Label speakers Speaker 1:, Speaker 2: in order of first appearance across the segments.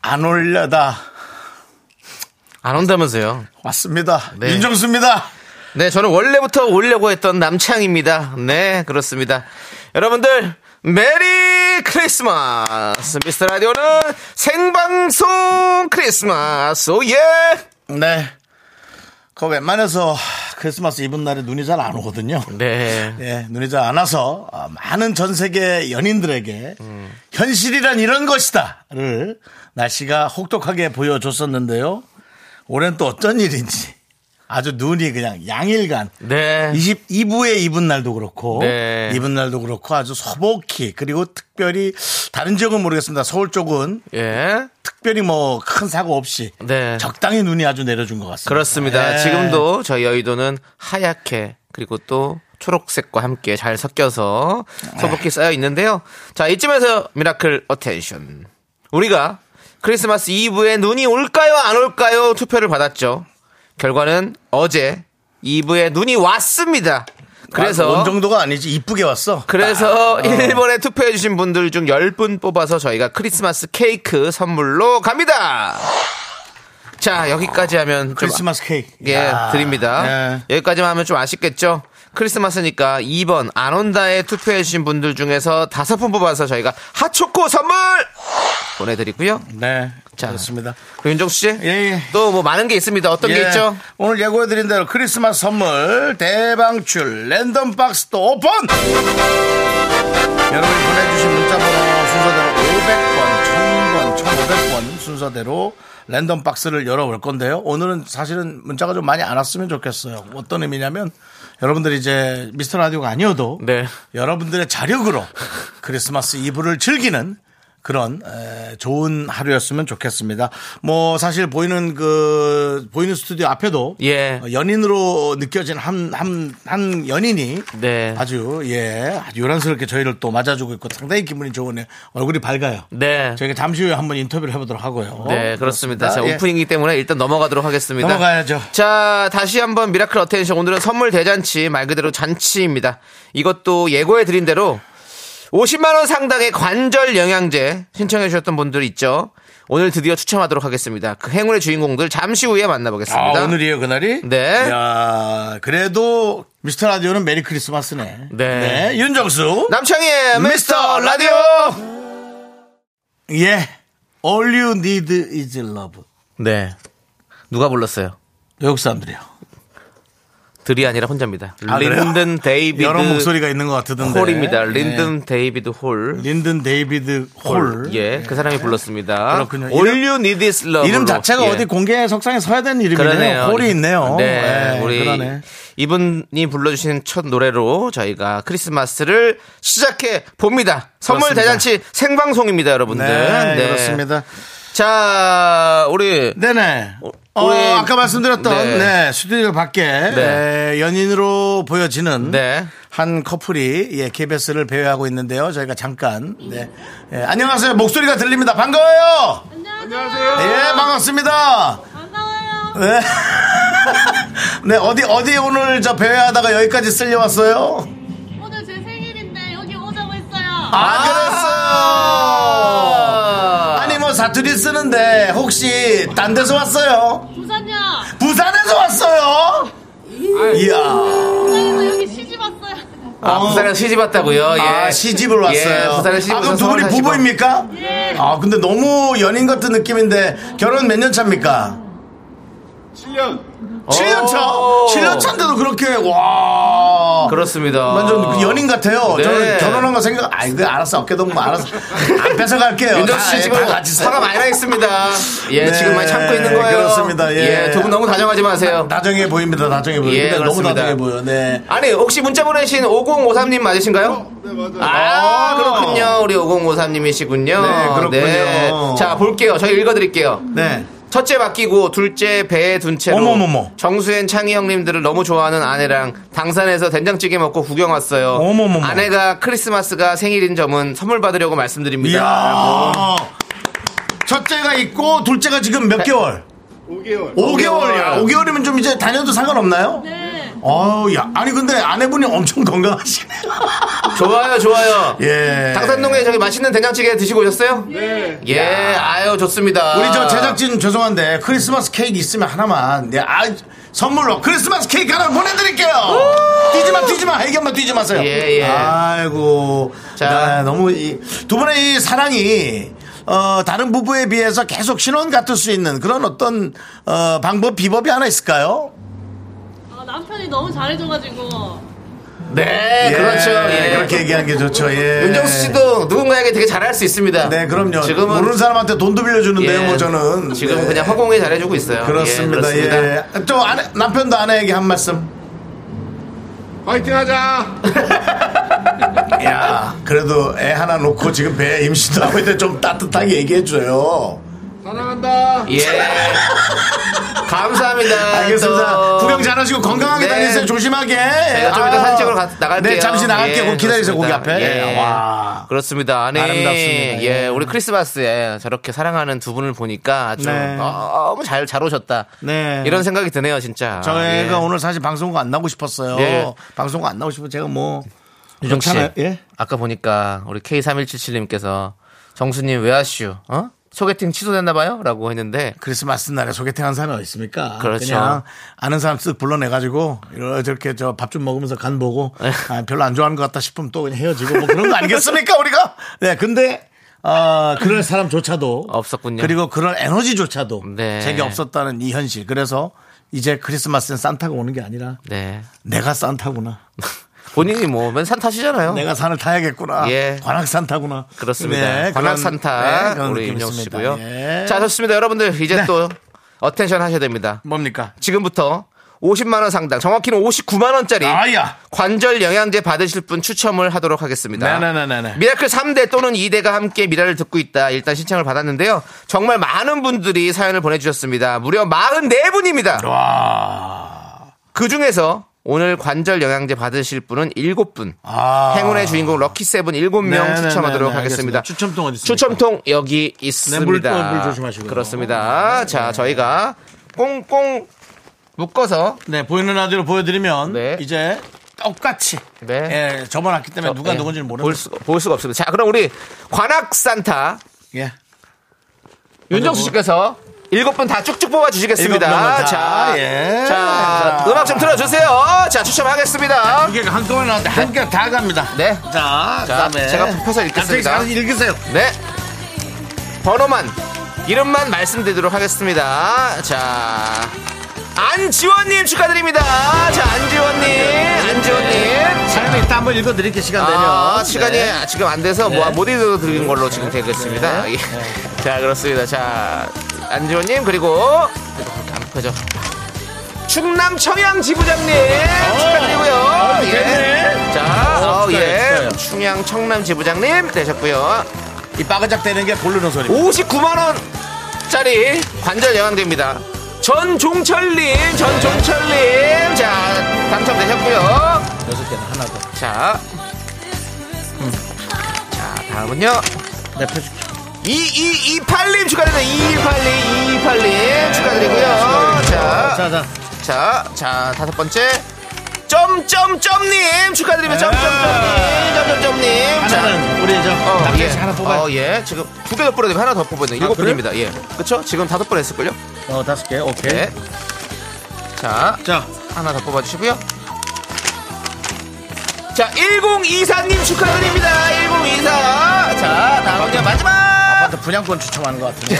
Speaker 1: 안 올려다
Speaker 2: 안 온다면서요?
Speaker 1: 왔습니다.
Speaker 2: 네.
Speaker 1: 윤정수입니다.
Speaker 2: 네, 저는 원래부터 오려고 했던 남창입니다. 네, 그렇습니다. 여러분들, 메리 크리스마스! 미스터 라디오는 생방송 크리스마스! 오, 예!
Speaker 1: 네. 그 웬만해서 크리스마스 이브 날에 눈이 잘 안 오거든요.
Speaker 2: 네.
Speaker 1: 예, 눈이 잘 안 와서 아, 많은 전 세계 연인들에게 현실이란 이런 것이다를 날씨가 혹독하게 보여줬었는데요. 올해는 또 어떤 일인지 아주 눈이 그냥 양일간
Speaker 2: 네.
Speaker 1: 22부에 입은 날도 그렇고
Speaker 2: 네.
Speaker 1: 입은 날도 그렇고 아주 소복히 그리고 특별히 다른 지역은 모르겠습니다. 서울 쪽은
Speaker 2: 예.
Speaker 1: 특별히 뭐 큰 사고 없이
Speaker 2: 네.
Speaker 1: 적당히 눈이 아주 내려준 것 같습니다.
Speaker 2: 그렇습니다.
Speaker 1: 예.
Speaker 2: 지금도 저희 여의도는 하얗게 그리고 또 초록색과 함께 잘 섞여서
Speaker 1: 네.
Speaker 2: 소복히 쌓여 있는데요. 자, 이쯤에서 미라클 어텐션. 우리가 크리스마스 이브에 눈이 올까요 안 올까요 투표를 받았죠. 결과는 어제 이브에 눈이 왔습니다.
Speaker 1: 아,
Speaker 2: 그래서
Speaker 1: 온 정도가 아. 아니지 이쁘게 왔어.
Speaker 2: 그래서 일본에 투표해주신 분들 중 10분 뽑아서 저희가 크리스마스 케이크 선물로 갑니다. 자, 여기까지 하면 좀
Speaker 1: 크리스마스 케이크.
Speaker 2: 예,
Speaker 1: 야.
Speaker 2: 드립니다.
Speaker 1: 예.
Speaker 2: 여기까지만 하면 좀 아쉽겠죠? 크리스마스니까 2번 안 온다에 투표해주신 분들 중에서 다섯 분 뽑아서 저희가 핫초코 선물 보내드리고요.
Speaker 1: 네.
Speaker 2: 자.
Speaker 1: 그렇습니다.
Speaker 2: 그 윤정수 씨,
Speaker 1: 예.
Speaker 2: 또 뭐 많은 게 있습니다. 어떤
Speaker 1: 예,
Speaker 2: 게 있죠?
Speaker 1: 오늘 예고해드린 대로 크리스마스 선물 대방출 랜덤 박스 또 오픈! 여러분이 보내주신 문자번호 순서대로 500번, 1000번, 1500번 순서대로 랜덤 박스를 열어볼 건데요. 오늘은 사실은 문자가 좀 많이 안 왔으면 좋겠어요. 어떤 의미냐면 여러분들이 이제 미스터 라디오가 아니어도
Speaker 2: 네.
Speaker 1: 여러분들의 자력으로 크리스마스 이브를 즐기는 그런 에, 좋은 하루였으면 좋겠습니다. 뭐 사실 보이는 그 보이는 스튜디오 앞에도
Speaker 2: 예.
Speaker 1: 어, 연인으로 느껴진 한 한, 한 연인이
Speaker 2: 네.
Speaker 1: 아주 예 아주 요란스럽게 저희를 또 맞아주고 있고 상당히 기분이 좋으네요. 얼굴이 밝아요.
Speaker 2: 네.
Speaker 1: 저희가 잠시 후에 한번 인터뷰를 해보도록 하고요.
Speaker 2: 네, 그렇습니다. 자,
Speaker 1: 예.
Speaker 2: 오프닝이기 때문에 일단 넘어가도록 하겠습니다.
Speaker 1: 넘어가야죠. 아,
Speaker 2: 자, 다시 한번 미라클 어텐션. 오늘은 선물 대잔치, 말 그대로 잔치입니다. 이것도 예고해드린 대로 50만원 상당의 관절 영양제 신청해주셨던 분들 있죠. 오늘 드디어 추첨하도록 하겠습니다. 그 행운의 주인공들 잠시 후에 만나보겠습니다.
Speaker 1: 아, 오늘이에요, 그날이?
Speaker 2: 네.
Speaker 1: 야 그래도 미스터 라디오는 메리 크리스마스네.
Speaker 2: 네.
Speaker 1: 윤정수.
Speaker 2: 남창희의 미스터 라디오!
Speaker 1: 예. All you need is love.
Speaker 2: 네. 누가 불렀어요?
Speaker 1: 외국 사람들이요.
Speaker 2: 들이 아니라 혼자입니다.
Speaker 1: 아, 그래요?
Speaker 2: 린든 데이비드
Speaker 1: 여러 목소리가 있는 것 같던데.
Speaker 2: 홀입니다.
Speaker 1: 예.
Speaker 2: 린든 데이비드 홀.
Speaker 1: 린든 데이비드 홀.
Speaker 2: 예, 그 사람이 불렀습니다.
Speaker 1: 그렇군요.
Speaker 2: All You Need Is Love. 예.
Speaker 1: 이름 자체가 어디 공개 석상에 서야 되는 이름이네요.
Speaker 2: 그러네요.
Speaker 1: 홀이 있네요.
Speaker 2: 네,
Speaker 1: 예,
Speaker 2: 우리
Speaker 1: 그러네.
Speaker 2: 이분이 불러주신 첫 노래로 저희가 크리스마스를 시작해 봅니다. 선물
Speaker 1: 그렇습니다.
Speaker 2: 대잔치 생방송입니다, 여러분들.
Speaker 1: 네, 그렇습니다.
Speaker 2: 자, 우리
Speaker 1: 네네. 어,
Speaker 2: 우리-
Speaker 1: 아까 말씀드렸던
Speaker 2: 네.
Speaker 1: 네. 스튜디오 밖에 에, 연인으로 보여지는
Speaker 2: 네.
Speaker 1: 한 커플이 예, KBS를 배회하고 있는데요. 저희가 잠깐 네. 예, 안녕하세요. 목소리가 들립니다. 반가워요. 안녕하세요. 예, 반갑습니다. 반가워요. 네. 네, 어디 어디 오늘 저 배회하다가 여기까지 쓸려왔어요?
Speaker 3: 오늘 제 생일인데 여기 오자고 했어요.
Speaker 1: 아, 그랬어요. 아니 뭐 사투리 쓰는데 혹시 딴 데서 왔어요?
Speaker 3: 부산이요.
Speaker 1: 부산에서 왔어요. 이야.
Speaker 3: 부산에서 여기 시집 왔어요.
Speaker 2: 아, 부산에서 시집 왔다고요. 예.
Speaker 1: 아, 시집을 왔어요.
Speaker 2: 예, 부산에 시집
Speaker 1: 아, 그럼
Speaker 2: 와서
Speaker 1: 두 분이
Speaker 2: 서울
Speaker 1: 부부입니까?
Speaker 3: 예.
Speaker 1: 아, 근데 너무 연인 같은 느낌인데 결혼 몇 년 차입니까? 어. 7년. 7년 차?
Speaker 2: 오.
Speaker 1: 7년 차인데도 그렇게, 와. 그렇구나.
Speaker 2: 그렇습니다.
Speaker 1: 완전 그 연인 같아요.
Speaker 2: 네.
Speaker 1: 저는 결혼한 거 생각, 아이, 그 알았어. 어깨동 뭐 알았어. 안 뺏어갈게요.
Speaker 2: 윤정
Speaker 1: 다,
Speaker 2: 씨
Speaker 1: 예,
Speaker 2: 지금
Speaker 1: 다 같이 사-
Speaker 2: 화가 많이 나 있습니다. 예,
Speaker 1: 네,
Speaker 2: 지금 많이 참고 있는 거예요.
Speaker 1: 그렇습니다. 예.
Speaker 2: 두 분 너무 다정하지 마세요.
Speaker 1: 다정해 보입니다. 다정해 보입니다.
Speaker 2: 예,
Speaker 1: 너무
Speaker 2: 그렇습니다.
Speaker 1: 다정해 보여. 네.
Speaker 2: 아니, 혹시 문자 보내신 5053님 맞으신가요?
Speaker 1: 어,
Speaker 2: 네, 맞아요. 아, 그렇군요. 우리 5053님이시군요.
Speaker 1: 네, 그렇군요.
Speaker 2: 자, 볼게요. 저희 읽어드릴게요.
Speaker 1: 네.
Speaker 2: 첫째 바뀌고 둘째 배에 둔 채로
Speaker 1: 어머머머.
Speaker 2: 정수엔 창희 형님들을 너무 좋아하는 아내랑 당산에서 된장찌개 먹고 구경 왔어요.
Speaker 1: 어머머머.
Speaker 2: 아내가 크리스마스가 생일인 점은 선물 받으려고 말씀드립니다.
Speaker 1: 이야. 네, 뭐. 첫째가 있고, 둘째가 지금 몇 개월? 5개월. 5개월. 야, 5개월이면 좀 이제 다녀도 상관없나요?
Speaker 3: 네.
Speaker 1: 어우, 야. 아니, 근데 아내분이 엄청 건강하시네요.
Speaker 2: 좋아요, 좋아요.
Speaker 1: 예.
Speaker 2: 당산동에 저기 맛있는 된장찌개 드시고 오셨어요? 네. 예, 아유 좋습니다.
Speaker 1: 우리 저 제작진 죄송한데 크리스마스 케이크 있으면 하나만 네, 아, 선물로 크리스마스 케이크 하나 보내드릴게요. 뛰지마 뛰지마 애견만 뛰지 마세요.
Speaker 2: 예, 예.
Speaker 1: 아이고
Speaker 2: 자.
Speaker 1: 네, 너무 이, 두 분의 이 사랑이 어, 다른 부부에 비해서 계속 신혼 같을 수 있는 그런 어떤 어, 방법 비법이 하나 있을까요?
Speaker 3: 아, 남편이 너무 잘해줘가지고.
Speaker 2: 네,
Speaker 1: 예,
Speaker 2: 그렇죠. 예.
Speaker 1: 그렇게 얘기하는 게 좋죠. 예.
Speaker 2: 윤정수 씨도 누군가에게 되게 잘할 수 있습니다.
Speaker 1: 네 그럼요.
Speaker 2: 지금은
Speaker 1: 모르는 사람한테 돈도 빌려주는데요,
Speaker 2: 예,
Speaker 1: 뭐 저는
Speaker 2: 지금
Speaker 1: 네.
Speaker 2: 그냥 허공에 잘해주고 있어요. 예,
Speaker 1: 그렇습니다.
Speaker 2: 그렇습니다.
Speaker 1: 예. 또 아내, 남편도 아내에게 한 말씀. 화이팅 하자! 야, 그래도 애 하나 놓고 지금 배 임신도 하고 있는데 좀 따뜻하게 얘기해줘요.
Speaker 2: 예. 감사합니다.
Speaker 1: 알겠습니다.
Speaker 2: 아, 또.
Speaker 1: 구경 잘하시고 건강하게
Speaker 2: 네.
Speaker 1: 다니세요. 조심하게.
Speaker 2: 제가 좀 이따 산책으로 가- 나갈게요.
Speaker 1: 네, 잠시 나갈게요.
Speaker 2: 예,
Speaker 1: 거기 기다리세요, 거기
Speaker 2: 그렇습니다.
Speaker 1: 앞에.
Speaker 2: 예.
Speaker 1: 와.
Speaker 2: 그렇습니다. 아니,
Speaker 1: 아름답습니다.
Speaker 2: 예,
Speaker 1: 예.
Speaker 2: 우리 크리스마스에 저렇게 사랑하는 두 분을 보니까 좀
Speaker 1: 네.
Speaker 2: 너무 잘, 잘 오셨다.
Speaker 1: 네.
Speaker 2: 이런 생각이 드네요, 진짜.
Speaker 1: 저희가
Speaker 2: 예.
Speaker 1: 그 오늘 사실 방송국 안 나오고 싶었어요.
Speaker 2: 예.
Speaker 1: 방송국 안 나오고 싶어 제가 뭐.
Speaker 2: 유정 씨,
Speaker 1: 괜찮아요? 예?
Speaker 2: 아까 보니까 우리 K3177님께서 정수님 왜 아슈? 어? 소개팅 취소됐나봐요? 라고 했는데
Speaker 1: 크리스마스 날에 소개팅 한 사람이 어디 있습니까?
Speaker 2: 그렇죠.
Speaker 1: 냥 아는 사람 쓱 불러내가지고 이렇게 저 밥 좀 먹으면서 간 보고 아, 별로 안 좋아하는 것 같다 싶으면 또 그냥 헤어지고 뭐 그런 거 아니겠습니까 우리가? 네, 근데 어, 그럴 사람조차도
Speaker 2: 없었군요.
Speaker 1: 그리고 그럴 에너지조차도
Speaker 2: 네.
Speaker 1: 제게 없었다는 이 현실. 그래서 이제 크리스마스엔 산타가 오는 게 아니라
Speaker 2: 네.
Speaker 1: 내가 산타구나.
Speaker 2: 본인이 뭐 맨산 타시잖아요.
Speaker 1: 내가 산을 타야겠구나.
Speaker 2: 예.
Speaker 1: 관악산타구나.
Speaker 2: 그렇습니다.
Speaker 1: 네, 그런- 네,
Speaker 2: 관악산타
Speaker 1: 그런
Speaker 2: 우리
Speaker 1: 느낌이
Speaker 2: 윤정
Speaker 1: 있습니다.
Speaker 2: 씨고요.
Speaker 1: 예. 네.
Speaker 2: 자 좋습니다, 여러분들 이제 또 어텐션 하셔야 됩니다.
Speaker 1: 뭡니까?
Speaker 2: 지금부터 50만 원 상당, 정확히는 59만 원짜리
Speaker 1: 아야.
Speaker 2: 관절 영양제 받으실 분 추첨을 하도록 하겠습니다.
Speaker 1: 네네네네네.
Speaker 2: 미라클 3대 또는 2대가 함께 미라를 듣고 있다. 일단 신청을 받았는데요. 정말 많은 분들이 사연을 보내주셨습니다. 무려 44분입니다. 그 중에서 오늘 관절 영양제 받으실 분은 7분.
Speaker 1: 아.
Speaker 2: 행운의 주인공 럭키세븐 7명
Speaker 1: 네네네네,
Speaker 2: 추첨하도록
Speaker 1: 알겠습니다.
Speaker 2: 하겠습니다.
Speaker 1: 추첨통 어디 있습니까?
Speaker 2: 추첨통 여기 있습니다.
Speaker 1: 네, 물, 어, 물 조심하시고요. 네.
Speaker 2: 그렇습니다. 자, 저희가 꽁꽁 묶어서
Speaker 1: 네, 보이는 라디오로 보여드리면
Speaker 2: 네.
Speaker 1: 이제 똑같이
Speaker 2: 네.
Speaker 1: 예, 접어놨기 때문에 누가
Speaker 2: 예,
Speaker 1: 누군지는 모르는
Speaker 2: 볼, 수, 볼 수가 없습니다. 자, 그럼 우리 관악산타
Speaker 1: 예.
Speaker 2: 윤정수 씨께서 일곱 분 다 쭉쭉 뽑아
Speaker 1: 일곱
Speaker 2: 주시겠습니다.
Speaker 1: 명을 다,
Speaker 2: 자,
Speaker 1: 예.
Speaker 2: 자,
Speaker 1: 자.
Speaker 2: 음악 좀 틀어주세요. 자, 추첨하겠습니다.
Speaker 1: 이게 한꺼번에 나왔는데 한 개 다 갑니다.
Speaker 2: 네,
Speaker 1: 자,
Speaker 2: 자,
Speaker 1: 그다음에
Speaker 2: 제가 펴서
Speaker 1: 갑자기
Speaker 2: 읽겠습니다.
Speaker 1: 잘 읽으세요.
Speaker 2: 네. 번호만 이름만 말씀드리도록 하겠습니다. 자. 안지원님 축하드립니다. 자, 안지원님, 안지원님.
Speaker 1: 사연이 있다 한번 읽어드릴게요. 시간 되면.
Speaker 2: 아,
Speaker 1: 네.
Speaker 2: 시간이 지금 안 돼서 뭐, 못 읽어드린 걸로 지금 되겠습니다. 예. 자, 그렇습니다. 자, 안지원님, 그리고, 그래도 그렇게 안 펴져. 충남 청양 지부장님 축하드리고요. 예. 자, 어, 예. 충양 청남 지부장님 되셨고요.
Speaker 1: 이 빠그작 되는 게 고르는 소리.
Speaker 2: 59만원 짜리 관절 영양제입니다. 전종철님, 전종철님. 자, 당첨되셨고요
Speaker 1: 여섯 개는 하나 더.
Speaker 2: 자. 음. 자, 다음은요.
Speaker 1: 네, 펴줄게.
Speaker 2: 2228님 축하드립니다. 2228님, 2228님 축하드리고요.
Speaker 1: 자,
Speaker 2: 아, 자,
Speaker 1: 자.
Speaker 2: 자, 자, 다섯 번째. 점점점님
Speaker 1: 네.
Speaker 2: 축하드립니다. 점점점님, 점점점님. 자,
Speaker 1: 하나는 우리 저
Speaker 2: 어,
Speaker 1: 남자
Speaker 2: 예.
Speaker 1: 씨 하나 뽑아요.
Speaker 2: 어, 예. 지금 두 개 더 뽑아야 되면 하나 더 뽑아야 되면 일곱
Speaker 1: 그래요?
Speaker 2: 분입니다. 예. 그쵸? 지금 다섯 번 했을걸요?
Speaker 1: 어, 다섯 개. 오케이.
Speaker 2: 예. 네. 자,
Speaker 1: 자,
Speaker 2: 하나 더 뽑아주시고요. 자, 1024님 축하드립니다. 1024. 자, 다음은요. 마지막.
Speaker 1: 아파트 분양권 추첨하는 것 같은데.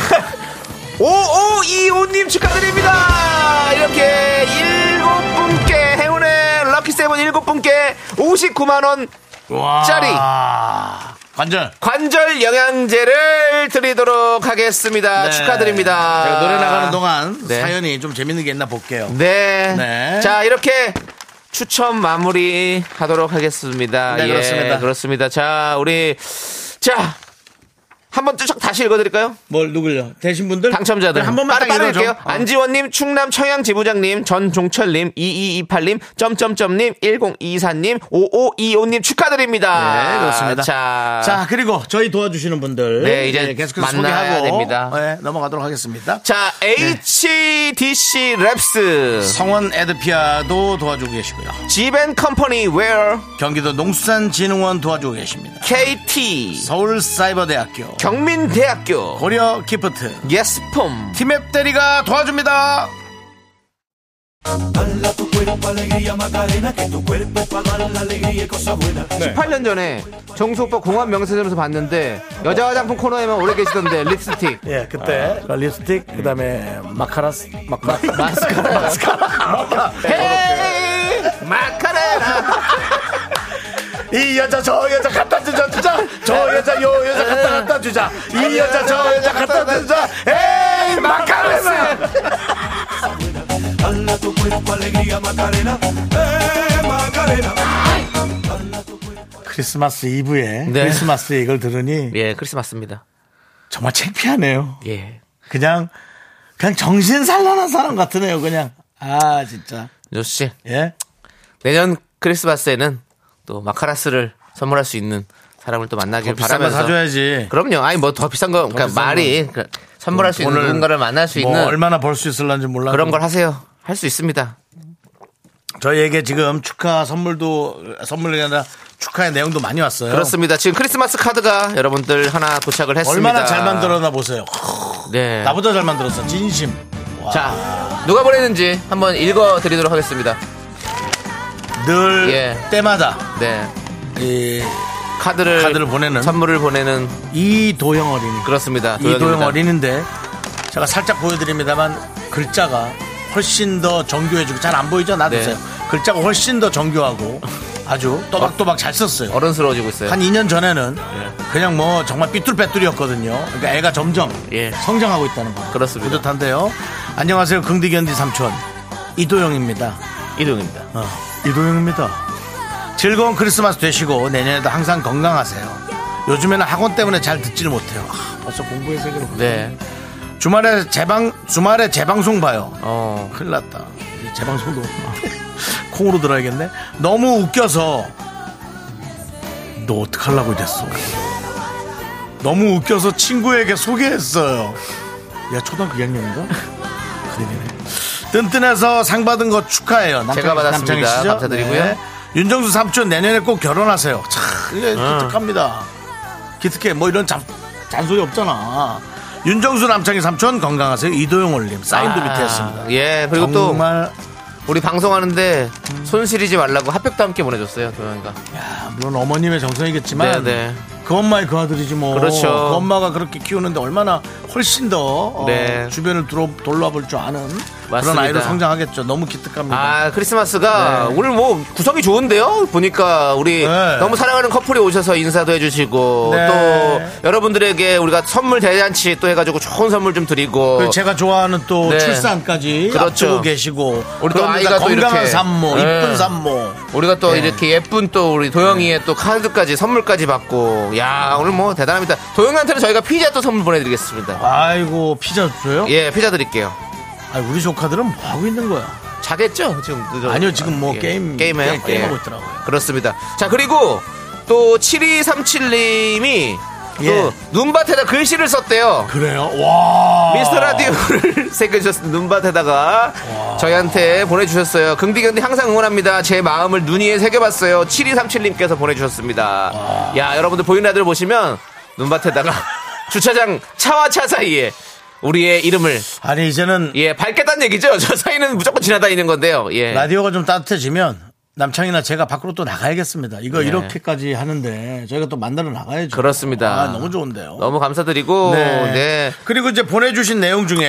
Speaker 2: 5525님 축하드립니다. 이렇게 일곱 분께 행운의 럭키 세븐 일곱 분께 59만원
Speaker 1: 와.
Speaker 2: 짜리.
Speaker 1: 관절.
Speaker 2: 관절 영양제를 드리도록 하겠습니다.
Speaker 1: 네.
Speaker 2: 축하드립니다.
Speaker 1: 제가 노래 나가는 동안
Speaker 2: 네.
Speaker 1: 사연이 좀 재밌는 게 있나 볼게요.
Speaker 2: 네.
Speaker 1: 네.
Speaker 2: 자, 이렇게 추첨 마무리 하도록 하겠습니다. 예,
Speaker 1: 네, 그렇습니다.
Speaker 2: 그렇습니다. 자, 우리, 자, 한번 쭉 다시 읽어드릴까요?
Speaker 1: 뭘 누굴요? 되신 분들
Speaker 2: 당첨자들.
Speaker 1: 네, 한 번만 딱
Speaker 2: 빠르게
Speaker 1: 읽어줘.
Speaker 2: 읽을게요. 안지원님, 충남 청양 지부장님, 전종철님, 2228님, 점점점님, 1024님, 5525님 축하드립니다.
Speaker 1: 네, 그렇습니다.
Speaker 2: 어. 자,
Speaker 1: 자, 그리고 저희 도와주시는 분들 예,
Speaker 2: 네, 이제
Speaker 1: 계속해서
Speaker 2: 만나야
Speaker 1: 소개하고
Speaker 2: 됩니다.
Speaker 1: 네, 넘어가도록 하겠습니다.
Speaker 2: 자, HDC 랩스,
Speaker 1: 성원 에드피아도 도와주고 계시고요.
Speaker 2: 지벤 컴퍼니 웨어,
Speaker 1: 경기도 농수산진흥원 도와주고 계십니다.
Speaker 2: KT,
Speaker 1: 서울사이버대학교
Speaker 2: 경민대학교
Speaker 1: 고려 기프트
Speaker 2: 예스폼
Speaker 1: 티맵 대리가 doiv니다.
Speaker 2: 네. 18년 전에 정수 오빠 공항 명세점에서 봤는데 여자 화장품 코너에만 오래 계시던데 립스틱
Speaker 1: 예, 그때 립스틱 그다음에 마카라스 마카
Speaker 2: 마스카라
Speaker 1: 마카라.
Speaker 2: 헤이 마카레라
Speaker 1: 이 여자 저 여자 갖다 주자 주자 저 여자 요 여자 갖다
Speaker 2: 네.
Speaker 1: 갖다 주자 이 여자 저 여자 갖다 주자
Speaker 2: 네.
Speaker 1: 에이 마카레나 크리스마스 이브에
Speaker 2: 네.
Speaker 1: 크리스마스에 이걸 들으니
Speaker 2: 예 크리스마스입니다
Speaker 1: 정말 창피하네요
Speaker 2: 예
Speaker 1: 그냥 그냥 정신 산란한 사람 같으네요 그냥 아 진짜
Speaker 2: 조씨
Speaker 1: 예
Speaker 2: 내년 크리스마스에는 또 마카라스를 선물할 수 있는 사람을 또 만나길
Speaker 1: 비싼 거
Speaker 2: 바라면서
Speaker 1: 사줘야지
Speaker 2: 그럼요 아니 뭐 더 비싼 거 그러니까
Speaker 1: 비싼
Speaker 2: 말이 그 선물할 수 있는
Speaker 1: 돈을
Speaker 2: 누군가를 만날 수
Speaker 1: 뭐
Speaker 2: 있는
Speaker 1: 얼마나 벌 수 있을런지 몰라
Speaker 2: 그런 걸 하세요 할 수 있습니다
Speaker 1: 저희에게 지금 축하 선물도 선물이 아니라 축하의 내용도 많이 왔어요.
Speaker 2: 그렇습니다 지금 크리스마스 카드가 여러분들 하나 도착을 했습니다
Speaker 1: 얼마나 잘 만들었나 보세요.
Speaker 2: 네.
Speaker 1: 나보다 잘 만들었어. 진심. 와.
Speaker 2: 자, 누가 보냈는지 한번 읽어 드리도록 하겠습니다.
Speaker 1: 늘
Speaker 2: 예.
Speaker 1: 때마다
Speaker 2: 네.
Speaker 1: 이
Speaker 2: 카드를,
Speaker 1: 카드를 보내는.
Speaker 2: 선물을 보내는
Speaker 1: 이도영 어린이.
Speaker 2: 그렇습니다.
Speaker 1: 이도영
Speaker 2: 도영입니다.
Speaker 1: 어린인데 제가 살짝 보여드립니다만 글자가 훨씬 더 정교해지고 잘 안 보이죠? 놔두세요.
Speaker 2: 네.
Speaker 1: 글자가 훨씬 더 정교하고 아주 또박또박 잘 썼어요.
Speaker 2: 어른스러워지고
Speaker 1: 네.
Speaker 2: 있어요.
Speaker 1: 한 2년 전에는
Speaker 2: 네.
Speaker 1: 그냥 뭐 정말 삐뚤빼뚤이었거든요. 그러니까 애가 점점
Speaker 2: 예.
Speaker 1: 성장하고 있다는 거.
Speaker 2: 그렇습니다.
Speaker 1: 뿌듯한데요. 안녕하세요. 긍디견디 삼촌. 이도영입니다.
Speaker 2: 이동입니다.
Speaker 1: 어, 이도영입니다. 즐거운 크리스마스 되시고 내년에도 항상 건강하세요. 요즘에는 학원 때문에 잘 듣지를 못해요. 아, 벌써 공부의 세계로.
Speaker 2: 네.
Speaker 1: 주말에 재방 주말에 재방송 봐요.
Speaker 2: 어.
Speaker 1: 큰일 났다. 이제 재방송도 없구나. 콩으로 들어야겠네. 너무 웃겨서 너 어떡하려고 이랬어. 너무 웃겨서 친구에게 소개했어요. 야 초등학교 2학년인가? 그림이네. 뜬뜬해서 상 받은 거 축하해요. 남창,
Speaker 2: 제가 받았습니다.
Speaker 1: 남창이시죠? 네.
Speaker 2: 감사드리고요.
Speaker 1: 윤정수 삼촌 내년에 꼭 결혼하세요. 참
Speaker 2: 네.
Speaker 1: 이게 기특합니다. 기특해. 뭐 이런 잡, 잔소리 없잖아. 윤정수 남창희 삼촌 건강하세요. 이도영 올림 사인도 밑에 했습니다.
Speaker 2: 예, 그리고 또
Speaker 1: 정말
Speaker 2: 우리 방송하는데 손 시리지 말라고 핫팩도 함께 보내줬어요, 도영이가.
Speaker 1: 야, 물론 어머님의 정성이겠지만
Speaker 2: 네, 네.
Speaker 1: 그 엄마의 그 아들이지 뭐
Speaker 2: 그렇죠.
Speaker 1: 그 엄마가 그렇게 키우는데 얼마나 훨씬 더 어,
Speaker 2: 네.
Speaker 1: 주변을 들어, 돌아볼 줄 아는 그런
Speaker 2: 맞습니다.
Speaker 1: 아이로 성장하겠죠. 너무 기특합니다.
Speaker 2: 아, 크리스마스가 오늘 뭐 구성이 좋은데요? 보니까 우리
Speaker 1: 네.
Speaker 2: 너무 사랑하는 커플이 오셔서 인사도 해주시고
Speaker 1: 네.
Speaker 2: 또 여러분들에게 우리가 선물 대잔치 또 해가지고 좋은 선물 좀 드리고
Speaker 1: 그리고 제가 좋아하는 또
Speaker 2: 네.
Speaker 1: 출산까지
Speaker 2: 그렇죠.
Speaker 1: 앞두고 계시고
Speaker 2: 우리 또
Speaker 1: 그러니까
Speaker 2: 아이가 또
Speaker 1: 건강한
Speaker 2: 이렇게.
Speaker 1: 산모,
Speaker 2: 네.
Speaker 1: 이쁜 산모.
Speaker 2: 우리가
Speaker 1: 네.
Speaker 2: 또 이렇게 예쁜 또 우리 도영이의 또 카드까지 선물까지 받고 야 오늘 뭐 대단합니다 도영이한테는 저희가 피자 또 선물 보내드리겠습니다
Speaker 1: 아이고 피자 줘요?
Speaker 2: 예 피자 드릴게요
Speaker 1: 아 우리 조카들은 뭐 하고 있는 거야?
Speaker 2: 자겠죠 지금 늦어
Speaker 1: 아니요 지금 뭐
Speaker 2: 예.
Speaker 1: 게임
Speaker 2: 게임해요
Speaker 1: 게임, 게임하고
Speaker 2: 예.
Speaker 1: 있더라고요.
Speaker 2: 그렇습니다 자 그리고 또 7237님이
Speaker 1: 예.
Speaker 2: 또 눈밭에다 글씨를 썼대요
Speaker 1: 그래요? 와
Speaker 2: 미스터 라디오를 새겨주셨 눈밭에다가 저희한테 보내주셨어요. 긍디견디 항상 응원합니다. 제 마음을 눈 위에 새겨봤어요. 7237님께서 보내주셨습니다. 야, 여러분들 보이는 라디오 보시면 눈밭에다가 주차장 차와 차 사이에 우리의 이름을
Speaker 1: 아니 이제는
Speaker 2: 예, 밝겠다는 얘기죠. 저 사이는 무조건 지나다니는 건데요. 예.
Speaker 1: 라디오가 좀 따뜻해지면 남창이나 제가 밖으로 또 나가야겠습니다. 이거
Speaker 2: 네.
Speaker 1: 이렇게까지 하는데 저희가 또 만나러 나가야죠.
Speaker 2: 그렇습니다.
Speaker 1: 아, 너무 좋은데요.
Speaker 2: 너무 감사드리고 네.
Speaker 1: 그리고 이제 보내주신 내용 중에 뭐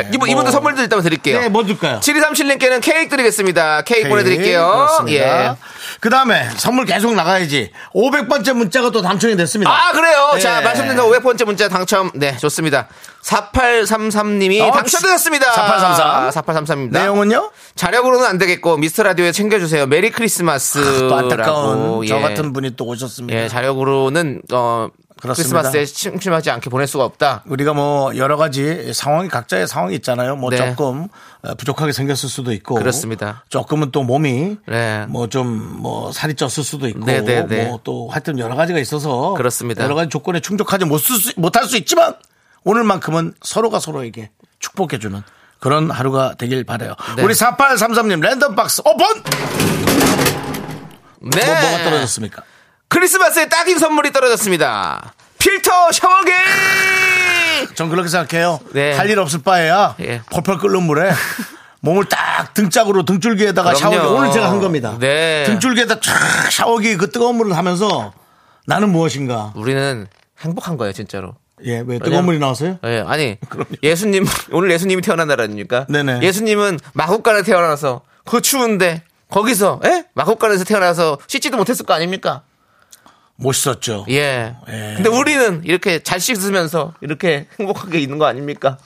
Speaker 2: 네. 이분 이분도 선물도 일단 드릴게요.
Speaker 1: 네, 뭐 줄까요?
Speaker 2: 7237님께는 케이크 드리겠습니다. 케이크,
Speaker 1: 케이크.
Speaker 2: 보내드릴게요.
Speaker 1: 그렇습니다.
Speaker 2: 예.
Speaker 1: 그 다음에 선물 계속 나가야지. 500번째 문자가 또 당첨이 됐습니다.
Speaker 2: 아, 그래요?
Speaker 1: 네.
Speaker 2: 자, 말씀드린 500번째 문자 당첨. 네, 좋습니다. 4833님이
Speaker 1: 어,
Speaker 2: 당첨되었습니다.
Speaker 1: 4833.
Speaker 2: 4833입니다.
Speaker 1: 내용은요?
Speaker 2: 자력으로는 안 되겠고, 미스터 라디오에 챙겨주세요. 메리 크리스마스.
Speaker 1: 아, 또 안타까운 저 같은 분이 또 오셨습니다.
Speaker 2: 그 예, 자력으로는, 어,
Speaker 1: 그렇습니다.
Speaker 2: 크리스마스에 침침하지 않게 보낼 수가 없다.
Speaker 1: 우리가 뭐 여러 가지 상황이 각자의 상황이 있잖아요. 뭐
Speaker 2: 네.
Speaker 1: 조금 어, 부족하게 생겼을 수도 있고
Speaker 2: 그렇습니다.
Speaker 1: 조금은 또 몸이
Speaker 2: 네.
Speaker 1: 뭐 좀 뭐 살이 쪘을 수도 있고
Speaker 2: 네, 네, 네.
Speaker 1: 뭐 또 하여튼 여러 가지가 있어서
Speaker 2: 그렇습니다.
Speaker 1: 여러 가지 조건에 충족하지 못 쓸 수, 못할 수 있지만 오늘만큼은 서로가 서로에게 축복해 주는 그런 하루가 되길 바라요.
Speaker 2: 네.
Speaker 1: 우리 4833님 랜덤 박스 오픈.
Speaker 2: 네.
Speaker 1: 뭐 뭐가 떨어졌습니까?
Speaker 2: 크리스마스에 딱인 선물이 떨어졌습니다. 필터 샤워기!
Speaker 1: 전 그렇게 생각해요.
Speaker 2: 네.
Speaker 1: 할 일 없을 바에야
Speaker 2: 예.
Speaker 1: 펄펄 끓는 물에 몸을 딱 등짝으로 등줄기에다가
Speaker 2: 그럼요.
Speaker 1: 샤워기 오늘 제가 한 겁니다.
Speaker 2: 네.
Speaker 1: 등줄기에다 촥 샤워기 그 뜨거운 물을 하면서 나는 무엇인가?
Speaker 2: 우리는 행복한 거예요, 진짜로.
Speaker 1: 예, 왜
Speaker 2: 왜냐면-
Speaker 1: 뜨거운 물이 나왔어요?
Speaker 2: 예, 아니 예수님 오늘 예수님이 태어난 날 아닙니까?
Speaker 1: 네네.
Speaker 2: 예수님은 마국간에 태어나서 그 추운데 거기서 예? 마국간에서 태어나서 씻지도 못했을 거 아닙니까?
Speaker 1: 멋있었죠.
Speaker 2: 예.
Speaker 1: 예.
Speaker 2: 근데 우리는 이렇게 잘 씻으면서 이렇게 행복하게 있는 거 아닙니까?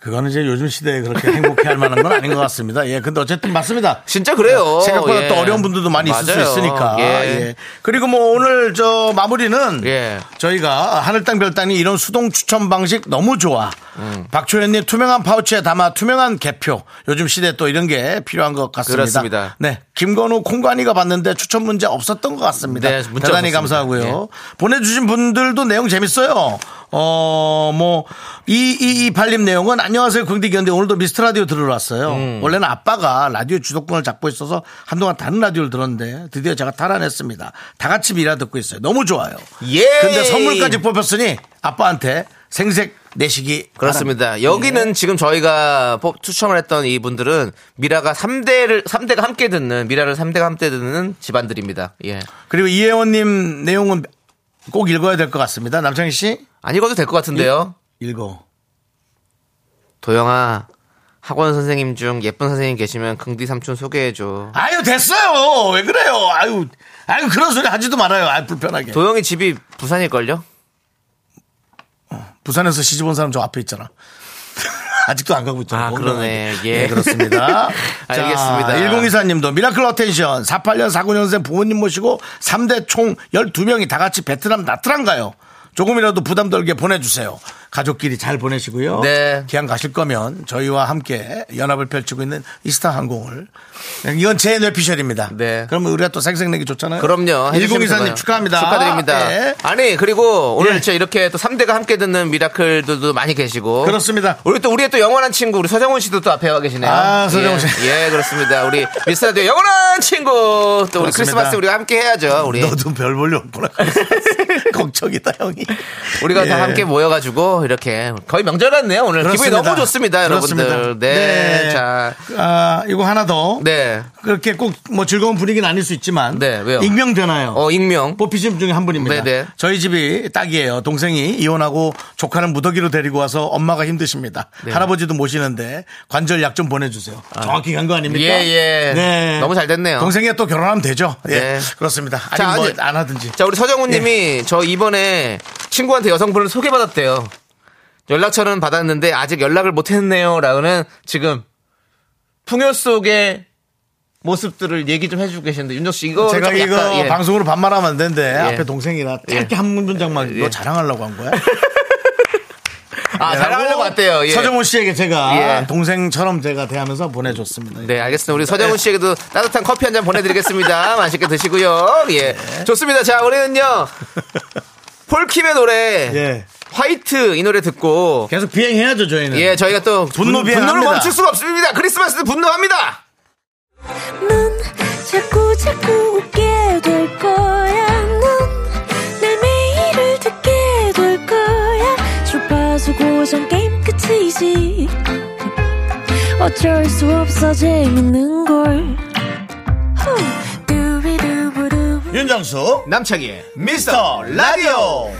Speaker 1: 그거는 이제 요즘 시대에 그렇게 행복해 할 만한 건 아닌 것 같습니다. 예, 근데 어쨌든 맞습니다.
Speaker 2: 진짜 그래요.
Speaker 1: 생각보다
Speaker 2: 예.
Speaker 1: 또 어려운 분들도 많이 있을
Speaker 2: 맞아요.
Speaker 1: 수 있으니까.
Speaker 2: 예.
Speaker 1: 예. 그리고 뭐 오늘 저 마무리는
Speaker 2: 예.
Speaker 1: 저희가 하늘땅 별땅이 이런 수동 추천 방식 너무 좋아. 박초현님 투명한 파우치에 담아 투명한 개표. 요즘 시대 에또 이런 게 필요한 것 같습니다.
Speaker 2: 그렇습니다.
Speaker 1: 네. 김건우 콩관이가 봤는데 추천 문제 없었던 것 같습니다.
Speaker 2: 네, 문자
Speaker 1: 대단히
Speaker 2: 없었습니다. 예.
Speaker 1: 감사하고요. 보내주신 분들도 내용 재밌어요. 어, 뭐, 2228님 내용은 안녕하세요. 긍디 견디 오늘도 미스트 라디오 들으러 왔어요.
Speaker 2: 음.
Speaker 1: 원래는 아빠가 라디오 주도권을 잡고 있어서 한동안 다른 라디오를 들었는데 드디어 제가 탈환했습니다. 다 같이 미라 듣고 있어요. 너무 좋아요.
Speaker 2: 예.
Speaker 1: 근데 선물까지 뽑혔으니 아빠한테 생색 내시기
Speaker 2: 그렇습니다.
Speaker 1: 바랍니다.
Speaker 2: 여기는 지금 저희가 뽑- 추첨을 했던 이분들은 미라가 3대를 3대가 함께 듣는 미라를 3대가 함께 듣는 집안들입니다. 예.
Speaker 1: 그리고 이혜원님 내용은 꼭 읽어야 될 것 같습니다. 남창희 씨
Speaker 2: 안 읽어도 될 것 같은데요.
Speaker 1: 읽어.
Speaker 2: 도영아 학원 선생님 중 예쁜 선생님 계시면 긍디 삼촌 소개해줘
Speaker 1: 아유 됐어요. 왜 그래요? 아유 아유 그런 소리 하지도 말아요. 아유 불편하게.
Speaker 2: 도영이 집이 부산일걸요?
Speaker 1: 부산에서 시집 온 사람 저 앞에 있잖아. 아직도 안 가고 있잖아.
Speaker 2: 아, 그러네.
Speaker 1: 올라가는데.
Speaker 2: 예.
Speaker 1: 네, 그렇습니다.
Speaker 2: 알겠습니다.
Speaker 1: 1024님도 미라클 어텐션 48년 49년생 부모님 모시고 3대 총 12명이 다 같이 베트남 나트랑 가요. 조금이라도 부담 덜게 보내주세요. 가족끼리 잘 보내시고요.
Speaker 2: 네.
Speaker 1: 기왕 가실 거면 저희와 함께 연합을 펼치고 있는 이스타 항공을. 이건 제 뇌피셜입니다.
Speaker 2: 네.
Speaker 1: 그러면 우리가 또 생색내기 좋잖아요.
Speaker 2: 그럼요. 해주시면
Speaker 1: 1024님
Speaker 2: 되고요.
Speaker 1: 축하합니다.
Speaker 2: 축하드립니다.
Speaker 1: 예.
Speaker 2: 아니, 그리고 오늘
Speaker 1: 예.
Speaker 2: 진짜 이렇게 또 3대가 함께 듣는 미라클들도 많이 계시고.
Speaker 1: 그렇습니다.
Speaker 2: 우리 또 우리의 또 영원한 친구, 우리 서정훈 씨도 또 앞에 와 계시네요.
Speaker 1: 아, 서정훈 씨.
Speaker 2: 예, 예, 그렇습니다. 우리 미스터드 영원한 친구. 또 우리
Speaker 1: 그렇습니다.
Speaker 2: 크리스마스 우리가 함께 해야죠. 우리.
Speaker 1: 너도 별 볼일 없구나. 걱정이다 형이.
Speaker 2: 우리가
Speaker 1: 예.
Speaker 2: 다 함께 모여가지고 이렇게 거의 명절 같네요. 오늘
Speaker 1: 그렇습니다.
Speaker 2: 기분이 너무 좋습니다, 여러분들.
Speaker 1: 그렇습니다.
Speaker 2: 네. 자,
Speaker 1: 아, 이거 하나 더.
Speaker 2: 네.
Speaker 1: 그렇게 꼭 뭐 즐거운 분위기는 아닐 수 있지만.
Speaker 2: 네, 왜요?
Speaker 1: 익명되나요?
Speaker 2: 어, 익명.
Speaker 1: 뽑히신 중에 한 분입니다.
Speaker 2: 네네.
Speaker 1: 저희 집이 딱이에요. 동생이 이혼하고 조카는 무더기로 데리고 와서 엄마가 힘드십니다.
Speaker 2: 네.
Speaker 1: 할아버지도 모시는데 관절 약 좀 보내주세요. 정확히 간 거 아닙니까?
Speaker 2: 예, 예.
Speaker 1: 네.
Speaker 2: 너무 잘 됐네요.
Speaker 1: 동생이 또 결혼하면 되죠. 예.
Speaker 2: 네.
Speaker 1: 그렇습니다. 아니,
Speaker 2: 자,
Speaker 1: 뭐
Speaker 2: 아니,
Speaker 1: 안 하든지.
Speaker 2: 자, 우리 서정훈님이
Speaker 1: 네.
Speaker 2: 저 이번에 친구한테 여성분을 소개받았대요. 연락처는 받았는데 아직 연락을 못했네요. 라는 지금 풍요 속의 모습들을 얘기 좀 해주고 계시는데 윤정 씨 이거
Speaker 1: 제가
Speaker 2: 좀
Speaker 1: 이거
Speaker 2: 약간, 예.
Speaker 1: 방송으로 반말하면 안 되는데 앞에 동생이라
Speaker 2: 예.
Speaker 1: 짧게 한 문장만 너 자랑하려고 한 거야?
Speaker 2: 아 자랑하려고 왔대요. 예.
Speaker 1: 뭐 서정훈 씨에게 제가
Speaker 2: 예.
Speaker 1: 동생처럼 제가 대하면서 보내줬습니다.
Speaker 2: 네, 알겠습니다. 우리 서정훈 씨에게도 따뜻한 커피 한 잔 보내드리겠습니다. 맛있게 드시고요. 예,
Speaker 1: 네.
Speaker 2: 좋습니다. 자, 우리는요 폴킴의 노래
Speaker 1: 예.
Speaker 2: 화이트 이 노래 듣고
Speaker 1: 계속 비행해야죠 저희는.
Speaker 2: 예, 저희가 또
Speaker 1: 분노
Speaker 2: 분노 분노를
Speaker 1: 비행합니다.
Speaker 2: 멈출 수가 없습니다. 크리스마스는 분노합니다.
Speaker 4: 넌 자꾸 자꾸 웃게 될 거야. 넌내 매일을 듣게 될 거야. 주파수 고정 게임 끝이지. 어쩔 수 없어 재밌는 걸. 후.
Speaker 1: 윤정수
Speaker 2: 남창희의
Speaker 1: 미스터 라디오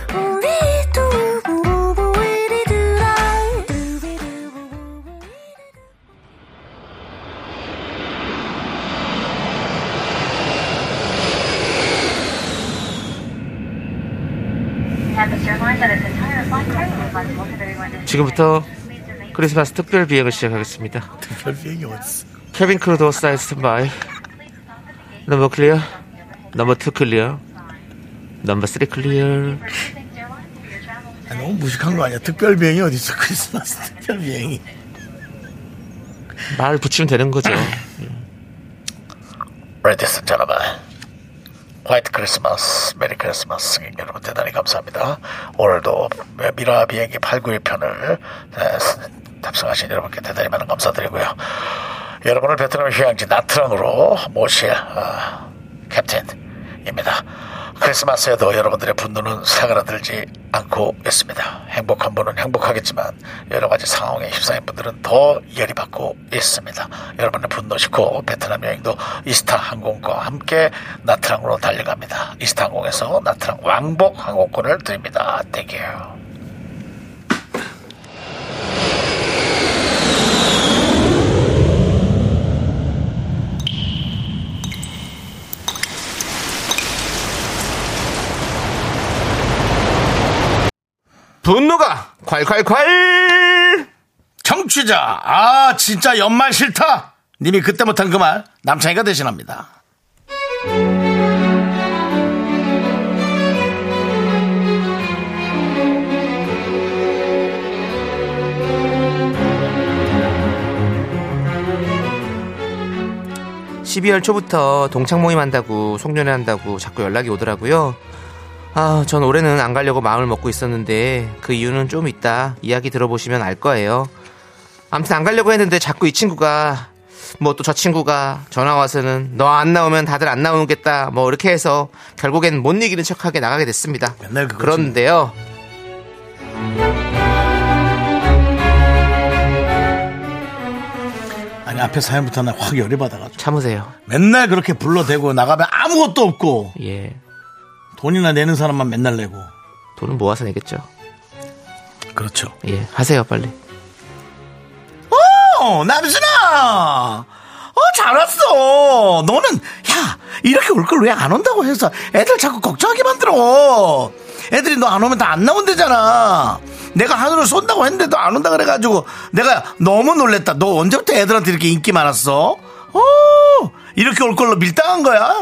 Speaker 2: 지금부터 크리스마스 특별 비행을 시작하겠습니다.
Speaker 1: 별 비행이 어딨어
Speaker 2: 케빈 크루도 사이드 스탠바이. 넘버 클리어. 넘버 투 클리어. 넘버 쓰리 클리어.
Speaker 1: 아, 너무 무식한 거 아니야 특별 비행이 어딨어 크리스마스 특별 비행이
Speaker 2: 말 붙이면 되는 거죠.
Speaker 5: 레디스 여러분 화이트 크리스마스 메리 크리스마스 승객 여러분 대단히 감사합니다 오늘도 미라 비행기 891편을 네, 탑승하신 여러분께 대단히 많은 감사드리고요 여러분을 베트남 휴양지 나트랑으로 모실 어, 캡틴입니다 크리스마스에도 여러분들의 분노는 사그라들지 않고 있습니다 행복한 분은 행복하겠지만 여러 가지 상황에 휩싸인 분들은 더 열이 받고 있습니다 여러분의 분노시고 베트남 여행도 이스타 항공과 함께 나트랑으로 달려갑니다 이스타 항공에서 나트랑 왕복 항공권을 드립니다 땡큐
Speaker 2: 분노가 콸콸콸!
Speaker 1: 청취자 아 진짜 연말 싫다 님이 그때 못한 그 말 남창희가 대신합니다
Speaker 2: 십이월 초부터 동창 모임 한다고 송년회 한다고 자꾸 연락이 오더라고요. 아, 전 올해는 안 가려고 마음을 먹고 있었는데 그 이유는 좀 이따 이야기 들어보시면 알 거예요. 아무튼 안 가려고 했는데 자꾸 이 친구가 뭐 또 저 친구가 전화 와서는 너 안 나오면 다들 안 나오겠다 뭐 이렇게 해서 결국엔 못 이기는 척하게 나가게 됐습니다.
Speaker 1: 맨날 그거지.
Speaker 2: 그런데요.
Speaker 1: 아니 앞에 사연부터 나 확 열이 받아가지고
Speaker 2: 참으세요.
Speaker 1: 맨날 그렇게 불러대고 나가면 아무것도 없고
Speaker 2: 예.
Speaker 1: 돈이나 내는 사람만 맨날 내고
Speaker 2: 돈은 모아서 내겠죠.
Speaker 1: 그렇죠
Speaker 2: 예. 하세요, 빨리.
Speaker 1: 어 남순아 어 잘 왔어 너는 야 이렇게 올 걸 왜 안 온다고 해서 애들 자꾸 걱정하게 만들어 애들이 너 안 오면 다 안 나온대잖아 내가 하늘을 쏜다고 했는데도 안 온다 그래가지고 내가 너무 놀랬다 너 언제부터 애들한테 이렇게 인기 많았어 어 이렇게 올 걸로 밀당한 거야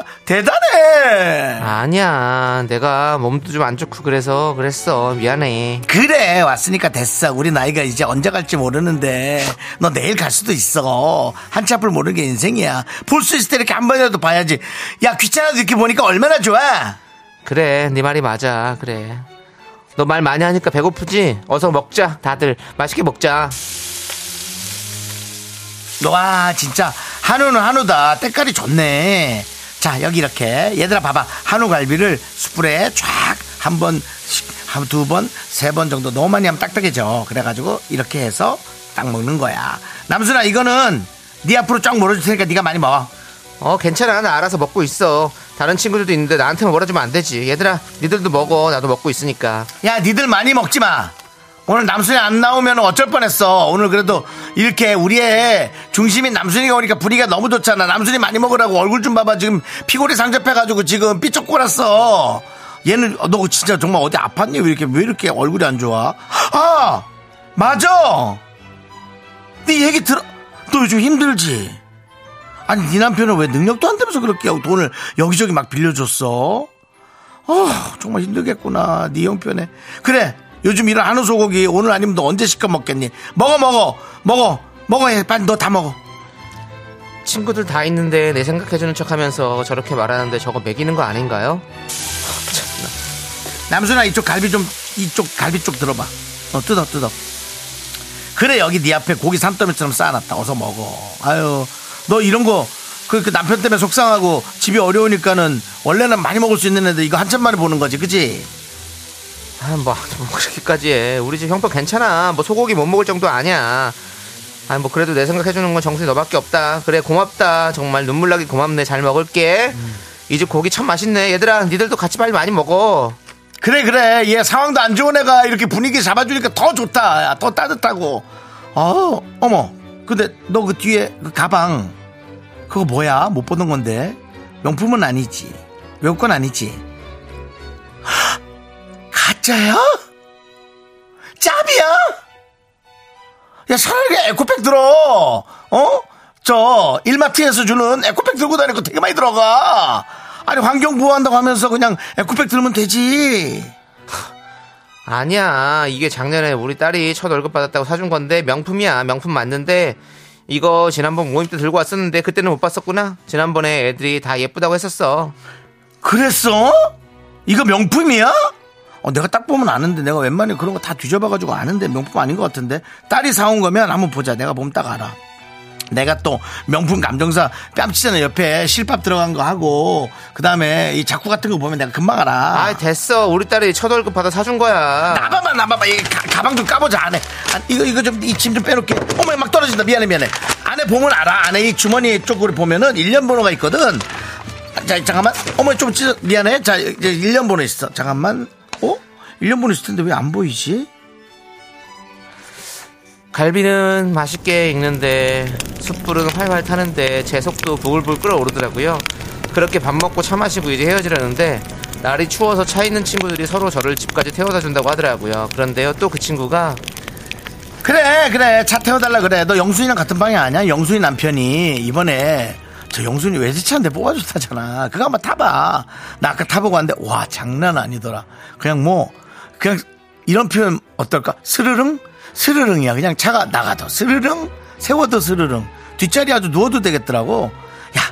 Speaker 1: 대단해
Speaker 2: 아니야. 내가 몸도 좀 안 좋고 그래서 그랬어. 미안해.
Speaker 1: 그래 왔으니까 됐어 우리 나이가 이제 언제 갈지 모르는데 너 내일 갈 수도 있어 한치 앞을 모르는 게 인생이야 볼 수 있을 때 이렇게 한 번이라도 봐야지 야 귀찮아도 이렇게 보니까 얼마나 좋아
Speaker 2: 그래. 네 말이 맞아. 그래. 너 말 많이 하니까 배고프지? 어서 먹자. 다들 맛있게 먹자.
Speaker 1: 와 진짜 한우는 한우다 때깔이 좋네 자 여기 이렇게 얘들아 봐봐 한우 갈비를 숯불에 쫙한번한두번세 번 정도 너무 많이 하면 딱딱해져 그래가지고 이렇게 해서 딱 먹는 거야 남순아 이거는 네 앞으로 쫙 몰아줄 테니까 네가 많이 먹어
Speaker 2: 어, 괜찮아. 나 알아서 먹고 있어. 다른 친구들도 있는데 나한테만 몰아주면 안 되지. 얘들아, 니들도 먹어. 나도 먹고 있으니까.
Speaker 1: 야, 니들 많이 먹지 마. 오늘 남순이 안 나오면 어쩔 뻔했어. 오늘 그래도 이렇게 우리의 중심인 남순이가 오니까 분위기가 너무 좋잖아. 남순이 많이 먹으라고 얼굴 좀 봐봐. 지금 피골이 상접해가지고 지금 삐쩍꼬랐어. 얘는 어, 너 진짜 정말 어디 아팠니? 왜 이렇게 왜 이렇게 얼굴이 안 좋아? 아, 맞아. 네 얘기 들어. 너 요즘 힘들지? 아니 네 남편은 왜 능력도 안 되면서 그렇게 돈을 여기저기 막 빌려줬어? 어, 정말 힘들겠구나. 네 형편에. 그래. 요즘 이런 한우 소고기 오늘 아니면 너 언제 시켜 먹겠니? 먹어 먹어. 먹어. 먹어. 해. 빨리 너 다 먹어.
Speaker 2: 친구들 다 있는데 내 생각해주는 척 하면서 저렇게 말하는데 저거 매기는 거 아닌가요?
Speaker 1: 남순아 이쪽 갈비 좀 이쪽 갈비 쪽 들어봐. 어, 뜯어 뜯어. 그래 여기 네 앞에 고기 산더미처럼 쌓아놨다. 어서 먹어. 아유 너 이런 거. 그, 그 남편 때문에 속상하고 집이 어려우니까는 원래는 많이 먹을 수 있는 애들 이거 한참 만에 보는 거지 그지?
Speaker 2: 아, 뭐, 뭐 그렇게까지 해. 우리 집 형편 괜찮아. 뭐 소고기 못 먹을 정도 아니야. 아니 뭐 그래도 내 생각해주는 건 정순이 너밖에 없다. 그래 고맙다. 정말 눈물 나게 고맙네. 잘 먹을게. 이 집 고기 참 맛있네. 얘들아, 니들도 같이 빨리 많이 먹어.
Speaker 1: 그래 그래 얘 상황도 안 좋은 애가 이렇게 분위기 잡아주니까 더 좋다 야, 더 따뜻하고 어 어머 근데 너 그 뒤에 그 가방 그거 뭐야 못 보는 건데 명품은 아니지 외국 건 아니지 헉, 가짜야 짭이야 야 차라리 에코백 들어 어저 일마트에서 주는 에코백 들고 다니고 되게 많이 들어가 아니 환경 보호한다고 하면서 그냥 에코백 들면 되지
Speaker 2: 아니야. 이게 작년에 우리 딸이 첫 월급 받았다고 사준 건데 명품이야. 명품 맞는데 이거 지난번 모임 때 들고 왔었는데 그때는 못 봤었구나. 지난번에 애들이 다 예쁘다고 했었어.
Speaker 1: 그랬어? 이거 명품이야? 어, 내가 딱 보면 아는데 내가 웬만히 그런 거 다 뒤져봐가지고 아는데 명품 아닌 것 같은데 딸이 사온 거면 한번 보자 내가 보면 딱 알아 내가 또 명품 감정사 뺨치잖아 옆에 실밥 들어간 거 하고 그 다음에 이 자꾸 같은 거 보면 내가 금방 알아
Speaker 2: 아, 이 됐어. 우리 딸이 첫 월급 받아 사준 거야.
Speaker 1: 나봐봐 나봐봐 이 가, 가방 좀 까보자 안에 아, 이거 이거 좀 이 짐 좀 빼놓게 어머 막 떨어진다 미안해 미안해 안에 보면 알아 안에 이 주머니 쪽으로 보면은 일련 번호가 있거든 아, 자 잠깐만 어머 좀 찢어 미안해 자 이제 일련 번호 있어 잠깐만 어 일련 번호 있을 텐데 왜 안 보이지
Speaker 2: 갈비는 맛있게 익는데 숯불은 활활 타는데 제 속도 부글부글 끓어오르더라고요. 그렇게 밥 먹고 차 마시고 이제 헤어지려는데 날이 추워서 차 있는 친구들이 서로 저를 집까지 태워다 준다고 하더라고요. 그런데요 또 그 친구가
Speaker 1: 그래 그래 차 태워달라 그래 너 영순이랑 같은 방이 아니야 영순이 남편이 이번에 저 영순이 외제차인데 뽑아줬다잖아 그거 한번 타봐 나 아까 타보고 왔는데 와 장난 아니더라 그냥 뭐 그냥 이런 표현 어떨까 스르릉 스르릉이야 그냥 차가 나가도 스르릉 세워도 스르릉 뒷자리 아주 누워도 되겠더라고 야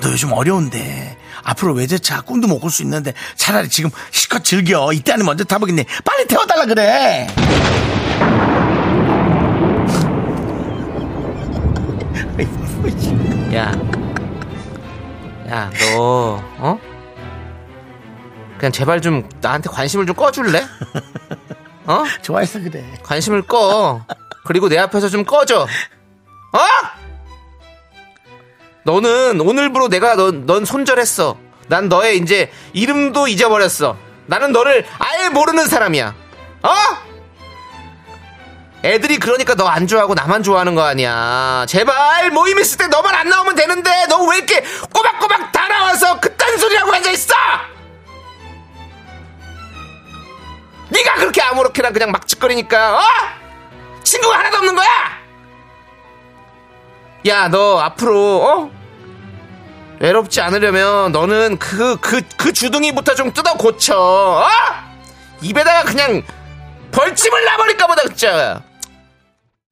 Speaker 1: 너 요즘 어려운데 앞으로 외제차 꿈도 못 꿀 수 있는데 차라리 지금 실컷 즐겨 이때 아니면 먼저 타보겠네 빨리 태워달라 그래
Speaker 2: 야, 야, 너, 어? 그냥 제발 좀 나한테 관심을 좀 꺼줄래? 어?
Speaker 1: 좋아해서 그래
Speaker 2: 관심을 꺼. 그리고 내 앞에서 좀 꺼져. 어? 너는 오늘부로 내가 넌, 넌 손절했어. 난 너의 이제 이름도 잊어버렸어. 나는 너를 아예 모르는 사람이야. 어? 애들이 그러니까 너 안 좋아하고 나만 좋아하는 거 아니야. 제발 모임 있을 때 너만 안 나오면 되는데 너 왜 이렇게 꼬박꼬박 다 나와서 그딴 소리라고 앉아있어? 네가 그렇게 아무렇게나 그냥 막짓거리니까 어? 친구가 하나도 없는 거야? 야 너 앞으로 어? 외롭지 않으려면 너는 그 그 그 주둥이부터 좀 뜯어 고쳐 어? 입에다가 그냥 벌침을 놔버릴까 보다 진짜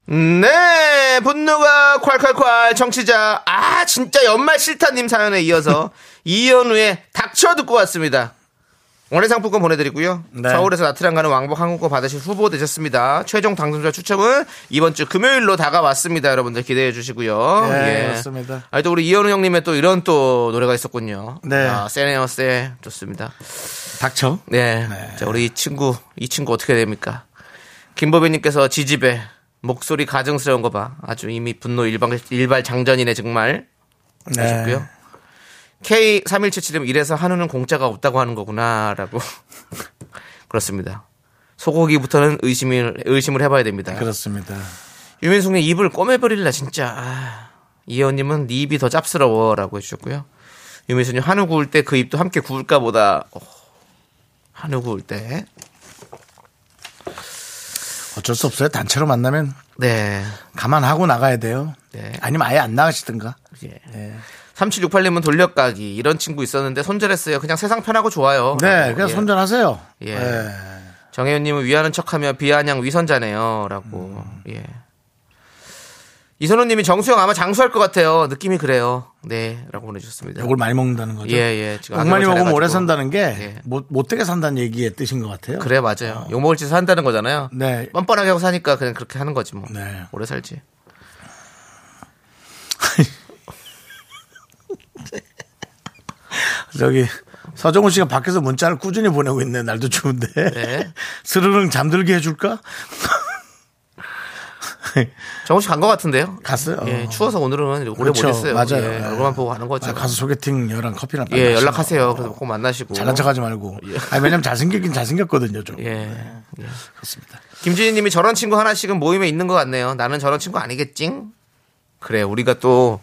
Speaker 2: 네 분노가 콸콸콸 청취자 아 진짜 연말 실타님 사연에 이어서 이현우의 닥쳐 듣고 왔습니다 원예 상품권 보내드리고요.
Speaker 1: 네.
Speaker 2: 서울에서 나트랑 가는 왕복 항공권 받으실 후보 되셨습니다. 최종 당첨자 추첨은 이번 주 금요일로 다가왔습니다. 여러분들 기대해 주시고요. 예.
Speaker 1: 네, 맞습니다.
Speaker 2: 아니 또 우리 이현우 형님의 또 이런 또 노래가 있었군요.
Speaker 1: 네.
Speaker 2: 아, 세네요 세 좋습니다.
Speaker 1: 닥쳐
Speaker 2: 네. 자, 우리 이 친구, 이 친구 어떻게 됩니까? 김보배님께서 지지배, 목소리 가증스러운 거 봐. 아주 이미 분노 일발, 일발 장전이네, 정말.
Speaker 1: 네,
Speaker 2: 하셨고요. K3177님, 이래서 한우는 공짜가 없다고 하는 거구나, 라고. 그렇습니다. 소고기부터는 의심을, 의심을 해봐야 됩니다.
Speaker 1: 그렇습니다.
Speaker 2: 유민숙님, 입을 꼬매버릴라, 진짜. 아, 이현님은 네 입이 더 짭스러워, 라고 해주셨고요. 유민숙님, 한우 구울 때 그 입도 함께 구울까 보다. 어, 한우 구울 때.
Speaker 1: 어쩔 수 없어요. 단체로 만나면
Speaker 2: 네.
Speaker 1: 감안하고 나가야 돼요.
Speaker 2: 네.
Speaker 1: 아니면 아예 안 나가시든가.
Speaker 2: 예. 3768님은 돌려가기. 이런 친구 있었는데 손절했어요. 그냥 세상 편하고 좋아요.
Speaker 1: 네,
Speaker 2: 라고.
Speaker 1: 그냥
Speaker 2: 예.
Speaker 1: 손절하세요.
Speaker 2: 예.
Speaker 1: 예.
Speaker 2: 정혜윤님은 위하는 척하며 비아냥 위선자네요. 라고.
Speaker 1: 음.
Speaker 2: 예. 이선호님이 정수영 아마 장수할 것 같아요. 느낌이 그래요. 네. 라고 보내주셨습니다.
Speaker 1: 욕을 많이 먹는다는 거죠.
Speaker 2: 예, 예. 지금
Speaker 1: 욕 많이
Speaker 2: 아들하고
Speaker 1: 먹으면
Speaker 2: 잘해가지고.
Speaker 1: 오래 산다는 게
Speaker 2: 예.
Speaker 1: 못, 못되게 산다는 얘기의 뜻인 것 같아요.
Speaker 2: 그래, 뭐? 맞아요. 욕먹을 짓을 한다는 거잖아요.
Speaker 1: 네.
Speaker 2: 뻔뻔하게 하고 사니까 그냥 그렇게 하는 거지 뭐.
Speaker 1: 네.
Speaker 2: 오래 살지.
Speaker 1: 저기 서정훈 씨가 밖에서 문자를 꾸준히 보내고 있네. 날도 추운데.
Speaker 2: 네.
Speaker 1: 스르릉 잠들게 해줄까?
Speaker 2: 정우 씨 간 것 같은데요?
Speaker 1: 갔어요.
Speaker 2: 예, 추워서 오늘은 오래
Speaker 1: 그렇죠.
Speaker 2: 못 있어요.
Speaker 1: 맞아요.
Speaker 2: 예, 얼굴만 보고 가는 거죠.
Speaker 1: 아, 가서 소개팅 여랑 커피나 빨리
Speaker 2: 예,
Speaker 1: 마시고.
Speaker 2: 연락하세요. 그래서 꼭 만나시고.
Speaker 1: 잘난 척하지 말고. 아니 왜냐면 잘생기긴 잘생겼거든요 좀.
Speaker 2: 어? 예. 예.
Speaker 1: 네. 그렇습니다.
Speaker 2: 김진희님이 저런 친구 하나씩은 모임에 있는 것 같네요. 나는 저런 친구 아니겠징? 그래, 우리가 또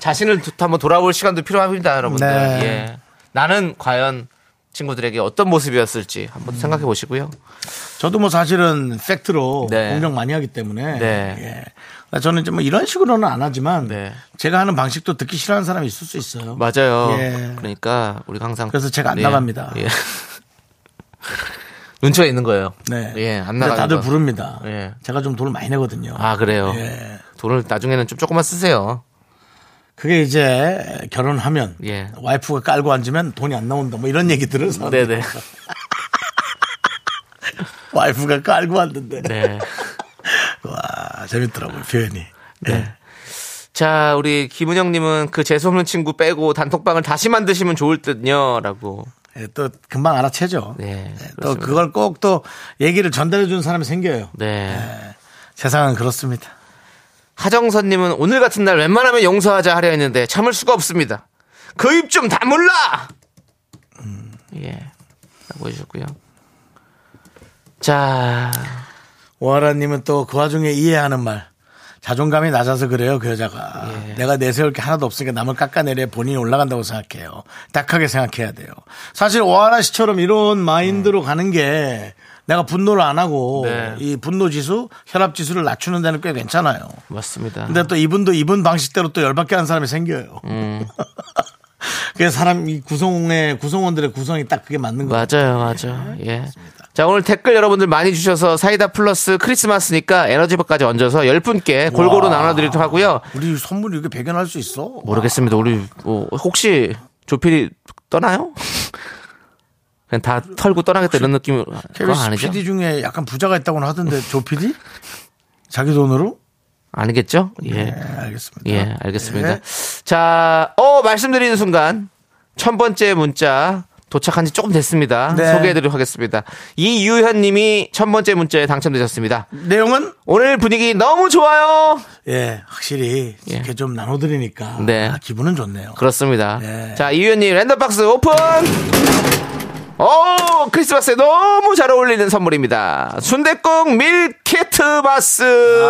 Speaker 2: 자신을 두- 한번 돌아볼 시간도 필요합니다, 여러분들.
Speaker 1: 네.
Speaker 2: 예. 나는 과연 친구들에게 어떤 모습이었을지
Speaker 1: 음.
Speaker 2: 한번 생각해 보시고요.
Speaker 1: 저도 뭐 사실은 팩트로
Speaker 2: 네.
Speaker 1: 공격 많이 하기 때문에
Speaker 2: 네.
Speaker 1: 예. 나 저는 이제 뭐 이런 식으로는 안 하지만
Speaker 2: 네.
Speaker 1: 제가 하는 방식도 듣기 싫어하는 사람이 있을 수 있어요.
Speaker 2: 맞아요.
Speaker 1: 예.
Speaker 2: 그러니까 우리가 항상
Speaker 1: 그래서 제가 안
Speaker 2: 예.
Speaker 1: 나갑니다.
Speaker 2: 예. 눈치가 있는 거예요.
Speaker 1: 네.
Speaker 2: 예, 안
Speaker 1: 근데
Speaker 2: 나가.
Speaker 1: 다들 부릅니다.
Speaker 2: 예.
Speaker 1: 제가 좀 돈을 많이 내거든요.
Speaker 2: 아 그래요.
Speaker 1: 예.
Speaker 2: 돈을 나중에는 좀 조금만 쓰세요.
Speaker 1: 그게 이제 결혼하면
Speaker 2: 예.
Speaker 1: 와이프가 깔고 앉으면 돈이 안 나온다. 뭐 이런 얘기 들은 사람.
Speaker 2: 네네.
Speaker 1: 와이프가 깔고 앉는데.
Speaker 2: 네.
Speaker 1: 와, 재밌더라고요. 표현이.
Speaker 2: 자, 우리 김은영님은 그 재수없는 친구 빼고 단톡방을 다시 만드시면 좋을 듯요.라고.
Speaker 1: 예, 또 금방 알아채죠.
Speaker 2: 네,
Speaker 1: 예, 또
Speaker 2: 그렇습니다.
Speaker 1: 그걸 꼭 또 얘기를 전달해 주는 사람이 생겨요.
Speaker 2: 네.
Speaker 1: 세상은 그렇습니다.
Speaker 2: 하정선님은 오늘 같은 날 웬만하면 용서하자 하려 했는데 참을 수가 없습니다. 그 입 좀 다물라. 예. 라고 해주셨고요. 자,
Speaker 1: 오하라님은 또 그 와중에 이해하는 말. 자존감이 낮아서 그래요, 그 여자가.
Speaker 2: 예.
Speaker 1: 내가 내세울 게 하나도 없으니까 남을 깎아내려 본인이 올라간다고 생각해요. 딱하게 생각해야 돼요. 사실 오하라 씨처럼 이런 마인드로 가는 게 내가 분노를 안 하고
Speaker 2: 음. 네.
Speaker 1: 이 분노 지수, 혈압 지수를 낮추는 데는 꽤 괜찮아요.
Speaker 2: 맞습니다.
Speaker 1: 근데 또 이분도 이분 방식대로 또 열받게 하는 사람이 생겨요.
Speaker 2: 음.
Speaker 1: 그게 사람 이 구성의 구성원들의 구성이 딱 그게 맞는 거예요.
Speaker 2: 맞아요,
Speaker 1: 네,
Speaker 2: 맞아요. 예. 자, 오늘 댓글 여러분들 많이 주셔서 사이다 플러스 크리스마스니까 에너지바까지 얹어서 10분께 골고루 나눠드리도록 하고요.
Speaker 1: 우리 선물 이렇게 배견할 수 있어?
Speaker 2: 모르겠습니다. 우리 뭐 혹시 조필이 떠나요? 그냥 다 털고 떠나겠다 이런 느낌으로 그건
Speaker 1: KBS
Speaker 2: 아니죠?
Speaker 1: PD 중에 약간 부자가 있다고는 하던데 조 PD? 자기 돈으로?
Speaker 2: 아니겠죠? 예.
Speaker 1: 네, 알겠습니다.
Speaker 2: 예, 알겠습니다.
Speaker 1: 예.
Speaker 2: 자, 어, 말씀드리는 순간, 첫 번째 문자 도착한 지 조금 됐습니다.
Speaker 1: 네.
Speaker 2: 소개해드리도록 하겠습니다. 이유현 님이 첫 번째 문자에 당첨되셨습니다.
Speaker 1: 내용은
Speaker 2: 오늘 분위기 너무 좋아요!
Speaker 1: 예, 확실히
Speaker 2: 예.
Speaker 1: 이렇게 좀 나눠드리니까
Speaker 2: 네.
Speaker 1: 아, 기분은 좋네요.
Speaker 2: 그렇습니다.
Speaker 1: 네.
Speaker 2: 자, 이유현 님 랜덤박스 오픈! 오, 크리스마스에 너무 잘 어울리는 선물입니다. 순대국 밀키트 바스!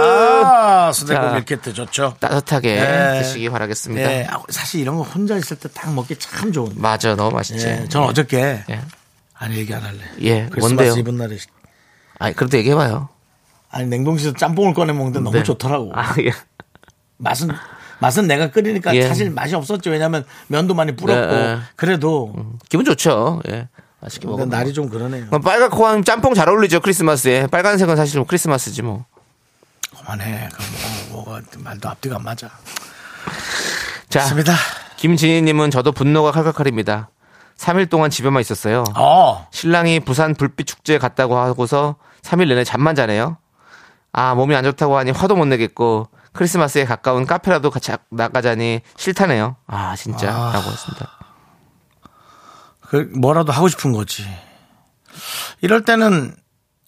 Speaker 1: 아, 수대국
Speaker 2: 자.
Speaker 1: 밀키트 좋죠.
Speaker 2: 따뜻하게
Speaker 1: 네.
Speaker 2: 드시기 바라겠습니다.
Speaker 1: 예, 아, 사실 이런 거 혼자 있을 때 딱 먹기 참 좋은데.
Speaker 2: 맞아, 너무 맛있지.
Speaker 1: 예, 전 어저께
Speaker 2: 예.
Speaker 1: 아니 얘기 안 할래.
Speaker 2: 예,
Speaker 1: 크리스마스
Speaker 2: 뭔데요?
Speaker 1: 이번 날에
Speaker 2: 아니, 그래도 얘기해봐요.
Speaker 1: 아니 냉동실에서 짬뽕을 꺼내 먹는데 너무
Speaker 2: 네.
Speaker 1: 좋더라고.
Speaker 2: 아, 예.
Speaker 1: 맛은 맛은 내가 끓이니까
Speaker 2: 예.
Speaker 1: 사실 맛이 없었죠. 왜냐하면 면도 많이 불었고
Speaker 2: 네, 네.
Speaker 1: 그래도
Speaker 2: 기분 좋죠. 예. 맛있게
Speaker 1: 근데
Speaker 2: 먹어.
Speaker 1: 날이 좀 그러네요.
Speaker 2: 빨간 코랑 짬뽕 잘 어울리죠 크리스마스에 빨간색은 사실 뭐 크리스마스지 뭐.
Speaker 1: 그만해. 그럼 뭐, 뭐가 말도 앞뒤가 안 맞아.
Speaker 2: 자,
Speaker 1: 맞습니다.
Speaker 2: 김진희님은 저도 분노가 칼칼칼입니다. 3일 동안 집에만 있었어요.
Speaker 1: 어.
Speaker 2: 신랑이 부산 불빛 축제 갔다고 하고서 3일 내내 잠만 자네요. 아 몸이 안 좋다고 하니 화도 못 내겠고 크리스마스에 가까운 카페라도 같이 나가자니 싫다네요. 아 진짜라고 했습니다.
Speaker 1: 그 뭐라도 하고 싶은 거지. 이럴 때는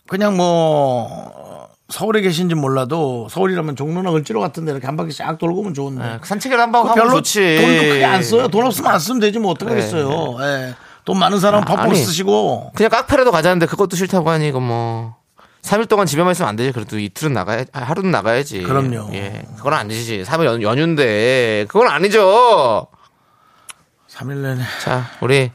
Speaker 1: 그냥 뭐 서울에 계신지 몰라도 서울이라면 종로나 을지로 같은 데 이렇게 한 바퀴 쫙 돌고 오면 좋은데.
Speaker 2: 네, 산책을 한번
Speaker 1: 그거
Speaker 2: 하면
Speaker 1: 별로
Speaker 2: 좋지.
Speaker 1: 돈도 크게 안 써요. 돈 없으면 안 쓰면 되지 뭐 어떡하겠어요. 예. 돈 많은 사람은
Speaker 2: 네, 아,
Speaker 1: 밥벌어
Speaker 2: 아니.
Speaker 1: 쓰시고
Speaker 2: 그냥 카페라도 가자는데 그것도 싫다고 하니 이거 뭐 3일 동안 집에만 있으면 안 되지. 그래도 이틀은 나가야 아, 하루는 나가야지.
Speaker 1: 그럼요.
Speaker 2: 예. 그건 아니지. 3일 연, 연휴인데 그건 아니죠.
Speaker 1: 3일 내내
Speaker 2: 자, 우리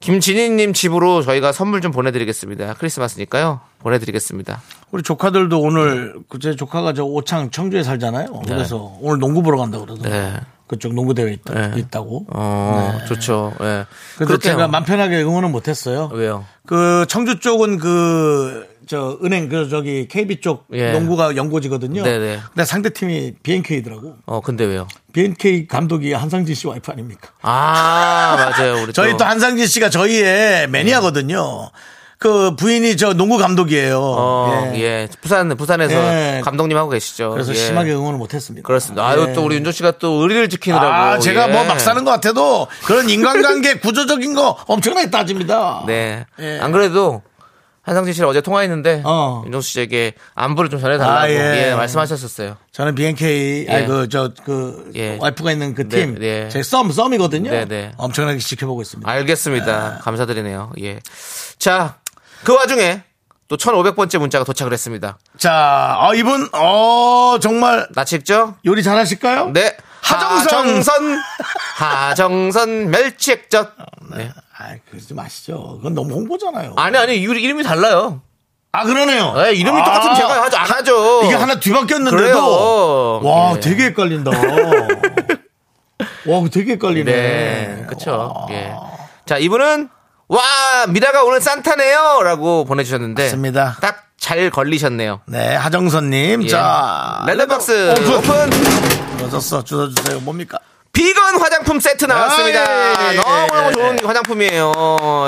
Speaker 2: 김진희 님 집으로 저희가 선물 좀 보내 드리겠습니다. 크리스마스니까요. 보내 드리겠습니다.
Speaker 1: 우리 조카들도 오늘 그제 조카가 저 오창 청주에 살잖아요. 그래서 오늘 농구 보러 간다 그러더라고요.
Speaker 2: 네.
Speaker 1: 그쪽 농구 대회 있다,
Speaker 2: 네.
Speaker 1: 고
Speaker 2: 어, 좋죠. 예.
Speaker 1: 그래서
Speaker 2: 그렇게요.
Speaker 1: 네. 제가 맘 편하게 응원은 못했어요.
Speaker 2: 왜요?
Speaker 1: 그 청주 쪽은 그 저 은행 그 저기 KB 쪽
Speaker 2: 예.
Speaker 1: 농구가 연고지거든요.
Speaker 2: 네네.
Speaker 1: 근데 상대 팀이 BNK더라고.
Speaker 2: 어, 근데 왜요?
Speaker 1: BNK 감독이 한상진 씨 와이프 아닙니까?
Speaker 2: 아, 맞아요. 우리
Speaker 1: 저희 또 한상진 씨가 저희의 매니아거든요. 그 부인이 저 농구 감독이에요.
Speaker 2: 어, 예.
Speaker 1: 예.
Speaker 2: 부산 부산에서
Speaker 1: 예.
Speaker 2: 감독님 하고 계시죠.
Speaker 1: 그래서
Speaker 2: 예.
Speaker 1: 심하게 응원을 못했습니다.
Speaker 2: 그렇습니다. 아유
Speaker 1: 예.
Speaker 2: 또 우리 윤조 씨가 또 의리를 지키느라고.
Speaker 1: 아, 제가
Speaker 2: 예.
Speaker 1: 뭐 막 사는 것 같아도 그런 인간관계 구조적인 거 엄청나게 따집니다.
Speaker 2: 네.
Speaker 1: 예.
Speaker 2: 안 그래도 한상진 씨랑 어제 통화했는데
Speaker 1: 어.
Speaker 2: 윤정수 씨에게 안부를 좀 전해달라고
Speaker 1: 아, 예.
Speaker 2: 예, 말씀하셨었어요.
Speaker 1: 저는 BNK
Speaker 2: 예.
Speaker 1: 아니 그저그
Speaker 2: 예.
Speaker 1: 와이프가 있는 그 팀
Speaker 2: 네, 네.
Speaker 1: 제썸 썸이거든요.
Speaker 2: 네, 아. 네.
Speaker 1: 엄청나게 지켜보고 있습니다.
Speaker 2: 알겠습니다. 감사드리네요. 예. 자, 그 와중에 또 1500번째 문자가 도착을 했습니다.
Speaker 1: 자, 아 이분 어 정말
Speaker 2: 나 직접
Speaker 1: 요리 잘하실까요?
Speaker 2: 네.
Speaker 1: 하정선.
Speaker 2: 하정선, 하정선 멸치액젓. 네.
Speaker 1: 아, 그러지 마시죠. 그건 너무 홍보잖아요. 아,
Speaker 2: 아니, 아니, 이름이 이름이 달라요.
Speaker 1: 그러네요.
Speaker 2: 네, 이름이
Speaker 1: 아,
Speaker 2: 똑같으면 제가 하죠, 안 하죠.
Speaker 1: 이게 하나 뒤바뀌었는데도
Speaker 2: 어. 그래요.
Speaker 1: 와,
Speaker 2: 예.
Speaker 1: 되게 헷갈린다. 와, 되게 헷갈리네.
Speaker 2: 네. 그쵸. 예. 자, 이분은, 와, 미라가 오늘 산타네요! 라고 보내주셨는데.
Speaker 1: 맞습니다.
Speaker 2: 딱 잘 걸리셨네요.
Speaker 1: 네, 하정선님.
Speaker 2: 예.
Speaker 1: 자,
Speaker 2: 렐레박스
Speaker 1: 오픈.
Speaker 2: 오픈!
Speaker 1: 주워졌어, 주워주세요. 뭡니까?
Speaker 2: 비건 화장품 세트
Speaker 1: 아,
Speaker 2: 나왔습니다.
Speaker 1: 예.
Speaker 2: 너무너무 좋은 화장품이에요.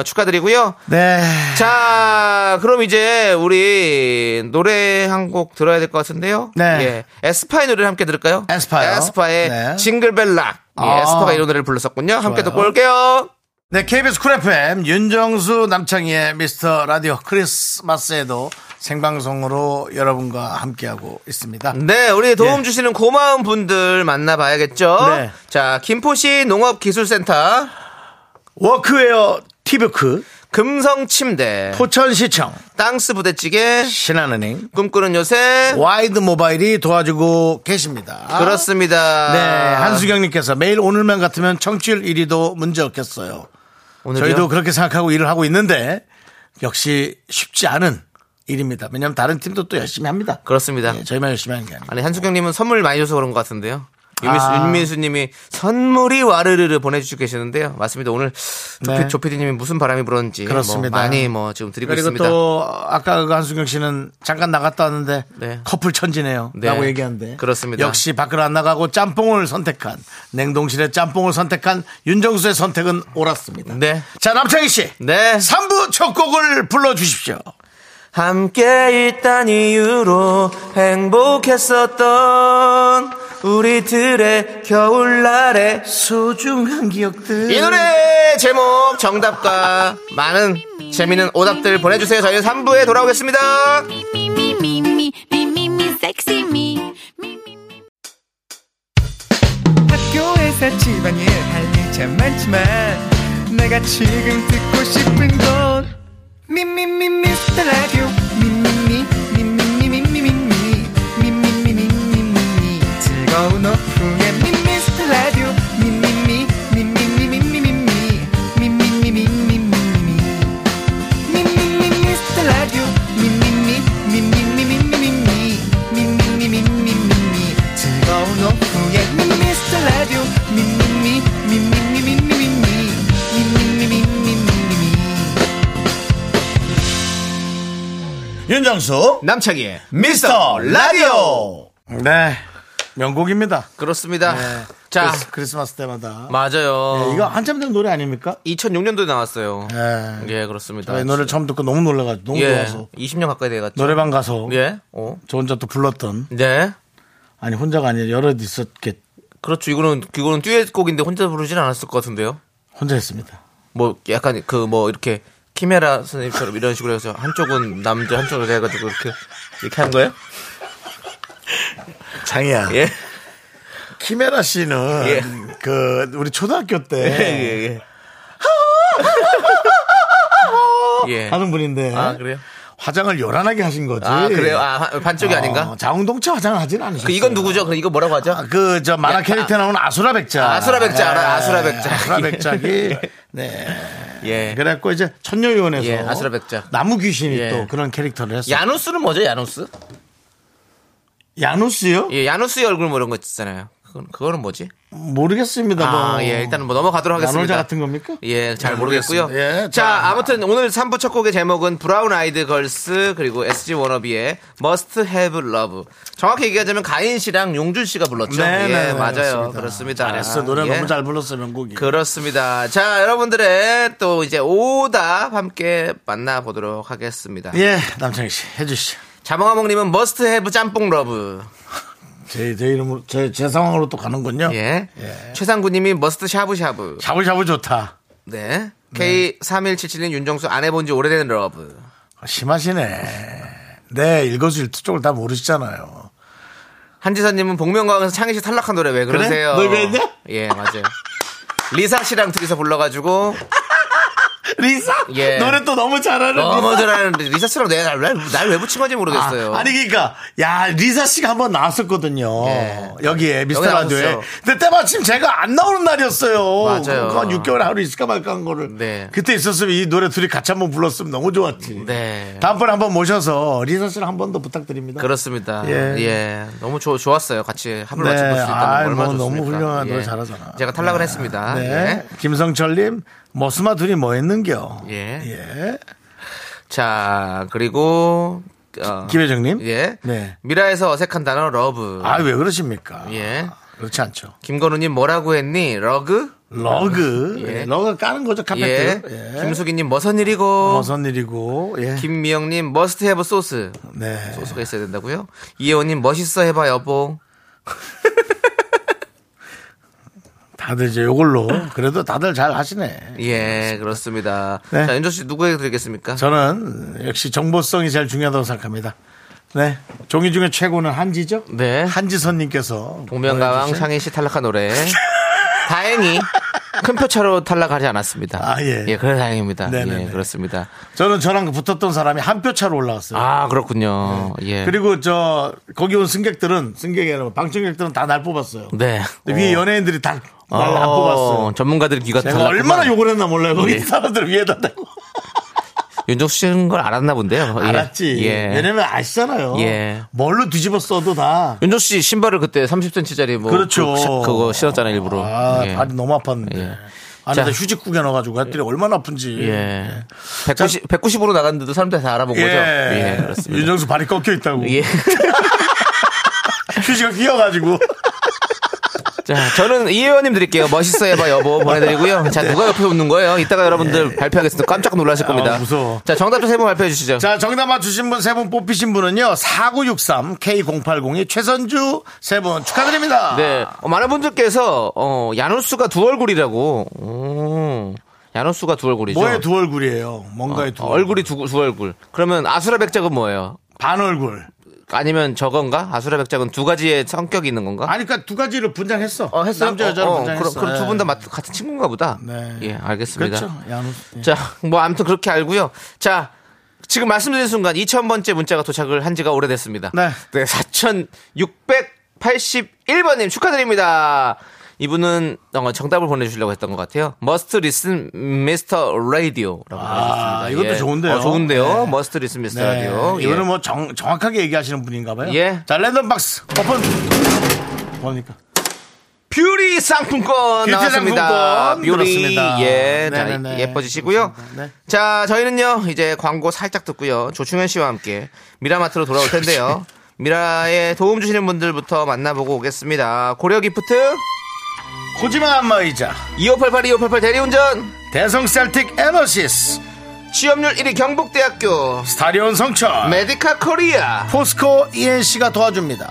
Speaker 2: 축하드리고요.
Speaker 1: 네.
Speaker 2: 자, 그럼 이제 우리 노래 한 곡 들어야 될 것 같은데요.
Speaker 1: 네.
Speaker 2: 예. 에스파의 노래를 함께 들을까요?
Speaker 1: 에스파요?
Speaker 2: 에스파의
Speaker 1: 네.
Speaker 2: 징글벨락. 예,
Speaker 1: 아.
Speaker 2: 에스파가 이런 노래를 불렀었군요. 함께
Speaker 1: 좋아요.
Speaker 2: 듣고 올게요.
Speaker 1: 네, KBS 쿨 FM 윤정수 남창희의 미스터 라디오 크리스마스에도 생방송으로 여러분과 함께하고 있습니다.
Speaker 2: 네, 우리 도움
Speaker 1: 예.
Speaker 2: 주시는 고마운 분들 만나봐야겠죠.
Speaker 1: 네.
Speaker 2: 자, 김포시 농업기술센터,
Speaker 1: 워크웨어 티브크,
Speaker 2: 금성침대,
Speaker 1: 포천시청,
Speaker 2: 땅스 부대찌개,
Speaker 1: 신한은행,
Speaker 2: 꿈꾸는 요새.
Speaker 1: 와이드 모바일이 도와주고 계십니다.
Speaker 2: 그렇습니다.
Speaker 1: 네,
Speaker 2: 아.
Speaker 1: 한수경님께서 매일 오늘만 같으면 청취율 1위도 문제 없겠어요.
Speaker 2: 오늘요?
Speaker 1: 저희도 그렇게 생각하고 일을 하고 있는데 역시 쉽지 않은 일입니다. 왜냐하면 다른 팀도 또 열심히 합니다.
Speaker 2: 그렇습니다.
Speaker 1: 네, 저희만 열심히 하는 게 아니고.
Speaker 2: 아니 한수경님은 선물 많이 줘서 그런 것 같은데요. 유민수,
Speaker 1: 아.
Speaker 2: 님이 선물이 와르르르 보내주시고 계시는데요. 맞습니다. 오늘 조,
Speaker 1: 네.
Speaker 2: 피 조피디님이 무슨 바람이 불었는지
Speaker 1: 그렇습니다.
Speaker 2: 뭐 많이 뭐 지금 드리고
Speaker 1: 그리고
Speaker 2: 있습니다.
Speaker 1: 또 아까 그 한수경 씨는 잠깐 나갔다 왔는데
Speaker 2: 네.
Speaker 1: 커플 천지네요.
Speaker 2: 네.
Speaker 1: 라고 얘기하는데
Speaker 2: 그렇습니다.
Speaker 1: 역시 밖으로 안 나가고 짬뽕을 선택한 냉동실에 짬뽕을 선택한 윤정수의 선택은 옳았습니다.
Speaker 2: 네.
Speaker 1: 자 남창희 씨.
Speaker 2: 네.
Speaker 1: 3부 첫 곡을 불러주십시오.
Speaker 2: 함께 있단 이유로 행복했었던 우리들의 겨울날의
Speaker 1: 소중한 기억들.
Speaker 2: 이 노래 제목 정답과 많은 재미있는 오답들 보내주세요. 저희는 3부에 돌아오겠습니다.
Speaker 6: 학교에서 집안일 할 일 참 많지만 내가 지금 듣고 싶은 건 미미미 미스터 라디오 미미미 미미미 미미미 미미미 미미미 즐거운 오후에 미스터 라디오 미미미 미미미 미미미 미미미 미미미
Speaker 1: 윤정수
Speaker 2: 남창희의
Speaker 1: 미스터 라디오. 네. 명곡입니다.
Speaker 2: 그렇습니다.
Speaker 1: 네.
Speaker 2: 자, 어.
Speaker 1: 크리스- 크리스마스 때마다.
Speaker 2: 맞아요.
Speaker 1: 네, 이거 한참 된 노래 아닙니까?
Speaker 2: 2006년도에 나왔어요.
Speaker 1: 네.
Speaker 2: 예, 그렇습니다.
Speaker 1: 저이 노래 처음 듣고 너무 놀라가지고 너무
Speaker 2: 예,
Speaker 1: 좋아서
Speaker 2: 20년 가까이 돼갔죠.
Speaker 1: 노래방 가서
Speaker 2: 예, 어,
Speaker 1: 저 혼자 또 불렀던
Speaker 2: 네,
Speaker 1: 아니 혼자가 아니라 여러 있었겠
Speaker 2: 그렇죠. 이거는 이거는 듀엣곡인데 혼자 부르진 않았을 것 같은데요.
Speaker 1: 혼자 했습니다.
Speaker 2: 뭐 약간 그 뭐 이렇게 키메라 선생님처럼 이런 식으로 해서 한쪽은 남자, 한쪽은 여자 해가지고 이렇게 이렇게 한 거예요?
Speaker 1: 장이야.
Speaker 2: 예,
Speaker 1: 키메라 씨는
Speaker 2: 예.
Speaker 1: 그 우리 초등학교 때
Speaker 2: 예, 예. 예. 예.
Speaker 1: 하는 분인데
Speaker 2: 아 그래요?
Speaker 1: 화장을 요란하게 하신 거지.
Speaker 2: 아 그래요? 아 반쪽이 아닌가?
Speaker 1: 어, 자웅동체 화장을 하진 않으셨어요.
Speaker 2: 그 이건 누구죠? 그럼 이거 뭐라고 하죠?
Speaker 1: 그, 저, 만화 캐릭터 나오는 아수라 백작.
Speaker 2: 아수라 백작 알아요. 아수라 백작.
Speaker 1: 아수라 백작이.
Speaker 2: 예.
Speaker 1: 네.
Speaker 2: 예.
Speaker 1: 그래갖고 이제 천녀요원에서.
Speaker 2: 예, 아수라 백작.
Speaker 1: 나무 귀신이
Speaker 2: 예.
Speaker 1: 또 그런 캐릭터를 했어요.
Speaker 2: 야누스는 뭐죠? 야누스?
Speaker 1: 야누스요?
Speaker 2: 예, 야누스의 얼굴 뭐 이런 거 있잖아요. 그건 그거는 뭐지?
Speaker 1: 모르겠습니다.
Speaker 2: 아,
Speaker 1: 뭐.
Speaker 2: 예, 일단은 뭐 넘어가도록 하겠습니다.
Speaker 1: 나놀자 같은 겁니까?
Speaker 2: 예, 잘 모르겠고요.
Speaker 1: 모르겠습니다. 예,
Speaker 2: 자,
Speaker 1: 자.
Speaker 2: 아무튼 오늘 3부 첫 곡의 제목은 브라운 아이드 걸스 그리고 SG 워너비의 Must Have Love. 정확히 얘기하자면 가인 씨랑 용준 씨가 불렀죠.
Speaker 1: 네,
Speaker 2: 예, 맞아요. 그렇습니다.
Speaker 1: 잘했어. 노래
Speaker 2: 예.
Speaker 1: 너무 잘 불렀어, 명곡이.
Speaker 2: 그렇습니다. 자, 여러분들의 또 이제 오답 함께 만나보도록 하겠습니다.
Speaker 1: 예, 남창희 씨, 해주시죠.
Speaker 2: 자몽아몽님은 Must Have 짬뽕 러브.
Speaker 1: 제, 제 이름으로, 제, 제 상황으로 또 가는군요.
Speaker 2: 예. 최상구님이 Must 샤브샤브.
Speaker 1: 샤브샤브 좋다. 네.
Speaker 2: 네. K3177님 윤정수 안 해본 지 오래된 러브.
Speaker 1: 심하시네. 네, 일거수일투 쪽을 다 모르시잖아요.
Speaker 2: 한지사님은 복면가왕에서 창희씨 탈락한 노래 왜 그러세요?
Speaker 1: 뭘 그랬냐?
Speaker 2: 예, 맞아요. 리사 씨랑 둘이서 불러가지고
Speaker 1: 리사?
Speaker 2: 예.
Speaker 1: 노래 또 너무 잘하는
Speaker 2: 너무 잘하는데 리사 씨랑 내가 날왜 붙인 건지 모르겠어요.
Speaker 1: 아, 니 그러니까 야 리사 씨가 한번 나왔었거든요.
Speaker 2: 예.
Speaker 1: 여기에 미스터
Speaker 2: 여기
Speaker 1: 라디오에.
Speaker 2: 나왔었어요.
Speaker 1: 근데 때마침 제가 안 나오는 날이었어요.
Speaker 2: 맞아요.
Speaker 1: 그러니까 한 6개월 하루 있을까 말까 한 거를.
Speaker 2: 네.
Speaker 1: 그때 있었으면 이 노래 둘이 같이 한번 불렀으면 너무 좋았지.
Speaker 2: 네.
Speaker 1: 다음번에 한번 모셔서 리사 씨를 한 번 더 부탁드립니다.
Speaker 2: 그렇습니다.
Speaker 1: 예.
Speaker 2: 예. 너무 좋, 좋았어요. 같이 합을
Speaker 1: 네.
Speaker 2: 맞춰 볼수 있다는 거
Speaker 1: 아이,
Speaker 2: 얼마나
Speaker 1: 뭐 너무
Speaker 2: 좋습니까? 예.
Speaker 1: 훌륭한 노래 잘하잖아.
Speaker 2: 제가 탈락을
Speaker 1: 네.
Speaker 2: 했습니다.
Speaker 1: 네. 김성철님, 머스마 둘이 뭐 했는겨.
Speaker 2: 예. 예.
Speaker 1: 예.
Speaker 2: 자, 그리고 어,
Speaker 1: 김혜정님.
Speaker 2: 예.
Speaker 1: 네.
Speaker 2: 미라에서 어색한 단어 러브.
Speaker 1: 아, 왜 그러십니까? 아,
Speaker 2: 예.
Speaker 1: 그렇지 않죠.
Speaker 2: 김건우 님 뭐라고 했니? 러그?
Speaker 1: 러그.
Speaker 2: 예.
Speaker 1: 러그 까는 거죠,
Speaker 2: 예.
Speaker 1: 카페트. 예.
Speaker 2: 김수기 님 머선 일이고.
Speaker 1: 무슨 일이고. 예.
Speaker 2: 김미영 님 머스트 해버 소스.
Speaker 1: 네.
Speaker 2: 소스가 있어야 된다고요? 이혜원 님 멋있어 해봐 여보.
Speaker 1: 다들 이제 요걸로. 그래도 다들 잘 하시네.
Speaker 2: 예, 그렇습니다.
Speaker 1: 네.
Speaker 2: 자, 윤조 씨 누구에게 드리겠습니까?
Speaker 1: 저는 역시 정보성이 제일 중요하다고 생각합니다. 네. 종이 중에 최고는 한지죠?
Speaker 2: 네.
Speaker 1: 한지선님께서.
Speaker 2: 동명가왕
Speaker 1: 보내주신-
Speaker 2: 창희 씨 탈락한 노래. 다행히 큰 표차로 탈락하지 않았습니다.
Speaker 1: 아, 예.
Speaker 2: 그래 다행입니다.
Speaker 1: 네네네.
Speaker 2: 예, 그렇습니다.
Speaker 1: 저는 저랑 붙었던 사람이 한 표 차로 올라갔어요.
Speaker 2: 아, 그렇군요. 예.
Speaker 1: 네. 그리고 저 거기 온 승객들은 승객이 아니라 방청객들은 다 날 뽑았어요.
Speaker 2: 네.
Speaker 1: 근데 위에 연예인들이 다 날 안
Speaker 2: 어,
Speaker 1: 뽑았어요.
Speaker 2: 전문가들 귀가
Speaker 1: 제가
Speaker 2: 달랐구만.
Speaker 1: 얼마나 욕을 했나 몰라요.
Speaker 2: 예.
Speaker 1: 거기 사람들 위에다 대고.
Speaker 2: 윤정수 씨는 걸 알았나 본데요. 예.
Speaker 1: 알았지.
Speaker 2: 예.
Speaker 1: 왜냐면 아시잖아요.
Speaker 2: 예.
Speaker 1: 뭘로 뒤집어 써도 다.
Speaker 2: 윤정수 씨 신발을 그때 30cm짜리 뭐
Speaker 1: 그렇죠.
Speaker 2: 그, 거 신었잖아요, 일부러.
Speaker 1: 아,
Speaker 2: 예.
Speaker 1: 발이 너무 아팠는데.
Speaker 2: 예.
Speaker 1: 안에다
Speaker 2: 자.
Speaker 1: 휴지 구겨 넣어가지고 애들이 얼마나 아픈지.
Speaker 2: 예. 190, 190으로 나갔는데도 사람들이 다 알아본
Speaker 1: 예.
Speaker 2: 거죠. 예, 그렇습니다.
Speaker 1: 윤정수 발이 꺾여 있다고.
Speaker 2: 예.
Speaker 1: 휴지가 끼어가지고.
Speaker 2: 자, 저는 이 의원님 드릴게요. 멋있어 해봐 여보 보내드리고요. 자, 누가 옆에 웃는 거예요? 이따가 여러분들 발표하겠습니다. 깜짝 놀라실 겁니다.
Speaker 1: 네. 아, 무서워.
Speaker 2: 자, 정답자 세 분 발표해 주시죠.
Speaker 1: 자, 정답 맞추신 분, 세 분 뽑히신 분은요, 4963 K0802 최선주 세 분 축하드립니다.
Speaker 2: 네, 어, 많은 분들께서 어, 야누스가 두 얼굴이라고. 오, 야누스가 두 얼굴이죠.
Speaker 1: 뭐의 두 얼굴이에요? 뭔가의 두
Speaker 2: 어, 얼굴이 두, 두 얼굴. 그러면 아수라 백작은 뭐예요?
Speaker 1: 반 얼굴.
Speaker 2: 어? 아니면 저건가? 아수라 백작은 두 가지의 성격이 있는 건가?
Speaker 1: 아니, 그니까 두 가지를 분장했어.
Speaker 2: 어, 했어요?
Speaker 1: 남자,
Speaker 2: 어,
Speaker 1: 여자를
Speaker 2: 어,
Speaker 1: 분장했어.
Speaker 2: 그럼, 그럼 두 분 다 같은 친구인가 보다.
Speaker 1: 네.
Speaker 2: 예, 알겠습니다.
Speaker 1: 그렇죠. 야누. 예.
Speaker 2: 자, 뭐 아무튼 그렇게 알고요. 자, 지금 말씀드린 순간 2000번째 문자가 도착을 한 지가 오래됐습니다.
Speaker 1: 네.
Speaker 2: 4681번님 축하드립니다. 이분은 어, 정답을 보내주시려고 했던 것 같아요. Must listen Mr. Radio라고
Speaker 1: 아,
Speaker 2: 보내주셨습니다.
Speaker 1: 이것도 좋은데요.
Speaker 2: 어, 좋은데요.
Speaker 1: 네.
Speaker 2: Must listen Mr.
Speaker 1: 네.
Speaker 2: Radio.
Speaker 1: 이거는
Speaker 2: 예.
Speaker 1: 뭐 정, 정확하게 얘기하시는 분인가 봐요.
Speaker 2: 예.
Speaker 1: 자, 랜덤 박스 오픈. 뭡니까?
Speaker 2: 뷰리 상품권
Speaker 1: 뷰티
Speaker 2: 나왔습니다.
Speaker 1: 상품권
Speaker 2: 뷰리
Speaker 1: 그렇습니다.
Speaker 2: 예, 자,
Speaker 1: 네네네.
Speaker 2: 예뻐지시고요.
Speaker 1: 그렇습니다. 네.
Speaker 2: 자, 저희는요 이제 광고 살짝 듣고요 조충현 씨와 함께 미라마트로 돌아올 텐데요. 미라에 도움 주시는 분들부터 만나보고 오겠습니다. 고려기프트,
Speaker 1: 코지마 안마의자,
Speaker 2: 2588, 2588 대리운전,
Speaker 1: 대성 셀틱 에너시스,
Speaker 2: 취업률 1위 경북대학교,
Speaker 1: 스타리온 성철,
Speaker 2: 메디카 코리아.
Speaker 1: 포스코 ENC가 도와줍니다.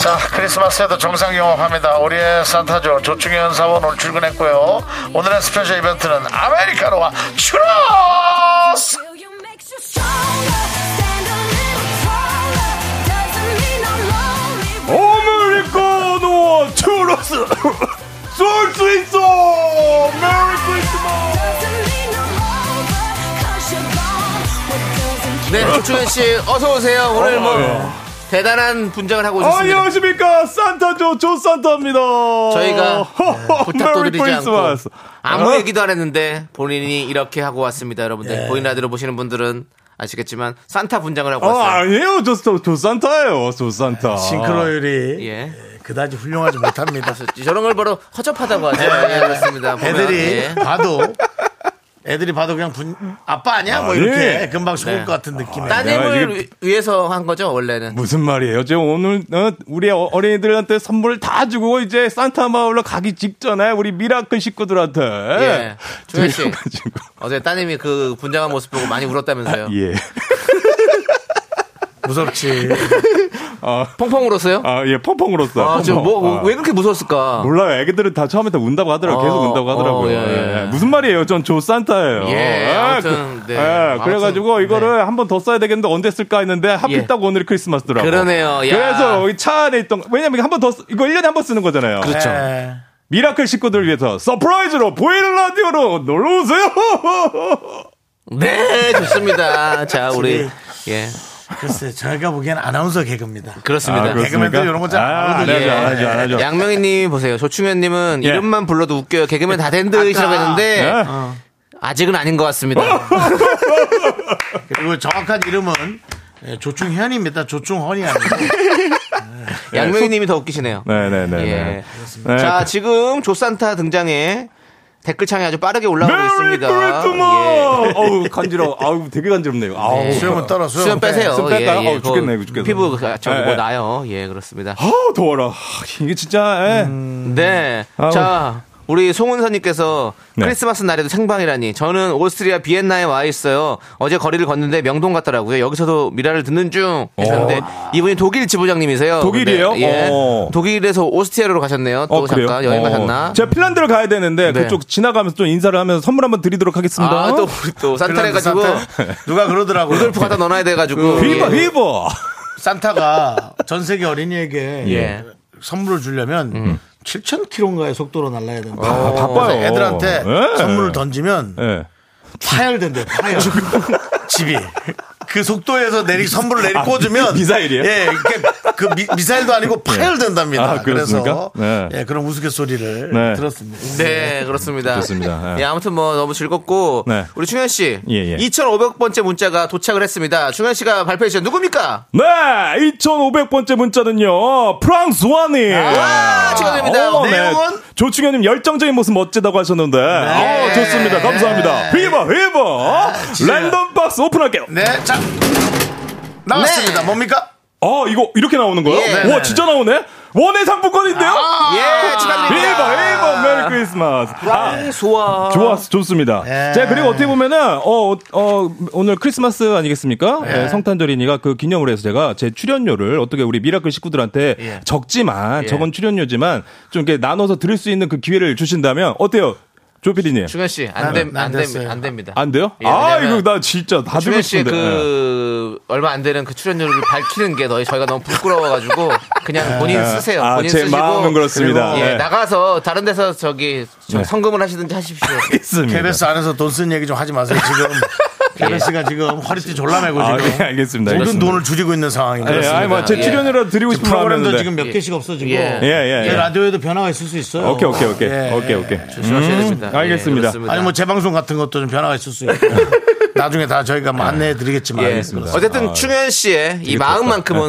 Speaker 5: 자, 크리스마스에도 정상 영업합니다. 우리의 산타죠. 조충현 사원 오늘 출근했고요. 오늘의 스페셜 이벤트는 아메리카노와 추러스!
Speaker 4: 어?
Speaker 7: 오므리카노와
Speaker 8: 츄러스 쏠 수 있어 메리 크리스마스
Speaker 2: 네,
Speaker 8: 어.
Speaker 2: 조충현 씨, 어서오세요. 오늘 뭐,
Speaker 8: 예.
Speaker 2: 대단한 분장을 하고 오셨습니다.
Speaker 8: 안녕하십니까 산타조 조 산타입니다
Speaker 2: 저희가 네, 부탁도
Speaker 8: 메리
Speaker 2: 드리지 않고
Speaker 8: 크리스마스
Speaker 2: 아무
Speaker 8: 어? 예.
Speaker 2: 얘기도 안 했는데 본인이 이렇게 하고 왔습니다. 여러분들 보이는 라디오 보시는 분들은 아시겠지만 산타 분장을 하고
Speaker 8: 어
Speaker 2: 왔어요.
Speaker 8: 아니에요 저 조산타예요 조산타
Speaker 1: 싱크로율이
Speaker 2: 예.
Speaker 1: 그다지 훌륭하지 못합니다.
Speaker 2: 그래서 저런 걸 바로 허접하다고 하죠. 예, 그렇습니다. 보면,
Speaker 1: 애들이
Speaker 2: 예.
Speaker 1: 봐도 네. 애들이 봐도 그냥 분 아빠 아니야 뭐
Speaker 8: 아,
Speaker 1: 이렇게
Speaker 8: 예.
Speaker 1: 금방 속을
Speaker 2: 네.
Speaker 1: 것 같은 느낌이에요.
Speaker 2: 따님을
Speaker 8: 야, 아, 이게-
Speaker 2: 위- 위해서 한 거죠 원래는.
Speaker 8: 무슨 말이에요? 제가 오늘 어, 우리 어- 어린이들한테 선물을 다 주고 이제 산타 마을로 가기 직전에 우리 미라클 식구들한테
Speaker 2: 예. 조현 씨.
Speaker 8: 드려가지고.
Speaker 2: 어제 따님이 그 분장한 모습 보고 많이 울었다면서요.
Speaker 8: 예.
Speaker 1: 무섭지.
Speaker 2: 펑펑 울었어요?
Speaker 8: 아, 예, 펑펑 울었어요.
Speaker 2: 아, 지금
Speaker 8: 펑펑.
Speaker 2: 뭐,
Speaker 8: 아.
Speaker 2: 왜 그렇게 무서웠을까?
Speaker 8: 몰라요. 애기들은 다 처음에 다 운다고 하더라고요. 계속
Speaker 2: 어,
Speaker 8: 운다고
Speaker 2: 어,
Speaker 8: 하더라고요.
Speaker 2: 예, 예.
Speaker 8: 예. 무슨 말이에요? 전 조 산타예요. 그, 예,
Speaker 2: 예, 아무튼, 네. 아무튼,
Speaker 8: 그래가지고 이거를
Speaker 2: 네.
Speaker 8: 한 번 더 써야 되겠는데 언제 쓸까 했는데 하필
Speaker 2: 예.
Speaker 8: 딱 오늘 크리스마스더라고요.
Speaker 2: 그러네요. 야.
Speaker 8: 그래서 이차 안에 있던, 왜냐면 한 번 더, 쓰- 이거 1년에 한 번 쓰는 거잖아요.
Speaker 2: 그렇죠.
Speaker 1: 예.
Speaker 8: 미라클 식구들 위해서 서프라이즈로 보이는 라디오로 놀러 오세요.
Speaker 2: 네, 좋습니다. 자, 우리 예,
Speaker 1: 글쎄 저희가 보기엔 아나운서 개그입니다.
Speaker 2: 그렇습니다. 예.
Speaker 8: 아, 그렇습니까?
Speaker 1: 개그맨들 이런 거잘
Speaker 8: 아, 안
Speaker 1: 알거든요.
Speaker 8: 하죠, 안 하죠, 안 하죠.
Speaker 2: 양명희님 보세요. 조충현님은
Speaker 8: 예.
Speaker 2: 이름만 불러도 웃겨요. 개그맨 다 된 듯이라고 했는데
Speaker 8: 예.
Speaker 2: 아직은 아닌 것
Speaker 8: 네.
Speaker 2: 같습니다.
Speaker 1: 그리고 정확한 이름은 예, 조충현입니다. 조충헌이 아니고
Speaker 2: 양명희님이 더 웃기시네요.
Speaker 8: 네네네.
Speaker 2: 예.
Speaker 8: 네.
Speaker 2: 자, 지금 조산타 등장에 댓글창이 아주 빠르게 올라오고
Speaker 8: 메리
Speaker 2: 있습니다.
Speaker 8: 크리스마스! 어우, 간지러워. 아우, 되게 간지럽네요. 아우.
Speaker 2: 예.
Speaker 1: 수염은 떨어 수염,
Speaker 2: 수염 빼세요.
Speaker 8: 수염 뺄까요?
Speaker 2: 예, 예.
Speaker 8: 어우, 죽겠네,
Speaker 2: 그거
Speaker 8: 죽겠네.
Speaker 2: 피부 가- 저기
Speaker 8: 예,
Speaker 2: 뭐
Speaker 8: 예.
Speaker 2: 나요. 예, 그렇습니다.
Speaker 8: 아우, 더워라. 하, 이게 진짜, 예.
Speaker 2: 네.
Speaker 8: 음. 아우.
Speaker 2: 자, 우리 송은서님께서
Speaker 8: 네.
Speaker 2: 크리스마스 날에도 생방이라니. 저는 오스트리아 비엔나에 와 있어요. 어제 거리를 걷는데 명동 같더라고요. 여기서도 미라를 듣는 중. 했는데 이분이 독일 지부장님이세요.
Speaker 8: 어. 독일이에요?
Speaker 2: 근데, 예.
Speaker 8: 어.
Speaker 2: 독일에서 오스트리아로 가셨네요. 또 잠깐 여행
Speaker 8: 어.
Speaker 2: 가셨나?
Speaker 8: 제가 핀란드를 가야 되는데,
Speaker 2: 네.
Speaker 8: 그쪽 지나가면서 좀 인사를 하면서 선물 한번 드리도록 하겠습니다.
Speaker 2: 아, 또, 우리 또, 산타를 해가지고,
Speaker 1: 산타. 누가 그러더라고요.
Speaker 2: 골프 갖다 넣어놔야 돼가지고.
Speaker 8: 휘버,
Speaker 2: 예.
Speaker 8: 휘버!
Speaker 1: 산타가 전 세계 어린이에게
Speaker 2: 예.
Speaker 1: 선물을 주려면 7,000km인가의 속도로 날아야 된다.
Speaker 8: 음. 아, 바빠요.
Speaker 1: 그래서 애들한테
Speaker 8: 예.
Speaker 1: 선물을 던지면
Speaker 8: 예.
Speaker 1: 파열된대 파열 집이 그 속도에서 내리 선물을 내리 꽂으면
Speaker 8: 아, 미사일이에요? 예.
Speaker 1: 예, 이렇게 그 미, 사일도 아니고 파열된답니다.
Speaker 8: 아, 그렇습니까? 네.
Speaker 1: 그래서 예, 그런 우스갯소리를
Speaker 8: 네.
Speaker 1: 들었습니다.
Speaker 2: 네, 그렇습니다.
Speaker 8: 좋습니다. 예.
Speaker 2: 예, 아무튼 뭐 너무 즐겁고
Speaker 8: 네.
Speaker 2: 우리 충현 씨
Speaker 8: 예, 예.
Speaker 2: 2,500번째 문자가 도착을 했습니다. 충현 씨가 발표해 주신 누굽니까?
Speaker 8: 네! 2,500번째 문자는요, 프랑스와님!
Speaker 2: 아, 축하드립니다.
Speaker 8: 어,
Speaker 1: 내용은?
Speaker 8: 조충현님 열정적인 모습 멋지다고 하셨는데.
Speaker 2: 네.
Speaker 8: 어, 좋습니다. 감사합니다. 휘버, 휘버!
Speaker 2: 아,
Speaker 8: 랜덤 박스 오픈할게요.
Speaker 1: 네, 자 나왔습니다.
Speaker 8: 네.
Speaker 1: 뭡니까?
Speaker 8: 아, 이거 이렇게 나오는 거예요?
Speaker 2: 예.
Speaker 8: 와, 진짜 나오네? 원의 상품권인데요? 아!
Speaker 2: 예,
Speaker 8: 휘버,
Speaker 2: 축하드립니다.
Speaker 8: 휘버, 메리 크리스마스. 아,
Speaker 2: 소아.
Speaker 8: 좋았, 좋습니다.
Speaker 1: 예.
Speaker 8: 자, 그리고 어떻게 보면은, 어, 어, 오늘 크리스마스 아니겠습니까?
Speaker 1: 네.
Speaker 8: 예, 성탄절이니까 그 기념을 해서 제가 제 출연료를 어떻게 우리 미라클 식구들한테
Speaker 1: 예.
Speaker 8: 적지만, 적은 출연료지만 좀 이렇게 나눠서 들을 수 있는 그 기회를 주신다면 어때요? 조 PD님.
Speaker 2: 충현 씨, 안 됩,
Speaker 1: 난
Speaker 2: 안 됩,
Speaker 1: 됐어요.
Speaker 2: 안 됩니다.
Speaker 8: 네, 안 돼요?
Speaker 2: 예,
Speaker 8: 아,
Speaker 2: 왜냐면
Speaker 8: 이거 나 진짜 다 들고
Speaker 2: 충현 씨의
Speaker 8: 싶은데. 네.
Speaker 2: 그 얼마 안 되는 그 출연료를 밝히는 게 너희 저희가 너무 부끄러워가지고 그냥 본인 쓰세요.
Speaker 8: 아,
Speaker 2: 본인
Speaker 8: 제
Speaker 2: 쓰시고
Speaker 8: 마음은 그렇습니다.
Speaker 2: 그리고, 예,
Speaker 8: 예.
Speaker 2: 나가서 다른 데서 저기 저
Speaker 8: 네. 음,
Speaker 2: 성금을 하시든지 하십시오.
Speaker 8: 있습니다.
Speaker 1: KBS 안에서 돈 쓰는 얘기 좀 하지 마세요. 지금 KBS가 지금 허리띠 졸라매고
Speaker 8: 예. 아,
Speaker 1: 지금
Speaker 8: 예, 알겠습니다.
Speaker 1: 모든
Speaker 8: 알겠습니다.
Speaker 1: 돈을 줄이고 있는 상황입니다.
Speaker 8: 예, 아니, 뭐, 제
Speaker 2: 예.
Speaker 8: 출연료라도 드리고 싶은
Speaker 1: 프로그램도
Speaker 8: 마음이었는데.
Speaker 1: 지금 몇
Speaker 2: 예.
Speaker 1: 개씩 없어지고
Speaker 2: 예.
Speaker 8: 예, 예,
Speaker 1: 제
Speaker 8: 예.
Speaker 1: 라디오에도 변화가 있을 수 있어요.
Speaker 8: 오케이, 오케이, 오케이.
Speaker 1: 예.
Speaker 8: 오케이, 오케이.
Speaker 2: 조심하셔야 됩니다. 예,
Speaker 8: 알겠습니다.
Speaker 2: 그렇습니다.
Speaker 1: 아니 뭐 재방송 같은 것도 좀 변화가 있을 수 있고 나중에 다 저희가 뭐 안내해 드리겠지만
Speaker 2: 예. 어쨌든
Speaker 8: 아,
Speaker 2: 충현 씨의 이 마음만큼은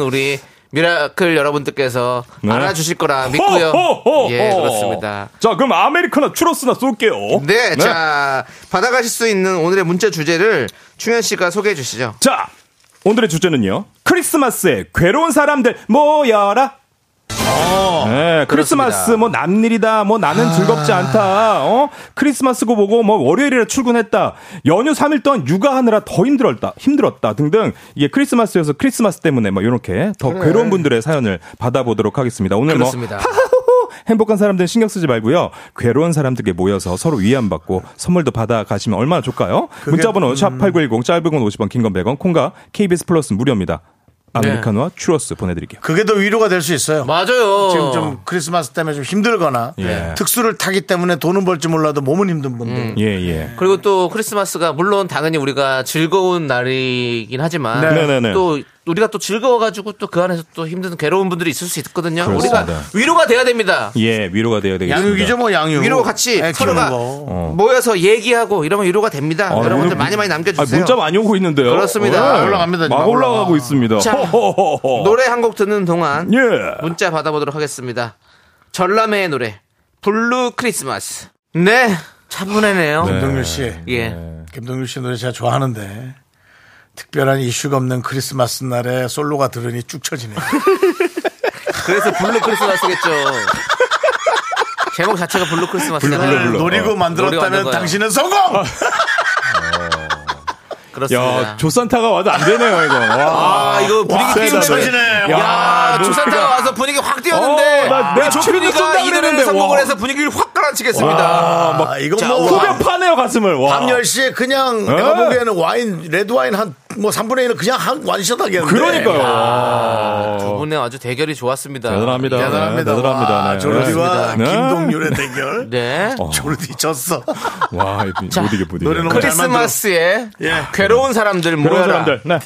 Speaker 8: 네.
Speaker 2: 우리 미라클 여러분들께서 알아주실 거라 믿고요.
Speaker 8: 호호호호.
Speaker 2: 예, 그렇습니다.
Speaker 8: 자, 그럼 아메리카나 추러스나 쏠게요.
Speaker 2: 네, 자 받아가실 수 있는 오늘의 문자 주제를 충현 씨가 소개해 주시죠.
Speaker 8: 자, 오늘의 주제는요. 크리스마스에 괴로운 사람들 모여라. 네, 크리스마스
Speaker 2: 어, 그렇습니다. 아.
Speaker 8: 뭐 남일이다 뭐 나는 즐겁지 않다 어 크리스마스고 보고 뭐 월요일이라 출근했다 연휴 3일 동안 육아하느라 더 힘들었다 힘들었다 등등 이게 크리스마스여서 크리스마스 때문에 뭐 이렇게 더 괴로운 분들의 사연을 받아보도록 하겠습니다 오늘
Speaker 2: 그렇습니다.
Speaker 8: 뭐 하하호호 행복한 사람들 신경 쓰지 말고요 괴로운 사람들에게 모여서 서로 위안받고 선물도 받아가시면 얼마나
Speaker 2: 음. 네.
Speaker 8: 좋을까요 문자번호 샵8910 짧은 건 50원 긴 건 100원 콩과 KBS 플러스 무료입니다 아메리카노와 추러스 보내드릴게요.
Speaker 1: 그게 더 위로가 될 수 있어요.
Speaker 2: 맞아요.
Speaker 1: 지금 좀 크리스마스 때문에 좀 힘들거나
Speaker 8: 뭐. 예.
Speaker 1: 특수를 타기 때문에 돈은 벌지 몰라도 몸은 힘든 분들.
Speaker 8: 예, 예.
Speaker 2: 그리고 또 크리스마스가 물론 당연히 우리가 즐거운 날이긴 하지만
Speaker 8: 네, 네, 네.
Speaker 2: 또 우리가 또 즐거워가지고 또 그 안에서 또 힘든 괴로운 분들이 있을 수 있거든요.
Speaker 8: 그렇습니다.
Speaker 2: 우리가 위로가 돼야 됩니다.
Speaker 8: 예, 위로가 되어야 되겠습니다.
Speaker 1: 양육이죠, 뭐 양육.
Speaker 2: 위로 같이
Speaker 1: 애 키우는
Speaker 2: 서로가
Speaker 1: 거.
Speaker 2: 모여서 얘기하고 이러면 위로가 됩니다.
Speaker 8: 어. 아,
Speaker 2: 여러분들
Speaker 8: 오늘
Speaker 2: 많이 많이
Speaker 8: 아,
Speaker 2: 남겨주세요.
Speaker 8: 문자 많이 오고 있는데요.
Speaker 2: 그렇습니다.
Speaker 8: 예.
Speaker 1: 올라갑니다, 지금
Speaker 8: 막
Speaker 1: 올라가.
Speaker 8: 올라가고 있습니다.
Speaker 2: 자,
Speaker 8: 호호호호.
Speaker 2: 노래 한 곡 듣는 동안
Speaker 8: 어. 예.
Speaker 2: 문자 받아보도록 하겠습니다. 전람회의 노래 블루 크리스마스. 네, 차분해네요.
Speaker 1: 김동률 씨.
Speaker 2: 예.
Speaker 1: 김동률 씨 노래 제가 좋아하는데 특별한 이슈가 없는 크리스마스 날에 솔로가 들으니 쭉 쳐지네요.
Speaker 2: 그래서 블루 크리스마스겠죠. 제목 자체가 블루 크리스마스잖아요. 네.
Speaker 8: 블루, 블루.
Speaker 1: 네, 노리고
Speaker 8: 어.
Speaker 1: 만들었다면
Speaker 2: 노리고 만든
Speaker 1: 당신은 성공!
Speaker 2: 그렇습니다.
Speaker 8: 야, 조산타가 와도 안 되네요, 이거. 와.
Speaker 2: 아, 이거 분위기
Speaker 8: 와,
Speaker 2: 띄우는
Speaker 8: 세다,
Speaker 2: 거지.
Speaker 8: 세다.
Speaker 1: 쳐지네.
Speaker 8: 야,
Speaker 2: 야,
Speaker 8: 노래가-
Speaker 2: 아, 조산타가 와서 분위기 확 띄웠는데
Speaker 8: 아, 그러니까. 어, 나- 내가
Speaker 2: 우리 조피디가
Speaker 8: 쏜다
Speaker 2: 이 노래를
Speaker 8: 그랬는데,
Speaker 2: 성공을
Speaker 8: 와.
Speaker 2: 해서 분위기를 확 가라앉히겠습니다.
Speaker 1: 아, 막 이거
Speaker 2: 자,
Speaker 1: 뭐.
Speaker 8: 후벼 파네요, 가슴을. 와.
Speaker 1: 밤 10시에 그냥 내가 보기에는 와인, 레드와인 한 뭐 3분의 1을 그냥 한 완샷 하겠는데. 네,
Speaker 8: 그러니까요.
Speaker 2: 네. 두 분의 아주 대결이 좋았습니다.
Speaker 8: 대단합니다.
Speaker 1: 대단합니다.
Speaker 8: 네, 대단합니다.
Speaker 1: 와,
Speaker 8: 네,
Speaker 1: 조르디와
Speaker 8: 그렇습니다.
Speaker 1: 김동률의 대결.
Speaker 2: 네.
Speaker 8: 어,
Speaker 1: 조르디 졌어.
Speaker 8: 와, 이거 못 이겨, 못 이겨.
Speaker 1: 노래 너무
Speaker 2: 크리스마스에
Speaker 1: 예.
Speaker 2: 괴로운 사람들
Speaker 8: 그런
Speaker 2: 모여라.
Speaker 8: 사람들. 네.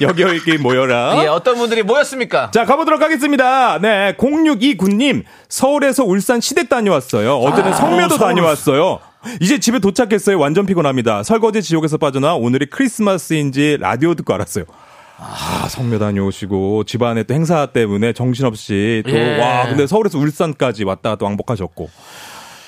Speaker 8: 여기 여기 모여라.
Speaker 2: 예, 어떤 분들이 모였습니까?
Speaker 8: 자, 가보도록 하겠습니다. 네, 0629님, 서울에서 울산 시댁 다녀왔어요. 어제는 성묘도 다녀왔어요. 이제 집에 도착했어요. 완전 피곤합니다. 설거지 지옥에서 빠져나 오늘이 크리스마스인지 라디오 듣고 알았어요. 아, 성묘 다녀오시고, 집안에 또 행사 때문에 정신없이 또,
Speaker 2: 예.
Speaker 8: 와, 근데 서울에서 울산까지 왔다 갔다 왕복하셨고.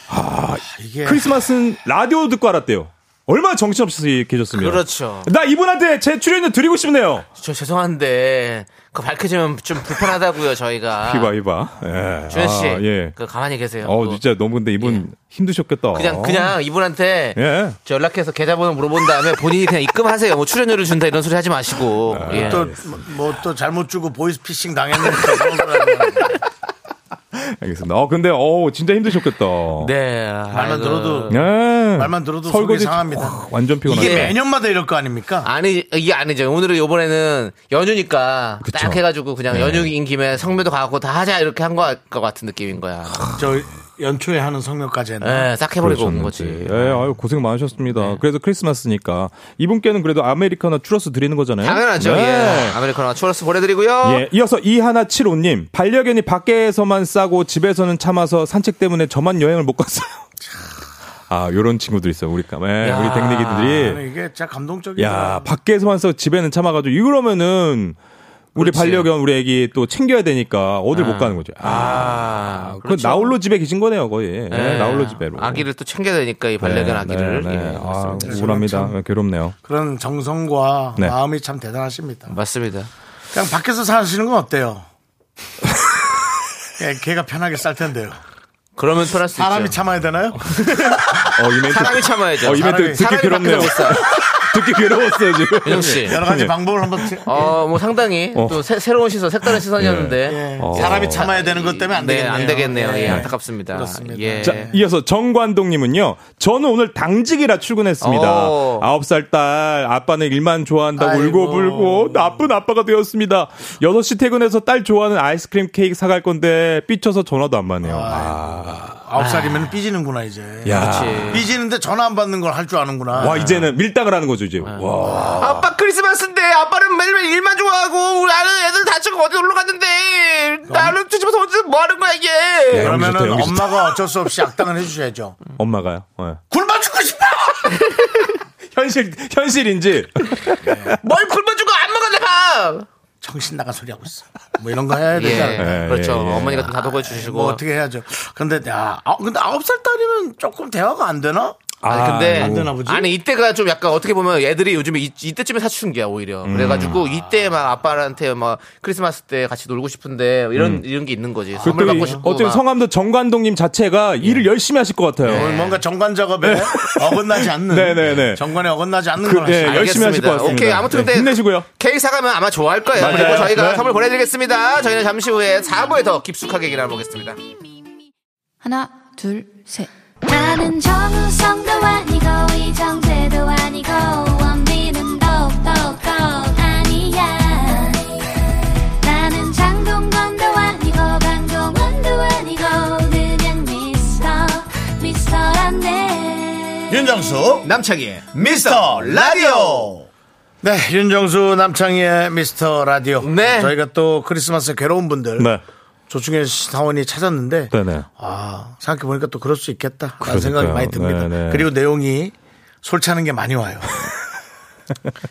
Speaker 8: 아,
Speaker 1: 이게
Speaker 8: 크리스마스는 라디오 듣고 알았대요. 얼마나 정신없이 계셨습니까?
Speaker 2: 그렇죠.
Speaker 8: 나 이분한테 제 출연료 드리고 싶네요.
Speaker 2: 저 죄송한데 그 밝혀지면 좀 불편하다고요 저희가.
Speaker 8: 이봐, 이봐. 예.
Speaker 2: 주현 아. 씨,
Speaker 8: 아, 예.
Speaker 2: 그 가만히 계세요.
Speaker 8: 어,
Speaker 2: 또
Speaker 8: 진짜 너무 근데 이분 힘드셨겠다.
Speaker 2: 그냥 그냥 이분한테
Speaker 8: 예.
Speaker 2: 저 연락해서 계좌번호 물어본 다음에 본인이 그냥 입금하세요. 뭐 출연료를 준다 이런 소리 하지 마시고.
Speaker 8: 아,
Speaker 2: 예.
Speaker 1: 또 뭐 또 잘못 주고 보이스피싱 당했는데 그런 거라고.
Speaker 8: 알겠습니다. 어, 근데 어, 진짜 힘드셨겠다.
Speaker 2: 네.
Speaker 1: 말만
Speaker 2: 아이고.
Speaker 1: 들어도
Speaker 8: 예.
Speaker 1: 말만 들어도 속이 상합니다.
Speaker 8: 확 완전 피곤하네.
Speaker 1: 이게
Speaker 2: 네.
Speaker 1: 매년마다 이럴 거 아닙니까?
Speaker 2: 아니 이게 아니죠. 오늘은 요번에는 연휴니까 딱 해가지고 그냥
Speaker 8: 네.
Speaker 2: 연휴인 김에 성묘도 가고 다 하자 이렇게 한 것 같은 느낌인 거야.
Speaker 1: 저 연초에 하는 성명까지 했나?
Speaker 8: 아,
Speaker 2: 예, 싹 해버리고 온 거지. 네.
Speaker 8: 예, 아유, 고생 많으셨습니다. 그래서 크리스마스니까 이분께는 그래도 아메리카노 추러스 드리는 거잖아요.
Speaker 2: 당연하죠.
Speaker 8: 네.
Speaker 2: 예. 아메리카노 추러스 보내드리고요.
Speaker 8: 예, 이어서 이하나 75님 반려견이 밖에서만 싸고 집에서는 참아서 산책 때문에 저만 여행을 못 갔어요. 아, 요런 친구들 있어요. 우리 까매
Speaker 2: 야.
Speaker 8: 우리
Speaker 1: 저는
Speaker 8: 댕댕이들이
Speaker 1: 아, 이게 진짜 감동적이야.
Speaker 8: 예. 야, 밖에서만 싸고 집에는 참아가지고 이러면은 우리 반려견 우리 애기 또 챙겨야 되니까 어딜 못 가는 거죠. 아,
Speaker 2: 아,
Speaker 8: 그 나홀로 집에 계신 거네요, 거의. 예, 나홀로 집에로.
Speaker 2: 아기를 또 챙겨야 되니까 이 반려견
Speaker 8: 네,
Speaker 2: 아기를.
Speaker 8: 네, 네.
Speaker 2: 예,
Speaker 8: 아,
Speaker 2: 맞습니다. 그렇죠.
Speaker 8: 우울합니다. 네, 괴롭네요.
Speaker 1: 그런 정성과
Speaker 8: 네.
Speaker 1: 마음이 참
Speaker 8: 아.
Speaker 1: 대단하십니다.
Speaker 2: 맞습니다.
Speaker 1: 그냥 밖에서 사시는 건 어때요? 예, 걔가 편하게 쌀 텐데요.
Speaker 2: 그러면 편할 수
Speaker 1: 사람이
Speaker 2: 있죠.
Speaker 1: 참아야 되나요?
Speaker 8: 어, 이 멘트.
Speaker 2: 사람이 참아야죠.
Speaker 8: 어, 이 멘트
Speaker 1: 사람이-
Speaker 8: 듣기
Speaker 2: 사람이
Speaker 8: 괴롭네요.
Speaker 2: 밖에서 못
Speaker 8: 듣기 괴로웠어요, 지금.
Speaker 2: 윤정 씨.
Speaker 1: 여러 가지
Speaker 8: 예.
Speaker 1: 방법을 한번 트-
Speaker 2: 어, 뭐 상당히
Speaker 8: 어.
Speaker 2: 또 새, 새로운 시선, 색다른 시선이었는데.
Speaker 1: 예.
Speaker 8: 어.
Speaker 1: 사람이 참아야 되는 것 때문에 안
Speaker 2: 네,
Speaker 1: 되겠네요.
Speaker 2: 안 되겠네요. 예,
Speaker 1: 예.
Speaker 2: 안타깝습니다.
Speaker 1: 그렇습니다.
Speaker 2: 예.
Speaker 8: 자, 이어서 정관동님은요. 저는 오늘 당직이라 출근했습니다.
Speaker 2: 오.
Speaker 8: 아홉 살 딸, 아빠는 일만 좋아한다고
Speaker 1: 아이고.
Speaker 8: 울고불고 나쁜 아빠가 되었습니다. 여섯 시 퇴근해서 딸 좋아하는 아이스크림 케이크 사갈 건데 삐쳐서 전화도 안 받네요. 아,
Speaker 1: 아홉 살이면 삐지는구나 이제.
Speaker 2: 예.
Speaker 8: 야.
Speaker 1: 삐지는데 전화 안 받는 걸 할 줄 아는구나.
Speaker 8: 와, 이제는 밀당을 하는 거죠, 이제. 와.
Speaker 2: 아빠 크리스마스인데 아빠는 매일매일 일만 좋아하고 우리 아는 애들 다치고 어디 놀러 갔는데 나를 뒤집어서 어디서 뭐 하는 거야 이게.
Speaker 8: 야,
Speaker 1: 그러면은
Speaker 8: 연기 네, 좋다.
Speaker 1: 엄마가 어쩔 수 없이 악당을 해주셔야죠.
Speaker 8: 엄마가요. 예.
Speaker 1: 굶어 죽고 싶어!
Speaker 8: 현실, 현실인지.
Speaker 2: 뭘 굶어주고 안 먹어 내 밥.
Speaker 1: 정신 나간 소리 하고 있어. 뭐 이런 거 해야 되지 않을까.
Speaker 2: 예.
Speaker 8: 예,
Speaker 2: 그렇죠.
Speaker 8: 예, 예.
Speaker 2: 어머니가 좀 다독여 주시고.
Speaker 1: 뭐 어떻게 해야죠. 근데 야, 아, 근데 아홉 살 딸이면 조금 대화가 안 되나?
Speaker 2: 아니
Speaker 8: 예.
Speaker 2: 근데
Speaker 1: 안 되나 보지?
Speaker 2: 아니 이때가 좀 약간 어떻게 보면 애들이 요즘에 이, 이때쯤에 사춘기야 오히려
Speaker 8: 음. 아.
Speaker 2: 그래가지고 이때 막 아빠한테 막 크리스마스 때 같이 놀고 싶은데 이런 이런 게 있는 거지 선물
Speaker 8: 음. 그리고
Speaker 2: 받고
Speaker 8: 이-
Speaker 2: 싶고
Speaker 8: 어쨌든
Speaker 2: 막. 예.
Speaker 8: 성함도 정관동님 자체가 일을 열심히 하실 것 같아요.
Speaker 1: 오늘 뭐 뭔가 정관 작업에 어긋나지 않는.
Speaker 8: 네. 네네네.
Speaker 1: 정관에 어긋나지 않는
Speaker 8: 그,
Speaker 1: 걸
Speaker 8: 네,
Speaker 1: 하시죠.
Speaker 8: 열심히 하실 것 같습니다.
Speaker 2: 오케이 아무튼
Speaker 8: 네,
Speaker 2: 근데
Speaker 8: 힘내시고요.
Speaker 2: 케이크 사가면 아마 좋아할 거예요
Speaker 8: 맞아요.
Speaker 2: 그리고 저희가
Speaker 8: 네.
Speaker 2: 선물 보내드리겠습니다 저희는 잠시 후에 4부에 더 깊숙하게 얘기를 해보겠습니다
Speaker 4: 하나, 둘, 셋.
Speaker 9: 나는 정우성도 아니고 이정재도 아니고 원빈은 더욱더 아니야
Speaker 1: 윤정수
Speaker 2: 남창희의
Speaker 1: 미스터 라디오. 네, 윤정수 남창희의 미스터 라디오.
Speaker 2: 네.
Speaker 1: 저희가 또 크리스마스에 괴로운 분들
Speaker 8: 네.
Speaker 1: 조충현 씨 사원이 찾았는데
Speaker 8: 네네.
Speaker 1: 아 생각해 보니까 또 그럴 수 있겠다. 라는
Speaker 8: 그러니까요.
Speaker 1: 생각이 많이
Speaker 8: 네,
Speaker 1: 듭니다.
Speaker 8: 네.
Speaker 1: 그리고 내용이 솔찬한 게 많이 와요.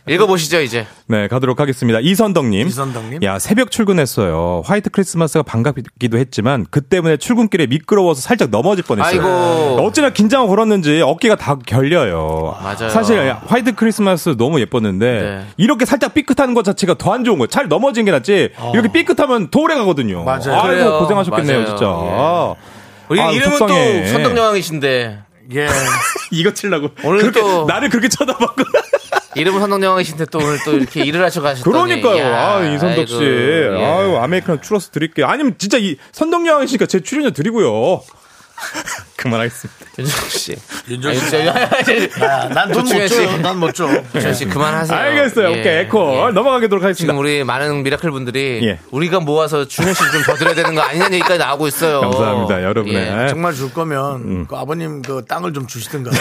Speaker 2: 읽어보시죠 이제
Speaker 8: 네, 가도록 하겠습니다. 이선덕님.
Speaker 1: 이선덕님.
Speaker 8: 야, 새벽 출근했어요. 화이트 크리스마스가 반갑기도 했지만, 그 때문에 출근길에 미끄러워서 살짝 넘어질 뻔했어요.
Speaker 2: 아이고.
Speaker 8: 어찌나 긴장을 걸었는지 어깨가 다 결려요.
Speaker 2: 맞아요.
Speaker 8: 사실 화이트 크리스마스 너무 예뻤는데,
Speaker 2: 네.
Speaker 8: 이렇게 살짝 삐끗한 것 자체가 더 안 좋은 거예요. 잘 넘어진 게 낫지, 이렇게 삐끗하면 더 오래 가거든요.
Speaker 1: 맞아요.
Speaker 8: 이고
Speaker 2: 그래요.
Speaker 8: 고생하셨겠네요,
Speaker 2: 맞아요. 예.
Speaker 8: 진짜.
Speaker 2: 우리
Speaker 8: 아,
Speaker 2: 이름은
Speaker 8: 속상해.
Speaker 2: 또 선덕여왕이신데
Speaker 1: 예.
Speaker 8: 이거 치려고.
Speaker 2: 오늘
Speaker 8: 그렇게,
Speaker 2: 또-
Speaker 8: 나를 그렇게 쳐다봤구나.
Speaker 2: 이름은 선덕여왕이신데 또 오늘 또 이렇게 일을 하셔 가셨더니
Speaker 8: 그러니까요.
Speaker 2: 야,
Speaker 8: 아, 이선덕 씨.
Speaker 2: 아이고, 예.
Speaker 8: 아유, 아메리카노 추러스 드릴게요. 아니면 진짜 이 선덕 여왕이시니까 제 출연료 드리고요. 그만하겠습니다.
Speaker 2: 윤정 씨. 윤정
Speaker 1: 윤정수
Speaker 2: 씨.
Speaker 1: 아, 난 돈 못
Speaker 2: 조충현 씨.
Speaker 1: 줘. 난 못 줘.
Speaker 2: 윤정 씨 그만하세요.
Speaker 8: 알겠어요.
Speaker 2: 예,
Speaker 8: 오케이. 에코
Speaker 2: 예.
Speaker 8: 넘어가도록 하겠습니다.
Speaker 2: 지금 우리 많은 미라클 분들이
Speaker 8: 예.
Speaker 2: 우리가 모아서 준현 씨좀 더드려야 되는 거 아니냐는 얘기까지 나오고 있어요. 예.
Speaker 8: 감사합니다, 여러분의
Speaker 1: 정말 줄 거면 그 아버님 그 땅을 좀 주시든가.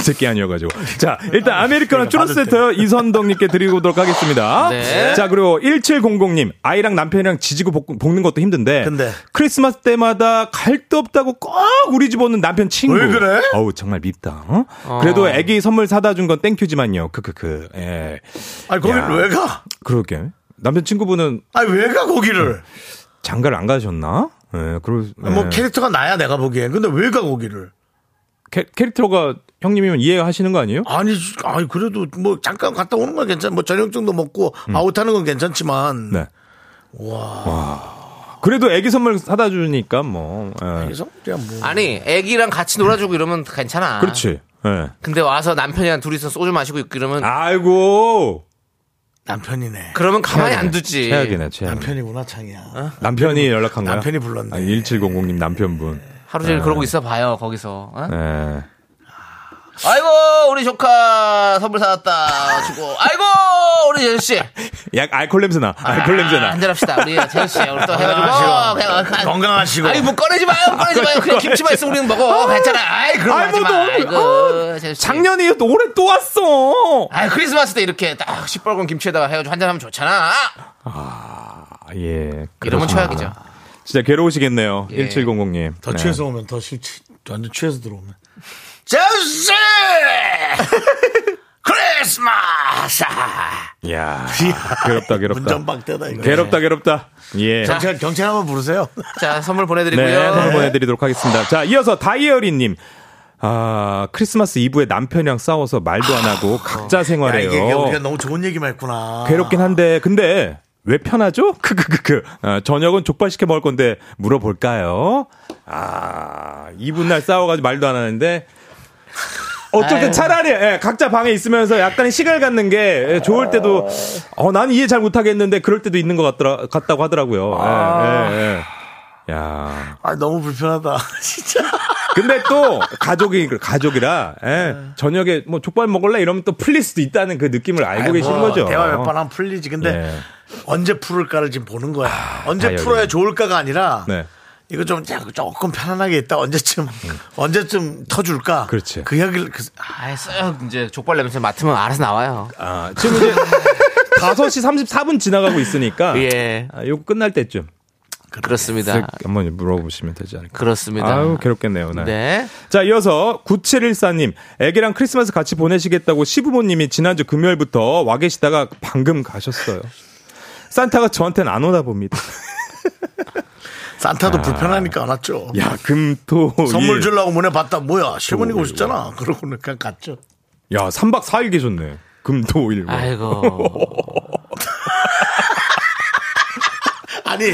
Speaker 8: 새끼 아니어가지고. 자, 일단 아메리카노
Speaker 1: 그러니까
Speaker 8: 추러스
Speaker 1: 받을
Speaker 8: 세트 이선덕님께 드리고도록 하겠습니다.
Speaker 2: 네.
Speaker 8: 자, 그리고 1700님. 아이랑 남편이랑 지지고 볶- 볶는 것도 힘든데.
Speaker 1: 근데.
Speaker 8: 크리스마스 때마다 갈 데 없다고 꼭 우리 집 오는 남편 친구.
Speaker 1: 왜 그래?
Speaker 8: 어우, 정말 밉다. 어? 그래도 애기 선물 사다 준 건 땡큐지만요. 크크크. 예.
Speaker 1: 아니 거길
Speaker 8: 야.
Speaker 1: 왜 가?
Speaker 8: 그러게. 남편 친구분은
Speaker 1: 아니 왜 가 거기를?
Speaker 8: 장가를 안 가셨나? 예, 그러, 예.
Speaker 1: 뭐 캐릭터가 나야 내가 보기엔. 근데 왜 가 거기를?
Speaker 8: 캐, 캐릭터가 형님이면 이해하시는 거 아니에요?
Speaker 1: 아니, 아니 그래도 뭐 잠깐 갔다 오는 건 괜찮. 뭐 저녁정도 먹고 아웃하는 건 괜찮지만.
Speaker 8: 네. 와. 그래도 애기 선물 사다 주니까 뭐. 예.
Speaker 1: 그래서 그냥 뭐
Speaker 2: 아니, 애기랑 같이 놀아주고 이러면 괜찮아.
Speaker 8: 그렇지. 예.
Speaker 2: 근데 와서 남편이랑 둘이서 소주 마시고 있고 이러면
Speaker 8: 아, 아이고.
Speaker 1: 남편이네.
Speaker 2: 그러면 가만히 안 두지.
Speaker 8: 최악이네, 최악.
Speaker 1: 남편이구나 창이야.
Speaker 8: 남편이 연락한 거야.
Speaker 1: 남편이 불렀네.
Speaker 8: 아, 1700님 남편분.
Speaker 2: 하루 종일
Speaker 8: 아.
Speaker 2: 그러고 있어 봐요, 거기서. 어?
Speaker 8: 예.
Speaker 2: 아이고, 우리 조카 선물 사왔다. 주고. 아이고, 우리 재현 씨.
Speaker 8: 약 알콜 냄새 나.
Speaker 2: 아.
Speaker 8: 알콜 아, 냄새 나. 아,
Speaker 2: 한잔 합시다. 우리 재현 씨. 오늘 또 해가지고. 어, 그냥
Speaker 1: 건강하시고.
Speaker 2: 한-
Speaker 1: 건강하시고.
Speaker 2: 아니 뭐 꺼내지 마요 꺼내지 마요 그냥 김치만 있으면 우리는 먹어 괜찮아 아이 그럼
Speaker 8: 아이,
Speaker 2: 하지
Speaker 8: 뭐
Speaker 2: 마
Speaker 8: 너무-
Speaker 2: 아이고 재수 씨.
Speaker 8: 작년에 또 올해 또 왔어.
Speaker 2: 아 크리스마스 때 이렇게 딱 시뻘건 김치에다가 해가지고 한잔 하면 좋잖아
Speaker 8: 아, 예.
Speaker 2: 이러면
Speaker 8: 그렇구나.
Speaker 2: 최악이죠
Speaker 8: 진짜 괴로우시겠네요.
Speaker 2: 예.
Speaker 8: 1700님. 네.
Speaker 1: 더 취해서 오면 더 싫지. 완전 취해서 들어오면.
Speaker 2: 재수
Speaker 1: 크리스마스.
Speaker 8: 야 괴롭다, 괴롭다.
Speaker 1: 네. 문전박대다 이거.
Speaker 8: 네. 괴롭다, 괴롭다. 예.
Speaker 2: 자,
Speaker 1: 경찰 경찰 한번 부르세요.
Speaker 2: 자 선물
Speaker 8: 네,
Speaker 2: 보내드리고요
Speaker 8: 선물 보내드리도록 하겠습니다. 자, 이어서 다이어리님. 아, 크리스마스 이브에 남편이랑 싸워서 말도 안 하고 각자
Speaker 1: 아, 야, 이게 우리가
Speaker 8: 생활해요.
Speaker 1: 너무 좋은 얘기만 했구나.
Speaker 8: 괴롭긴 한데, 근데 왜 편하죠? 크크크크. 아, 저녁은 족발 시켜 먹을 건데 물어볼까요? 아, 이분날 싸워가지고 말도 안 하는데. 어쩔 땐 차라리 예, 각자 방에 있으면서 약간의 시간을 갖는 게 예, 좋을 때도 어, 난 이해 잘 못하겠는데 그럴 때도 있는 것 같더라, 같다고 하더라고요. 예, 예, 예. 야.
Speaker 1: 아 너무 불편하다. 진짜.
Speaker 8: 근데 또 가족이 가족이라
Speaker 1: 네.
Speaker 8: 예, 저녁에 뭐 족발 먹을래 이러면 또 풀릴 수도 있다는 그 느낌을 알고
Speaker 1: 아이,
Speaker 8: 계신
Speaker 1: 뭐
Speaker 8: 거죠.
Speaker 1: 대화 몇 번 하면 풀리지. 근데
Speaker 8: 네.
Speaker 1: 언제 풀을까를 지금 보는 거야. 언제
Speaker 8: 다이어리네.
Speaker 1: 풀어야 아, 좋을까가 아니라
Speaker 8: 네.
Speaker 1: 이거 좀 야, 조금 편안하게 있다. 언제쯤 언제쯤 터줄까?
Speaker 8: 음. 그렇지.
Speaker 1: 그 이야기를 그,
Speaker 2: 아이 썩 이제 족발 냄새 맡으면 알아서 나와요
Speaker 8: 아, 지금 이제 5시 34분 지나가고 있으니까
Speaker 2: 예.
Speaker 8: 아, 요거 끝날 때쯤
Speaker 2: 그렇습니다
Speaker 8: 한번 물어보시면 되지 않을까.
Speaker 2: 그렇습니다
Speaker 8: 아, 아유 괴롭겠네요. 네.
Speaker 2: 네
Speaker 8: 자 이어서 9714님 애기랑 크리스마스 같이 보내시겠다고 시부모님이 지난주 금요일부터 와 계시다가 방금 가셨어요. 산타가 저한테는 안 오나 봅니다.
Speaker 1: 산타도 불편하니까 안 왔죠.
Speaker 8: 아. 야 금토
Speaker 1: 선물 주려고 문에 봤다. 뭐야 시어머니가 오셨잖아. 그러고 그냥 갔죠.
Speaker 8: 야 3박 4일 계셨네. 금토일.
Speaker 2: 아이고
Speaker 1: 아니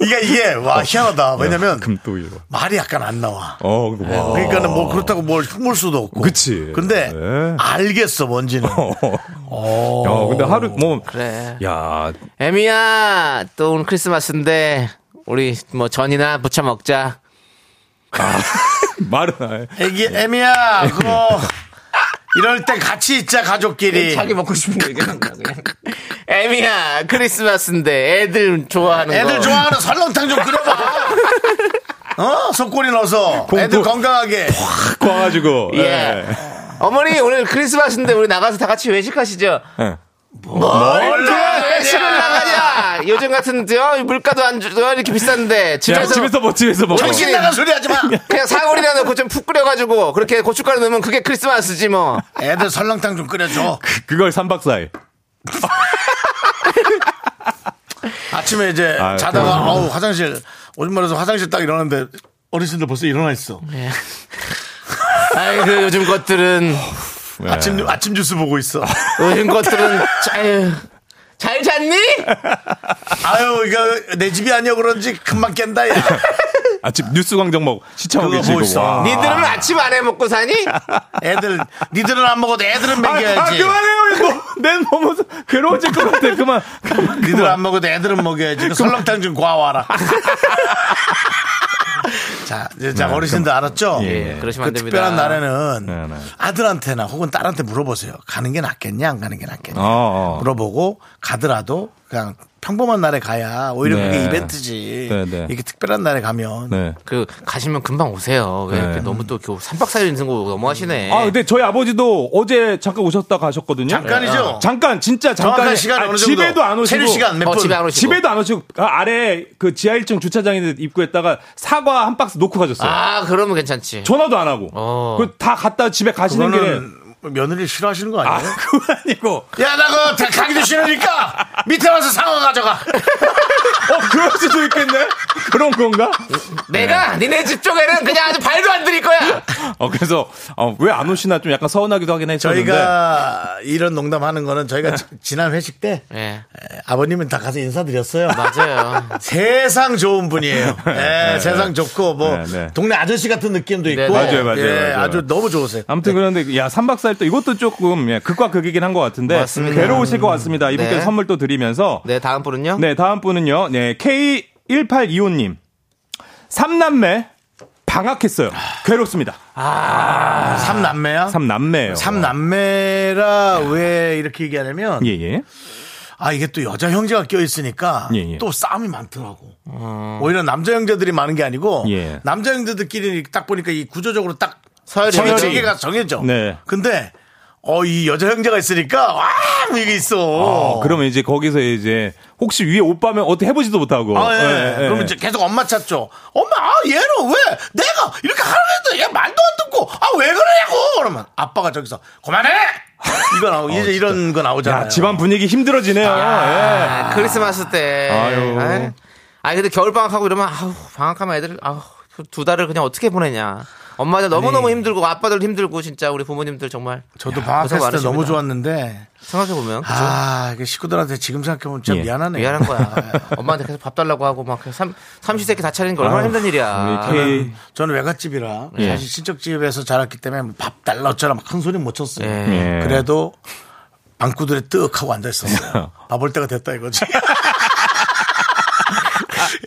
Speaker 1: 이게 이게 와 희한하다. 왜냐면
Speaker 8: 어. 금토일.
Speaker 1: 말이 약간 안 나와.
Speaker 8: 어, 그거 봐.
Speaker 1: 그러니까는 뭐 그렇다고 뭘 흉물 수도 없고.
Speaker 8: 그치.
Speaker 1: 근데
Speaker 8: 네.
Speaker 1: 알겠어 뭔지는.
Speaker 8: 야, 근데 하루 뭐
Speaker 2: 그래
Speaker 8: 야,
Speaker 2: 에미야 또 오늘 크리스마스인데 우리 뭐 전이나 부쳐 먹자
Speaker 8: 말은 안 해.
Speaker 1: 애기 애미야 그거 이럴 때 같이 있자 가족끼리.
Speaker 2: 자기 먹고 싶은 거 얘기한다 그냥. 애미야 크리스마스인데 애들 좋아하는 거.
Speaker 1: 애들 좋아하는 설렁탕 좀 끓여봐. 어? 속꼬리 넣어서 애들
Speaker 8: 공부.
Speaker 1: 건강하게.
Speaker 8: 꽉 와가지고.
Speaker 2: 예. 어머니 오늘 크리스마스인데 우리 나가서 다 같이 외식하시죠.
Speaker 8: 예.
Speaker 2: 뭘 또 외식을 나가냐? 요즘 같은 데요 물가도 안 주, 어, 이렇게 비싼데
Speaker 8: 야,
Speaker 2: 집에서
Speaker 8: 집에서 뭐 집에서 뭐.
Speaker 2: 정신
Speaker 1: 나간 소리 하지 마.
Speaker 8: 네.
Speaker 2: 그냥 사골이나 넣고 좀 푹 끓여가지고 그렇게 고춧가루 넣으면 그게 크리스마스지 뭐.
Speaker 1: 애들 설렁탕 좀 끓여줘.
Speaker 8: 그걸 3박 4일.
Speaker 1: 아침에 이제
Speaker 8: 아유,
Speaker 1: 자다가
Speaker 8: 그러시구나.
Speaker 1: 어우 화장실 오줌 마려서 화장실 딱 일어났는데 어르신들 벌써 일어나 있어.
Speaker 2: 네. 아이고 요즘 것들은
Speaker 8: 네.
Speaker 1: 아침 뉴- 아침 뉴스 보고 있어.
Speaker 2: 요즘 것들은 아유, 잘 잤니?
Speaker 1: 아유 이거 내 집이 아니야 그런지 금방 깬다 야.
Speaker 8: 아침 뉴스 광장 뭐 시청하고
Speaker 1: 그거
Speaker 8: 계시고.
Speaker 1: 보고 있어.
Speaker 8: 와.
Speaker 2: 니들은 아침 안 해 먹고 사니?
Speaker 1: 애들 니들은 안 먹어도 애들은
Speaker 8: 아, 아,
Speaker 1: 먹여야지.
Speaker 8: 그만해요. 이거. 내 너무 괴로워질 것 같아. 그만. 그만.
Speaker 1: 니들 안 먹어도 애들은 먹여야지. 그 설렁탕 좀 구워와라. 자, 이제 자 어르신들 알았죠?
Speaker 2: 네, 예, 그러시면
Speaker 1: 그
Speaker 2: 안 됩니다.
Speaker 1: 특별한 날에는
Speaker 8: 네, 네.
Speaker 1: 아들한테나 혹은 딸한테 물어보세요. 가는 게 낫겠냐, 안 가는 게 낫겠냐.
Speaker 8: 어, 어.
Speaker 1: 물어보고 가더라도 그냥 평범한 날에 가야 오히려
Speaker 8: 네.
Speaker 1: 그게 이벤트지.
Speaker 8: 네, 네.
Speaker 1: 이게 특별한 날에 가면
Speaker 8: 네.
Speaker 2: 그 가시면 금방 오세요. 왜 이렇게
Speaker 8: 네.
Speaker 2: 너무 또 겨우 3박 4일 있는 거 너무하시네.
Speaker 8: 아, 근데 저희 아버지도 어제 잠깐 오셨다 가셨거든요. 아.
Speaker 1: 잠깐이죠.
Speaker 8: 잠깐 진짜 잠깐 아,
Speaker 1: 정확한 시간 어느 정도.
Speaker 8: 그러니까 집에도 안 오시고
Speaker 1: 체류 시간 몇
Speaker 2: 어,
Speaker 1: 분?
Speaker 2: 집에 안 오시고.
Speaker 8: 집에도 안 오시고 아, 래그 지하 1층 주차장에 입구에다가 사과 한 박스 놓고 가셨어요.
Speaker 2: 아, 그러면 괜찮지.
Speaker 8: 전화도 안 하고.
Speaker 2: 어.
Speaker 8: 그 다 갔다 집에 가시는 길에
Speaker 1: 그거는 며느리 싫어하시는 거
Speaker 8: 아,
Speaker 1: 아니에요?
Speaker 8: 그건 아니고.
Speaker 1: 야, 나 그거 다 가기도 싫으니까 밑에 와서 상어 가져가.
Speaker 8: 어, 그럴 수도 있겠네. 그런 건가?
Speaker 2: 내가 니네 집 쪽에는 그냥 아주 발도 안 들일 거야.
Speaker 8: 어, 그래서 어, 왜 안 오시나 좀 약간 서운하기도 하긴 했었는데.
Speaker 1: 저희가 이런 농담하는 거는 저희가 지- 지난 회식 때
Speaker 2: 예.
Speaker 1: 에, 아버님은 다 가서 인사드렸어요.
Speaker 2: 맞아요.
Speaker 1: 세상 좋은 분이에요. 예, 세상 좋고 뭐
Speaker 8: 네, 네.
Speaker 1: 동네 아저씨 같은 느낌도 있고,
Speaker 2: 네, 네.
Speaker 8: 맞아요, 맞아요, 맞아요.
Speaker 1: 주 너무 좋으세요.
Speaker 8: 아무튼 그런데 야 3박 4일 또 이것도 조금 예, 극과 극이긴 한 것 같은데
Speaker 2: 맞습니다.
Speaker 8: 괴로우실 것 같습니다. 이분께
Speaker 2: 네.
Speaker 8: 선물 또 드리면서
Speaker 2: 네, 다음 분은요?
Speaker 8: 네, 다음 분은요. 네, K1825님. 삼남매 방학했어요. 괴롭습니다.
Speaker 1: 삼남매야.
Speaker 8: 삼남매예요
Speaker 1: 삼남매라 왜 이렇게 얘기하냐면
Speaker 8: 예, 예.
Speaker 1: 아 이게 또 여자 형제가 껴 있으니까
Speaker 8: 예, 예.
Speaker 1: 또 싸움이 많더라고. 오히려 남자 형제들이 많은 게 아니고
Speaker 8: 예.
Speaker 1: 남자 형제들끼리 딱 보니까 이 구조적으로 딱
Speaker 2: 서열이
Speaker 1: 정의
Speaker 2: 있죠.
Speaker 1: 체계가 정해져.
Speaker 8: 네.
Speaker 1: 근데 어 이 여자 형제가 있으니까 와 이게 있어.
Speaker 8: 어, 그러면 이제 거기서 이제 혹시 위에 오빠면 어떻게 해보지도 못하고.
Speaker 1: 아, 예.
Speaker 8: 예, 예.
Speaker 1: 그러면 이제 계속 엄마 찾죠. 엄마, 아, 얘는 왜 내가 이렇게 하라고 했더니 얘 말도 안 듣고, 아, 왜 그러냐고! 그러면 아빠가 저기서, 그만해! 이거 나오, 이제 이런 거 나오잖아요.
Speaker 8: 야, 집안 분위기 힘들어지네요. 예.
Speaker 2: 아, 크리스마스 때.
Speaker 8: 아유.
Speaker 2: 아이, 아니, 근데 겨울 방학하고 이러면, 아우, 방학하면 애들, 아우, 그두 달을 그냥 어떻게 보내냐. 엄마들 너무너무 힘들고, 아빠들 힘들고, 진짜 우리 부모님들 정말.
Speaker 1: 저도
Speaker 2: 야,
Speaker 1: 방학했을
Speaker 2: 고생
Speaker 1: 때 너무
Speaker 2: 많으십니다.
Speaker 1: 좋았는데,
Speaker 2: 생각해보면. 그죠?
Speaker 1: 아, 이게 식구들한테 지금 생각해보면 진짜
Speaker 8: 예.
Speaker 1: 미안하네.
Speaker 2: 미안한 거야. 엄마한테 계속 밥 달라고 하고, 막, 삼, 삼시세끼 다 차리는 거 얼마나 힘든 일이야.
Speaker 8: 우리 K-
Speaker 1: 예. 저는 외갓집이라
Speaker 8: 예.
Speaker 1: 사실 친척집에서 자랐기 때문에 뭐밥 달라 어쩌라 막 큰 소리 못 쳤어요.
Speaker 2: 예.
Speaker 8: 예.
Speaker 1: 그래도 방구들에 뜨 하고 앉아 있었어요.
Speaker 2: 예.
Speaker 1: 밥올 때가 됐다 이거지.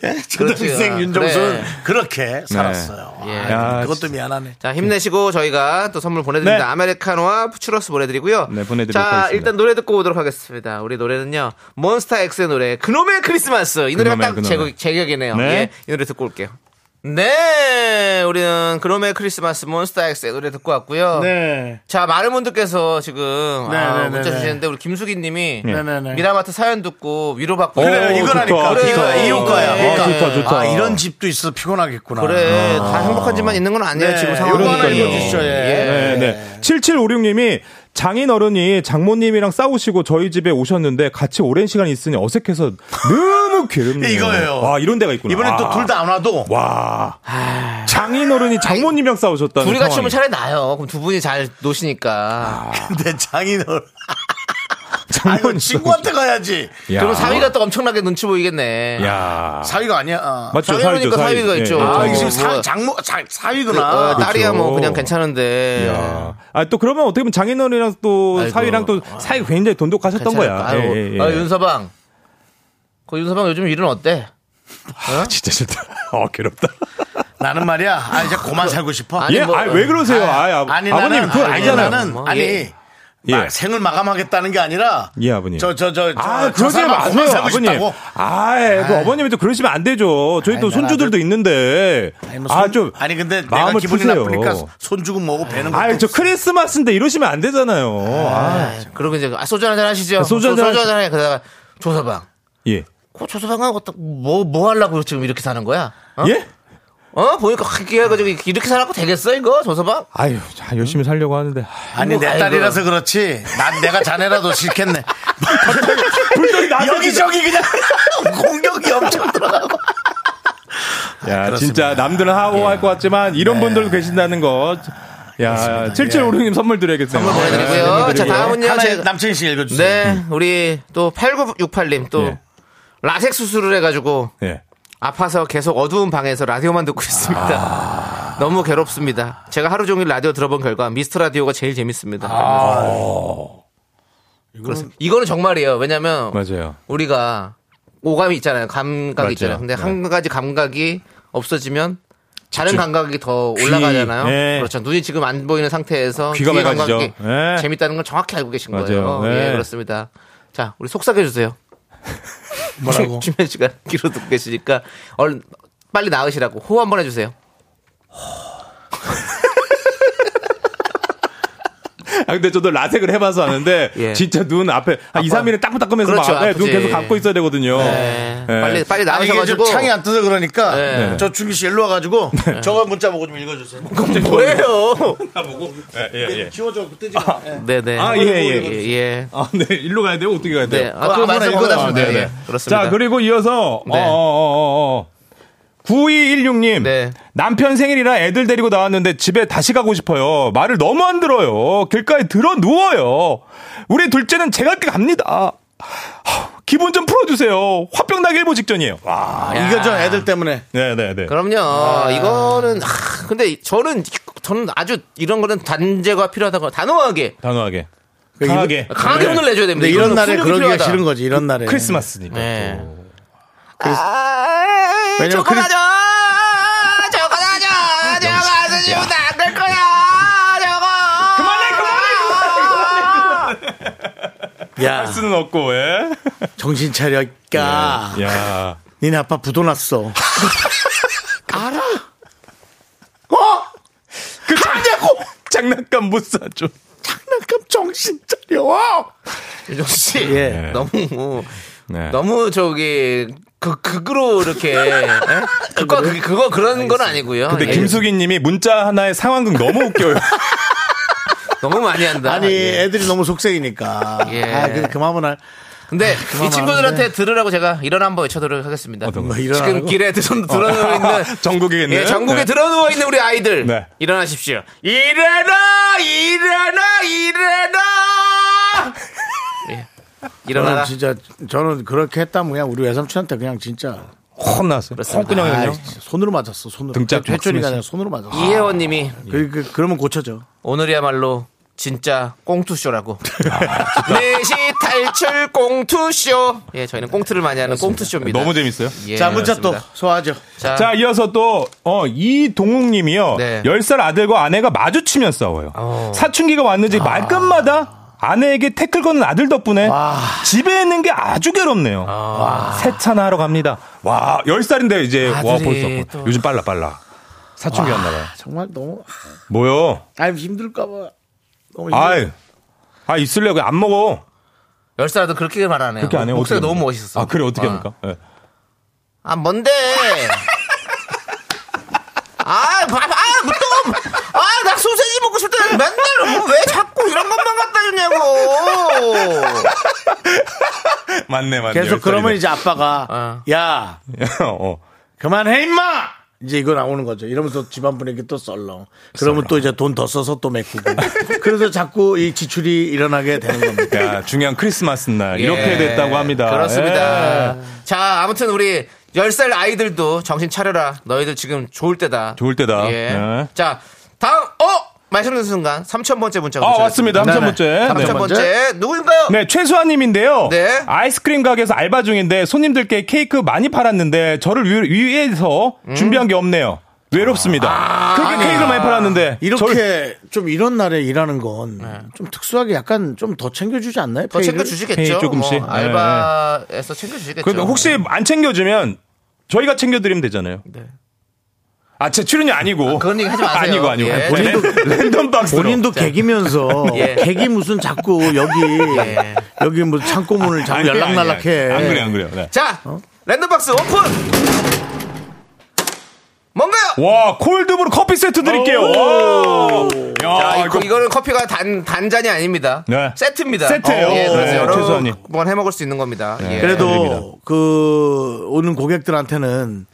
Speaker 1: 예, 초등생
Speaker 2: 그렇지요.
Speaker 1: 윤정수는
Speaker 2: 그렇죠. 그래.
Speaker 1: 그렇게 살았어요.
Speaker 2: 예.
Speaker 1: 아,
Speaker 8: 야,
Speaker 1: 그것도 미안하네.
Speaker 2: 자, 힘내시고 저희가 또 선물 보내드립니다.
Speaker 8: 네.
Speaker 2: 아메리카노와 푸추러스 보내드리고요.
Speaker 8: 네, 보내드리도록
Speaker 2: 자,
Speaker 8: 하겠습니다.
Speaker 2: 일단 노래 듣고 오도록 하겠습니다. 우리 노래는요. 몬스타엑스의 노래 그놈의 크리스마스. 이 노래가
Speaker 8: 그놈의,
Speaker 2: 딱
Speaker 8: 그놈의.
Speaker 2: 제격, 제격이네요.
Speaker 8: 네.
Speaker 2: 예, 이 노래 듣고 올게요. 네, 우리는 그놈의 크리스마스 몬스타엑스의 노래 듣고 왔고요.
Speaker 1: 네.
Speaker 2: 자, 많은 분들께서 지금
Speaker 1: 네,
Speaker 2: 아,
Speaker 1: 네, 네,
Speaker 2: 문자
Speaker 1: 네.
Speaker 2: 주시는데 우리 김수기님이
Speaker 8: 네,
Speaker 1: 네, 네.
Speaker 2: 미라마트 사연 듣고 위로받고
Speaker 1: 그래,
Speaker 8: 오,
Speaker 1: 이거라니까.
Speaker 8: 좋다,
Speaker 1: 어, 이거
Speaker 8: 좋다.
Speaker 1: 이효과야.
Speaker 8: 아,
Speaker 1: 그러니까.
Speaker 8: 좋다, 아. 좋다.
Speaker 1: 아, 이런 집도 있어 피곤하겠구나.
Speaker 2: 어, 예.
Speaker 1: 아,
Speaker 2: 그래, 다 행복한 집만 있는 건 아니에요.
Speaker 1: 네,
Speaker 2: 지금
Speaker 1: 요거 하나
Speaker 2: 상황이.
Speaker 1: 읽어주시죠, 예.
Speaker 8: 네, 네. 7756님이 장인 어른이 장모님이랑 싸우시고 저희 집에 오셨는데 같이 오랜 시간 있으니 어색해서 너무 괴롭네요.
Speaker 1: 이거예요.
Speaker 8: 와, 이런 데가 있구나.
Speaker 1: 이번엔 또 둘 다 안 아. 와도
Speaker 8: 와. 장인 어른이 장모님이랑 싸우셨다는
Speaker 2: 둘이 같이
Speaker 8: 상황이. 아,
Speaker 2: 오면 차라리 나요. 그럼 두 분이 잘 노시니까.
Speaker 1: 근데 장인어른. 아, 이거
Speaker 8: 장모님.
Speaker 1: 친구한테 가야지.
Speaker 8: 야.
Speaker 2: 그럼 사위가 또 엄청나게 눈치 보이겠네.
Speaker 8: 야.
Speaker 1: 사위가 아니야. 아.
Speaker 8: 맞죠, 사위죠,
Speaker 2: 사위니까
Speaker 8: 사위.
Speaker 2: 사위가
Speaker 8: 예,
Speaker 2: 있죠.
Speaker 8: 예.
Speaker 1: 아,
Speaker 2: 어,
Speaker 1: 이게 지금
Speaker 2: 뭐,
Speaker 1: 사, 장모, 자, 사위구나.
Speaker 2: 어, 딸이야 뭐
Speaker 8: 그렇죠.
Speaker 2: 그냥 괜찮은데.
Speaker 8: 야. 아, 또 그러면 어떻게 보면 장인 어른이랑 또
Speaker 2: 아이고.
Speaker 8: 사위랑 또 사이 굉장히 돈독하셨던 거야.
Speaker 2: 아유,
Speaker 8: 예, 예, 예.
Speaker 2: 아, 윤서방. 그 윤서방 요즘 일은 어때?
Speaker 8: 아, 진짜 싫다. 어, 괴롭다. 그.
Speaker 1: 나는 말이야. 아, 이제 그만 살고 싶어.
Speaker 2: 아니,
Speaker 8: 예,
Speaker 2: 뭐,
Speaker 8: 아, 왜 그러세요? 아, 아, 아버님
Speaker 1: 아니, 나는,
Speaker 8: 그건
Speaker 1: 아니,
Speaker 8: 알잖아요.
Speaker 1: 나는,
Speaker 2: 뭐,
Speaker 1: 아니,
Speaker 2: 예.
Speaker 1: 막 생을 마감하겠다는 게 아니라
Speaker 8: 예, 아버님.
Speaker 1: 저 저 저
Speaker 8: 아,
Speaker 1: 저
Speaker 8: 그러지
Speaker 1: 사람하고
Speaker 8: 마세요,
Speaker 1: 살고
Speaker 8: 아버님.
Speaker 1: 싶다고?
Speaker 8: 아, 예, 그
Speaker 1: 아이.
Speaker 8: 어머님이 또 그러시면 안 되죠. 저희 또
Speaker 1: 아이, 난
Speaker 8: 손주들도 있는데.
Speaker 1: 뭐 손-
Speaker 8: 아, 좀.
Speaker 1: 아니 근데 내가
Speaker 8: 마음을
Speaker 1: 기분이
Speaker 8: 푸세요.
Speaker 1: 나쁘니까 손주고 뭐고 배는 것도
Speaker 8: 아, 저 크리스마스인데 이러시면 안 되잖아요. 아,
Speaker 2: 그리고 이제 아, 소주 한잔 하시죠.
Speaker 8: 소주 한잔
Speaker 2: 소주 한잔 해. 그러다가 조서방.
Speaker 8: 예.
Speaker 2: 그 조서방은 어떤 뭐뭐 하려고 지금 이렇게 사는 거야? 어?
Speaker 8: 예?
Speaker 2: 어? 보니까 그렇게 해가지고 이렇게 살라고 되겠어 이거 조서방?
Speaker 8: 아유, 자, 열심히 살려고 하는데.
Speaker 1: 아니 내
Speaker 2: 아이고.
Speaker 1: 딸이라서 그렇지 난 내가 자네라도 싫겠네
Speaker 8: 불덩이 나
Speaker 1: 여기저기 그냥 공격이 엄청 들어가고
Speaker 8: 야,
Speaker 1: 그렇습니다. 예. 네.
Speaker 8: 진짜 남들은 하고 할 것 같지만 이런 분들 계신다는 것. 야,
Speaker 1: 예.
Speaker 8: 7756님 선물 드려야겠어요.
Speaker 2: 선물 보내드리고요. 자, 다음은요.
Speaker 1: 하나
Speaker 2: 제가-
Speaker 1: 남친 씨 읽어주세요
Speaker 2: 네, 우리 또 8968님 또
Speaker 8: 예.
Speaker 2: 라섹 수술을 해가지고
Speaker 8: 예.
Speaker 2: 아파서 계속 어두운 방에서 라디오만 듣고 있습니다. 너무 괴롭습니다. 제가 하루 종일 라디오 들어본 결과 미스터 라디오가 제일 재밌습니다. 그렇습니다. 이거는 정말이에요. 왜냐면
Speaker 8: 맞아요.
Speaker 2: 우리가 오감이 있잖아요. 감각이
Speaker 8: 맞아요.
Speaker 2: 있잖아요. 근데
Speaker 8: 네.
Speaker 2: 한 가지 감각이 없어지면 다른 감각이 더 올라가잖아요.
Speaker 8: 예.
Speaker 2: 그렇죠. 눈이 지금 안 보이는 상태에서
Speaker 8: 귀가
Speaker 2: 귀의
Speaker 8: 맑아지죠.
Speaker 2: 감각이
Speaker 8: 예.
Speaker 2: 재밌다는 걸 정확히 알고 계신
Speaker 8: 맞아요.
Speaker 2: 거예요.
Speaker 8: 예.
Speaker 2: 예, 그렇습니다. 자, 우리 속삭여 주세요.
Speaker 1: 뭐라고?
Speaker 2: 주면 시간 귀로 듣고 계시니까 얼른 빨리 나으시라고 호호 한번 해주세요.
Speaker 8: 아, 근데 저도 라섹을 해봐서 아는데
Speaker 2: 예.
Speaker 8: 진짜 눈 앞에 한 2, 3일은 따끔따끔해서
Speaker 2: 그렇죠,
Speaker 8: 막, 예, 눈
Speaker 2: 아프지.
Speaker 8: 계속 감고 있어야 되거든요.
Speaker 2: 네.
Speaker 8: 예.
Speaker 2: 빨리 빨리
Speaker 1: 아, 이게 지금
Speaker 2: 나으셔가지고
Speaker 1: 창이 안 뜨서 그러니까
Speaker 2: 네.
Speaker 1: 저 준기 씨 일로 와가지고 저거 문자 보고 좀 읽어주세요
Speaker 2: 뭐예요?
Speaker 8: 예,
Speaker 2: 예.
Speaker 1: 지워줘 그때 지금 예.
Speaker 2: 네네.
Speaker 8: 아, 예, 예.
Speaker 2: 예, 예.
Speaker 8: 아, 네. 일로 가야 돼요? 어떻게 가야 돼요?
Speaker 2: 네. 아, 그거
Speaker 1: 아,
Speaker 2: 말씀
Speaker 1: 맞아요.
Speaker 2: 그거
Speaker 1: 그거
Speaker 2: 하시면
Speaker 8: 네,
Speaker 2: 돼요. 예,
Speaker 8: 네.
Speaker 2: 그렇습니다.
Speaker 8: 자, 그리고 이어서
Speaker 2: 네.
Speaker 8: 어, 어, 어, 어, 어. 9216님
Speaker 2: 네.
Speaker 8: 남편 생일이라 애들 데리고 나왔는데 집에 다시 가고 싶어요. 말을 너무 안 들어요. 길가에 들어 누워요. 우리 둘째는 제가 함께 갑니다. 하, 기분 좀 풀어주세요. 화병 나기 일보 직전이에요. 와.
Speaker 1: 아, 이거 저 애들 때문에
Speaker 8: 네, 네, 네.
Speaker 2: 그럼요. 이거는 아, 근데 저는 저는 아주 이런 거는 단제가 필요하다고 단호하게
Speaker 8: 단호하게. 그 아, 강하게. 네.
Speaker 2: 강하게 혼을 내줘야 됩니다.
Speaker 1: 네. 근데 이런
Speaker 2: 이거는
Speaker 1: 날에
Speaker 2: 훈육이
Speaker 1: 그러기가
Speaker 2: 필요하다.
Speaker 1: 싫은 거지 이런 날에
Speaker 8: 크리스마스니까.
Speaker 2: 네.
Speaker 8: 또.
Speaker 2: 아,
Speaker 1: 왜냐면
Speaker 2: 저거
Speaker 1: 크리-
Speaker 2: 하죠. 저거 하죠. 내가 가서 지금 안될 거야. 저거. 그만해,
Speaker 1: 야
Speaker 8: 수는 없고 왜?
Speaker 1: 정신 차려
Speaker 8: 아.
Speaker 1: 까
Speaker 8: 야.
Speaker 1: 니네 아빠 부도났어
Speaker 8: 그 장냐고 장난감 못 사줘. 장난감 정신 차려.
Speaker 2: 윤정수 씨,
Speaker 1: 예.
Speaker 2: 너무
Speaker 8: 네.
Speaker 2: 너무 저기 그 극으로 이렇게 예? 극과
Speaker 1: 네.
Speaker 2: 극 그거 그런 건 아니고요.
Speaker 8: 근데
Speaker 2: 예.
Speaker 8: 김숙이님이 문자 하나에 상황극 너무 웃겨요.
Speaker 2: 너무 많이 한다.
Speaker 1: 아니
Speaker 2: 예.
Speaker 1: 애들이 너무 속세이니까
Speaker 2: 예.
Speaker 1: 아 근데 그만은 할
Speaker 2: 근데
Speaker 1: 그만
Speaker 2: 이 친구들한테
Speaker 1: 하는데.
Speaker 2: 들으라고 제가 일어나 한번 외쳐드리도록 하겠습니다.
Speaker 1: 거, 일어나라고?
Speaker 2: 지금 길에 들어 들어 누워 있는
Speaker 8: 전국에 있는.
Speaker 2: 예, 전국에
Speaker 8: 네.
Speaker 2: 들어 누워 있는 우리 아이들
Speaker 8: 네.
Speaker 2: 일어나십시오. 일어나, 일어나, 일어나. 예.
Speaker 1: 저는
Speaker 2: 일어나라.
Speaker 1: 진짜 저는 그렇게 했다면 그냥 우리 외삼촌한테 그냥 진짜
Speaker 8: 콩 나왔어요. 콩 그냥
Speaker 1: 아이,
Speaker 8: 그냥.
Speaker 1: 손으로 맞았어 손으로
Speaker 8: 등짝
Speaker 1: 회초리가
Speaker 8: 박스매시.
Speaker 1: 아니라 손으로 맞았어
Speaker 2: 이혜원님이
Speaker 1: 그, 그, 그러면 고쳐져
Speaker 2: 오늘이야말로 진짜 꽁투쇼라고.
Speaker 8: 아,
Speaker 2: 네시 탈출 꽁투쇼. 예, 저희는 꽁투를 많이 하는 꽁투쇼입니다.
Speaker 8: 너무 재밌어요.
Speaker 2: 예,
Speaker 1: 자 문자 또
Speaker 2: 그렇습니다.
Speaker 1: 소화하죠
Speaker 2: 자,
Speaker 8: 자, 이어서 또, 어, 이동욱님이요.
Speaker 2: 네.
Speaker 8: 10살 아들과 아내가 마주치면 싸워요.
Speaker 1: 어.
Speaker 8: 사춘기가 왔는지
Speaker 1: 아.
Speaker 8: 말끝마다 아내에게 태클 거는 아들 덕분에 집에 있는 게 아주 괴롭네요. 세차나 하러 갑니다. 와, 10살인데 이제, 와,
Speaker 2: 아들이
Speaker 8: 벌써.
Speaker 2: 또-
Speaker 8: 요즘 빨라, 빨라. 사춘기 왔나봐요.
Speaker 1: 정말 너무
Speaker 8: 뭐요?
Speaker 1: 아 힘들까봐 너무 힘들어.
Speaker 8: 아이, 아, 있을래? 그안 먹어.
Speaker 2: 열사라도 그렇게 말하네요.
Speaker 8: 그렇게 안 해요.
Speaker 2: 목소리
Speaker 8: 어떻게
Speaker 2: 너무
Speaker 8: 합니까?
Speaker 2: 멋있었어.
Speaker 8: 아, 그래, 어떻게
Speaker 2: 어.
Speaker 8: 합니까? 예.
Speaker 2: 아 뭔데? 아, 봐, 아, 무덤! 아, 나 소세지 먹고 싶다. 맨날 뭐왜 자꾸 이런 것만 갖다 주냐고.
Speaker 8: 맞네, 맞네.
Speaker 1: 계속
Speaker 8: 열 살이네.
Speaker 1: 그러면 이제 아빠가
Speaker 2: 어.
Speaker 1: 야
Speaker 8: 어.
Speaker 1: 그만해 임마 이제 이거 나오는 거죠 이러면서 집안 분위기 또 썰렁 그러면 또 이제 돈 더 써서 또 메꾸고 그래서 자꾸 이 지출이 일어나게 되는 겁니다
Speaker 8: 야, 중요한 크리스마스 날. 이렇게
Speaker 2: 예,
Speaker 8: 됐다고 합니다.
Speaker 2: 그렇습니다.
Speaker 8: 예.
Speaker 2: 자, 아무튼 우리 10살 아이들도 정신 차려라. 너희들 지금 좋을 때다.
Speaker 8: 좋을 때다.
Speaker 2: 예.
Speaker 8: 네.
Speaker 2: 자, 다음, 어! 말씀드린 순간 3,000번째 문자가
Speaker 8: 아,
Speaker 2: 도착했습니다.
Speaker 8: 왔습니다.
Speaker 1: 네네.
Speaker 8: 3,000번째. 네.
Speaker 2: 3,000번째. 누구인가요?
Speaker 8: 네, 최수아님인데요.
Speaker 2: 네.
Speaker 8: 아이스크림 가게에서 알바 중인데 손님들께 케이크 많이 팔았는데 저를 위, 위해서 준비한 게 없네요. 외롭습니다. 그렇게 케이크를 많이 팔았는데
Speaker 1: 이렇게
Speaker 8: 절-
Speaker 1: 좀 이런 날에 일하는 건 좀 특수하게 약간 좀 네. 더 챙겨주지 않나요?
Speaker 2: 더
Speaker 1: 페이를?
Speaker 2: 챙겨주시겠죠.
Speaker 8: 페이 조금씩. 네.
Speaker 2: 뭐 알바에서 챙겨주시겠죠.
Speaker 8: 그러면 혹시 안 챙겨주면 저희가 챙겨드리면 되잖아요. 아, 제 출연이 아니고.
Speaker 2: 그런 얘기 하지 마세요.
Speaker 8: 아니고, 아니고.
Speaker 2: 예,
Speaker 8: 본인도 랜덤 박스로.
Speaker 1: 본인도
Speaker 2: 자.
Speaker 1: 개기면서
Speaker 2: 예.
Speaker 1: 개기 무슨 자꾸 여기
Speaker 2: 예.
Speaker 1: 여기 뭐 창고문을 자꾸
Speaker 8: 아니, 그게
Speaker 1: 연락날락해.
Speaker 8: 아니에요. 안 그래요, 안 그래요. 네.
Speaker 2: 자, 랜덤박스 오픈! 뭔가요?
Speaker 8: 와, 콜드브루 커피 세트 드릴게요. 오. 야,
Speaker 2: 자, 이거,
Speaker 8: 이거
Speaker 2: 이거는 커피가 단, 단잔이 아닙니다.
Speaker 8: 네.
Speaker 2: 세트입니다.
Speaker 8: 세트예요.
Speaker 2: 예, 그래서
Speaker 8: 네,
Speaker 2: 여러
Speaker 8: 최소한이. 네.
Speaker 2: 번 해먹을 수 있는 겁니다. 예.
Speaker 1: 그래도 그 오는 고객들한테는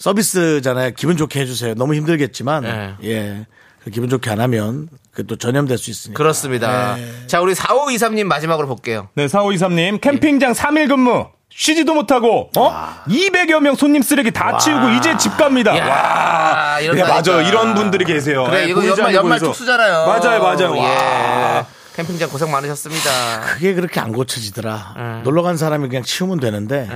Speaker 1: 서비스잖아요. 기분 좋게 해주세요. 너무 힘들겠지만
Speaker 2: 예.
Speaker 1: 예 기분 좋게 안 하면 그 또 전염될 수 있으니까.
Speaker 2: 그렇습니다. 자, 우리 4523님 마지막으로 볼게요.
Speaker 8: 네, 4523님. 캠핑장 3일 근무. 쉬지도 못하고, 어? 200여 명 손님 쓰레기 다 치우고, 이제 집 갑니다.
Speaker 2: 이야,
Speaker 8: 와. 네,
Speaker 2: 이런다니까.
Speaker 8: 맞아요. 이런 분들이 계세요.
Speaker 2: 그래,
Speaker 8: 예,
Speaker 2: 이거
Speaker 8: 보이지
Speaker 2: 연말,
Speaker 8: 않고
Speaker 2: 연말
Speaker 8: 보이죠?
Speaker 2: 특수잖아요.
Speaker 8: 맞아요, 맞아요.
Speaker 2: 예.
Speaker 8: 와.
Speaker 2: 캠핑장 고생 많으셨습니다.
Speaker 1: 그게 그렇게 안 고쳐지더라.
Speaker 2: 예.
Speaker 1: 놀러 간 사람이 그냥 치우면 되는데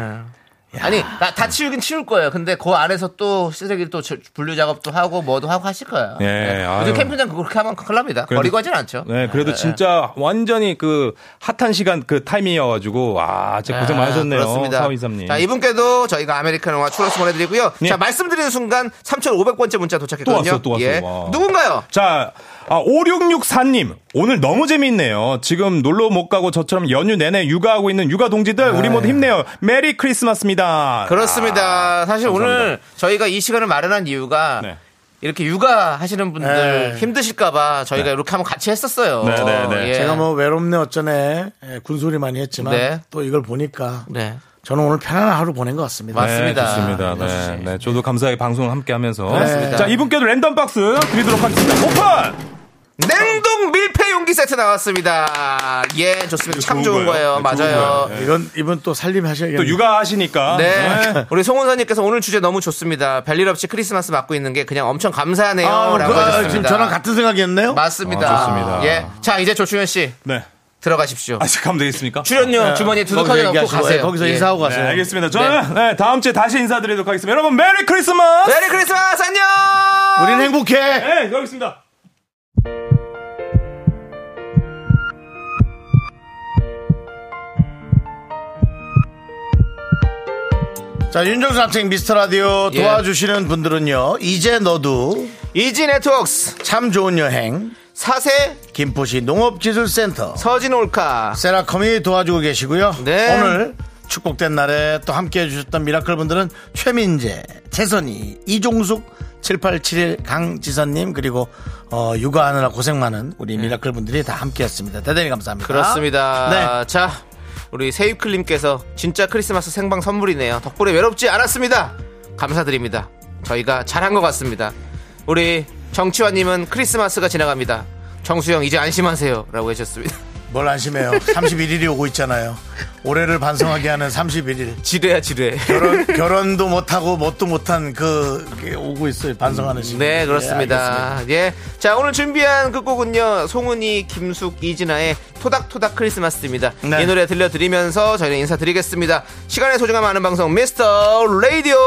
Speaker 2: 아니, 나, 다 치우긴 치울 거예요. 근데 그 안에서 또 쓰레기를 또 저- 분류 작업도 하고 뭐도 하고 하실 거예요.
Speaker 8: 예, 아유.
Speaker 2: 요즘 캠핑장 그렇게 하면 큰일 납니다.
Speaker 8: 그래도-
Speaker 2: 버리고 하진 않죠. 예.
Speaker 8: 네, 그래도 진짜 완전히 그 핫한 시간 그 타이밍이어가지고, 아, 진짜 고생 많으셨네요.
Speaker 2: 아, 그렇습니다.
Speaker 8: 4523님.
Speaker 2: 자, 이분께도 저희가 아메리카노와 추러스 보내드리고요.
Speaker 8: 예.
Speaker 2: 자, 말씀드리는 순간 3,500번째 문자 도착했거든요.
Speaker 8: 또 왔어요, 또 왔어요.
Speaker 2: 예.
Speaker 8: 와.
Speaker 2: 누군가요?
Speaker 8: 자, 아, 5664님. 오늘 너무 재미있네요. 지금 놀러 못 가고 저처럼 연휴 내내 육아하고 있는 육아 동지들, 우리 모두 힘내요. 메리 크리스마스입니다.
Speaker 2: 네. 그렇습니다. 사실 오늘 저희가 이 시간을 마련한 이유가
Speaker 8: 아, 네.
Speaker 2: 이렇게 육아 하시는 분들
Speaker 1: 네.
Speaker 2: 힘드실까봐 저희가 이렇게 한번 같이 했었어요.
Speaker 8: 네, 네, 네.
Speaker 2: 예.
Speaker 1: 제가 뭐 외롭네 어쩌네 예, 군소리 많이 했지만
Speaker 2: 네.
Speaker 1: 또 이걸 보니까
Speaker 2: 네.
Speaker 1: 저는 오늘 편안한 하루 보낸 것 같습니다.
Speaker 2: 맞- 맞습니다.
Speaker 8: 네, 좋습니다. 네, 네, 저도 감사하게 방송을 함께 하면서.
Speaker 2: 그렇습니다.
Speaker 8: 자, 이분께도 랜덤 박스 드리도록 하겠습니다. 오픈!
Speaker 2: 냉동 밀폐 용기 세트 나왔습니다. 예, 좋습니다. 참
Speaker 8: 좋은
Speaker 2: 좋은 거예요.
Speaker 8: 거예요. 네, 좋은
Speaker 2: 맞아요.
Speaker 8: 거예요.
Speaker 1: 이건 이분 또 살림하셔야겠네요.
Speaker 8: 또 육아하시니까.
Speaker 2: 네. 우리 송은사님께서 오늘 주제 너무 좋습니다. 별일 없이 크리스마스 맞고 있는 게 그냥 엄청 감사하네요.
Speaker 1: 아,
Speaker 2: 라고
Speaker 1: 그, 아,
Speaker 2: 하셨습니다.
Speaker 1: 지금 저랑 같은 생각이었네요.
Speaker 2: 맞습니다.
Speaker 8: 아, 좋습니다.
Speaker 2: 예. 자, 이제 조충현 씨
Speaker 8: 네.
Speaker 2: 들어가십시오. 네.
Speaker 8: 아, 지금 가면 되겠습니까?
Speaker 2: 출연료 주머니에 두둑하게
Speaker 1: 거기서
Speaker 2: 넣고
Speaker 1: 얘기하시고,
Speaker 2: 가세요.
Speaker 1: 예, 거기서
Speaker 2: 예.
Speaker 1: 인사하고
Speaker 8: 네,
Speaker 1: 가세요.
Speaker 8: 알겠습니다. 저는 네, 다음 주에 다시 인사드리도록 하겠습니다. 여러분, 메리 크리스마스!
Speaker 2: 메리 크리스마스 안녕!
Speaker 1: 우린 행복해.
Speaker 8: 네, 여기 있습니다.
Speaker 1: 자, 윤정수 남창 미스터 라디오
Speaker 2: 예.
Speaker 1: 도와주시는 분들은요. 이제 너도
Speaker 2: 이지 네트웍스
Speaker 1: 참 좋은 여행
Speaker 2: 사세
Speaker 1: 김포시 농업기술센터
Speaker 2: 서진 올카
Speaker 1: 세라컴이 도와주고 계시고요.
Speaker 2: 네.
Speaker 1: 오늘 축복된 날에 또 함께 해주셨던 미라클 분들은 최민재, 최선희, 이종숙, 7871 강지선님 그리고 어, 육아하느라 고생 많은 우리 미라클 분들이 다 함께했습니다. 대단히 감사합니다.
Speaker 2: 네. 그렇습니다.
Speaker 1: 네.
Speaker 2: 자, 우리 세유클님께서 진짜 크리스마스 생방 선물이네요. 덕분에 외롭지 않았습니다. 감사드립니다. 저희가 잘한 것 같습니다. 우리 정치환님은 크리스마스가 지나갑니다. 정수영 이제 안심하세요라고 해주셨습니다.
Speaker 1: 뭘 안심해요. 31일이 오고 있잖아요. 올해를 반성하게 하는 31일.
Speaker 2: 지뢰야 지뢰.
Speaker 1: 결혼, 결혼도 못하고 뭣도 못한 그 그게 오고 있어요 반성하는 시기
Speaker 2: 네,
Speaker 1: 예, 알겠습니다.
Speaker 2: 그렇습니다. 예. 자, 오늘 준비한 그 끝곡은요. 송은이, 김숙, 이진아의 토닥토닥 크리스마스입니다.
Speaker 1: 네.
Speaker 2: 이 노래 들려드리면서 저희는 인사드리겠습니다. 시간의 소중함 아는 방송 미스터 라디오.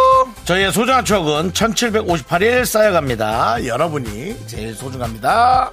Speaker 1: 저희의 소중한 추억은 1758일 쌓여갑니다 여러분이 제일 소중합니다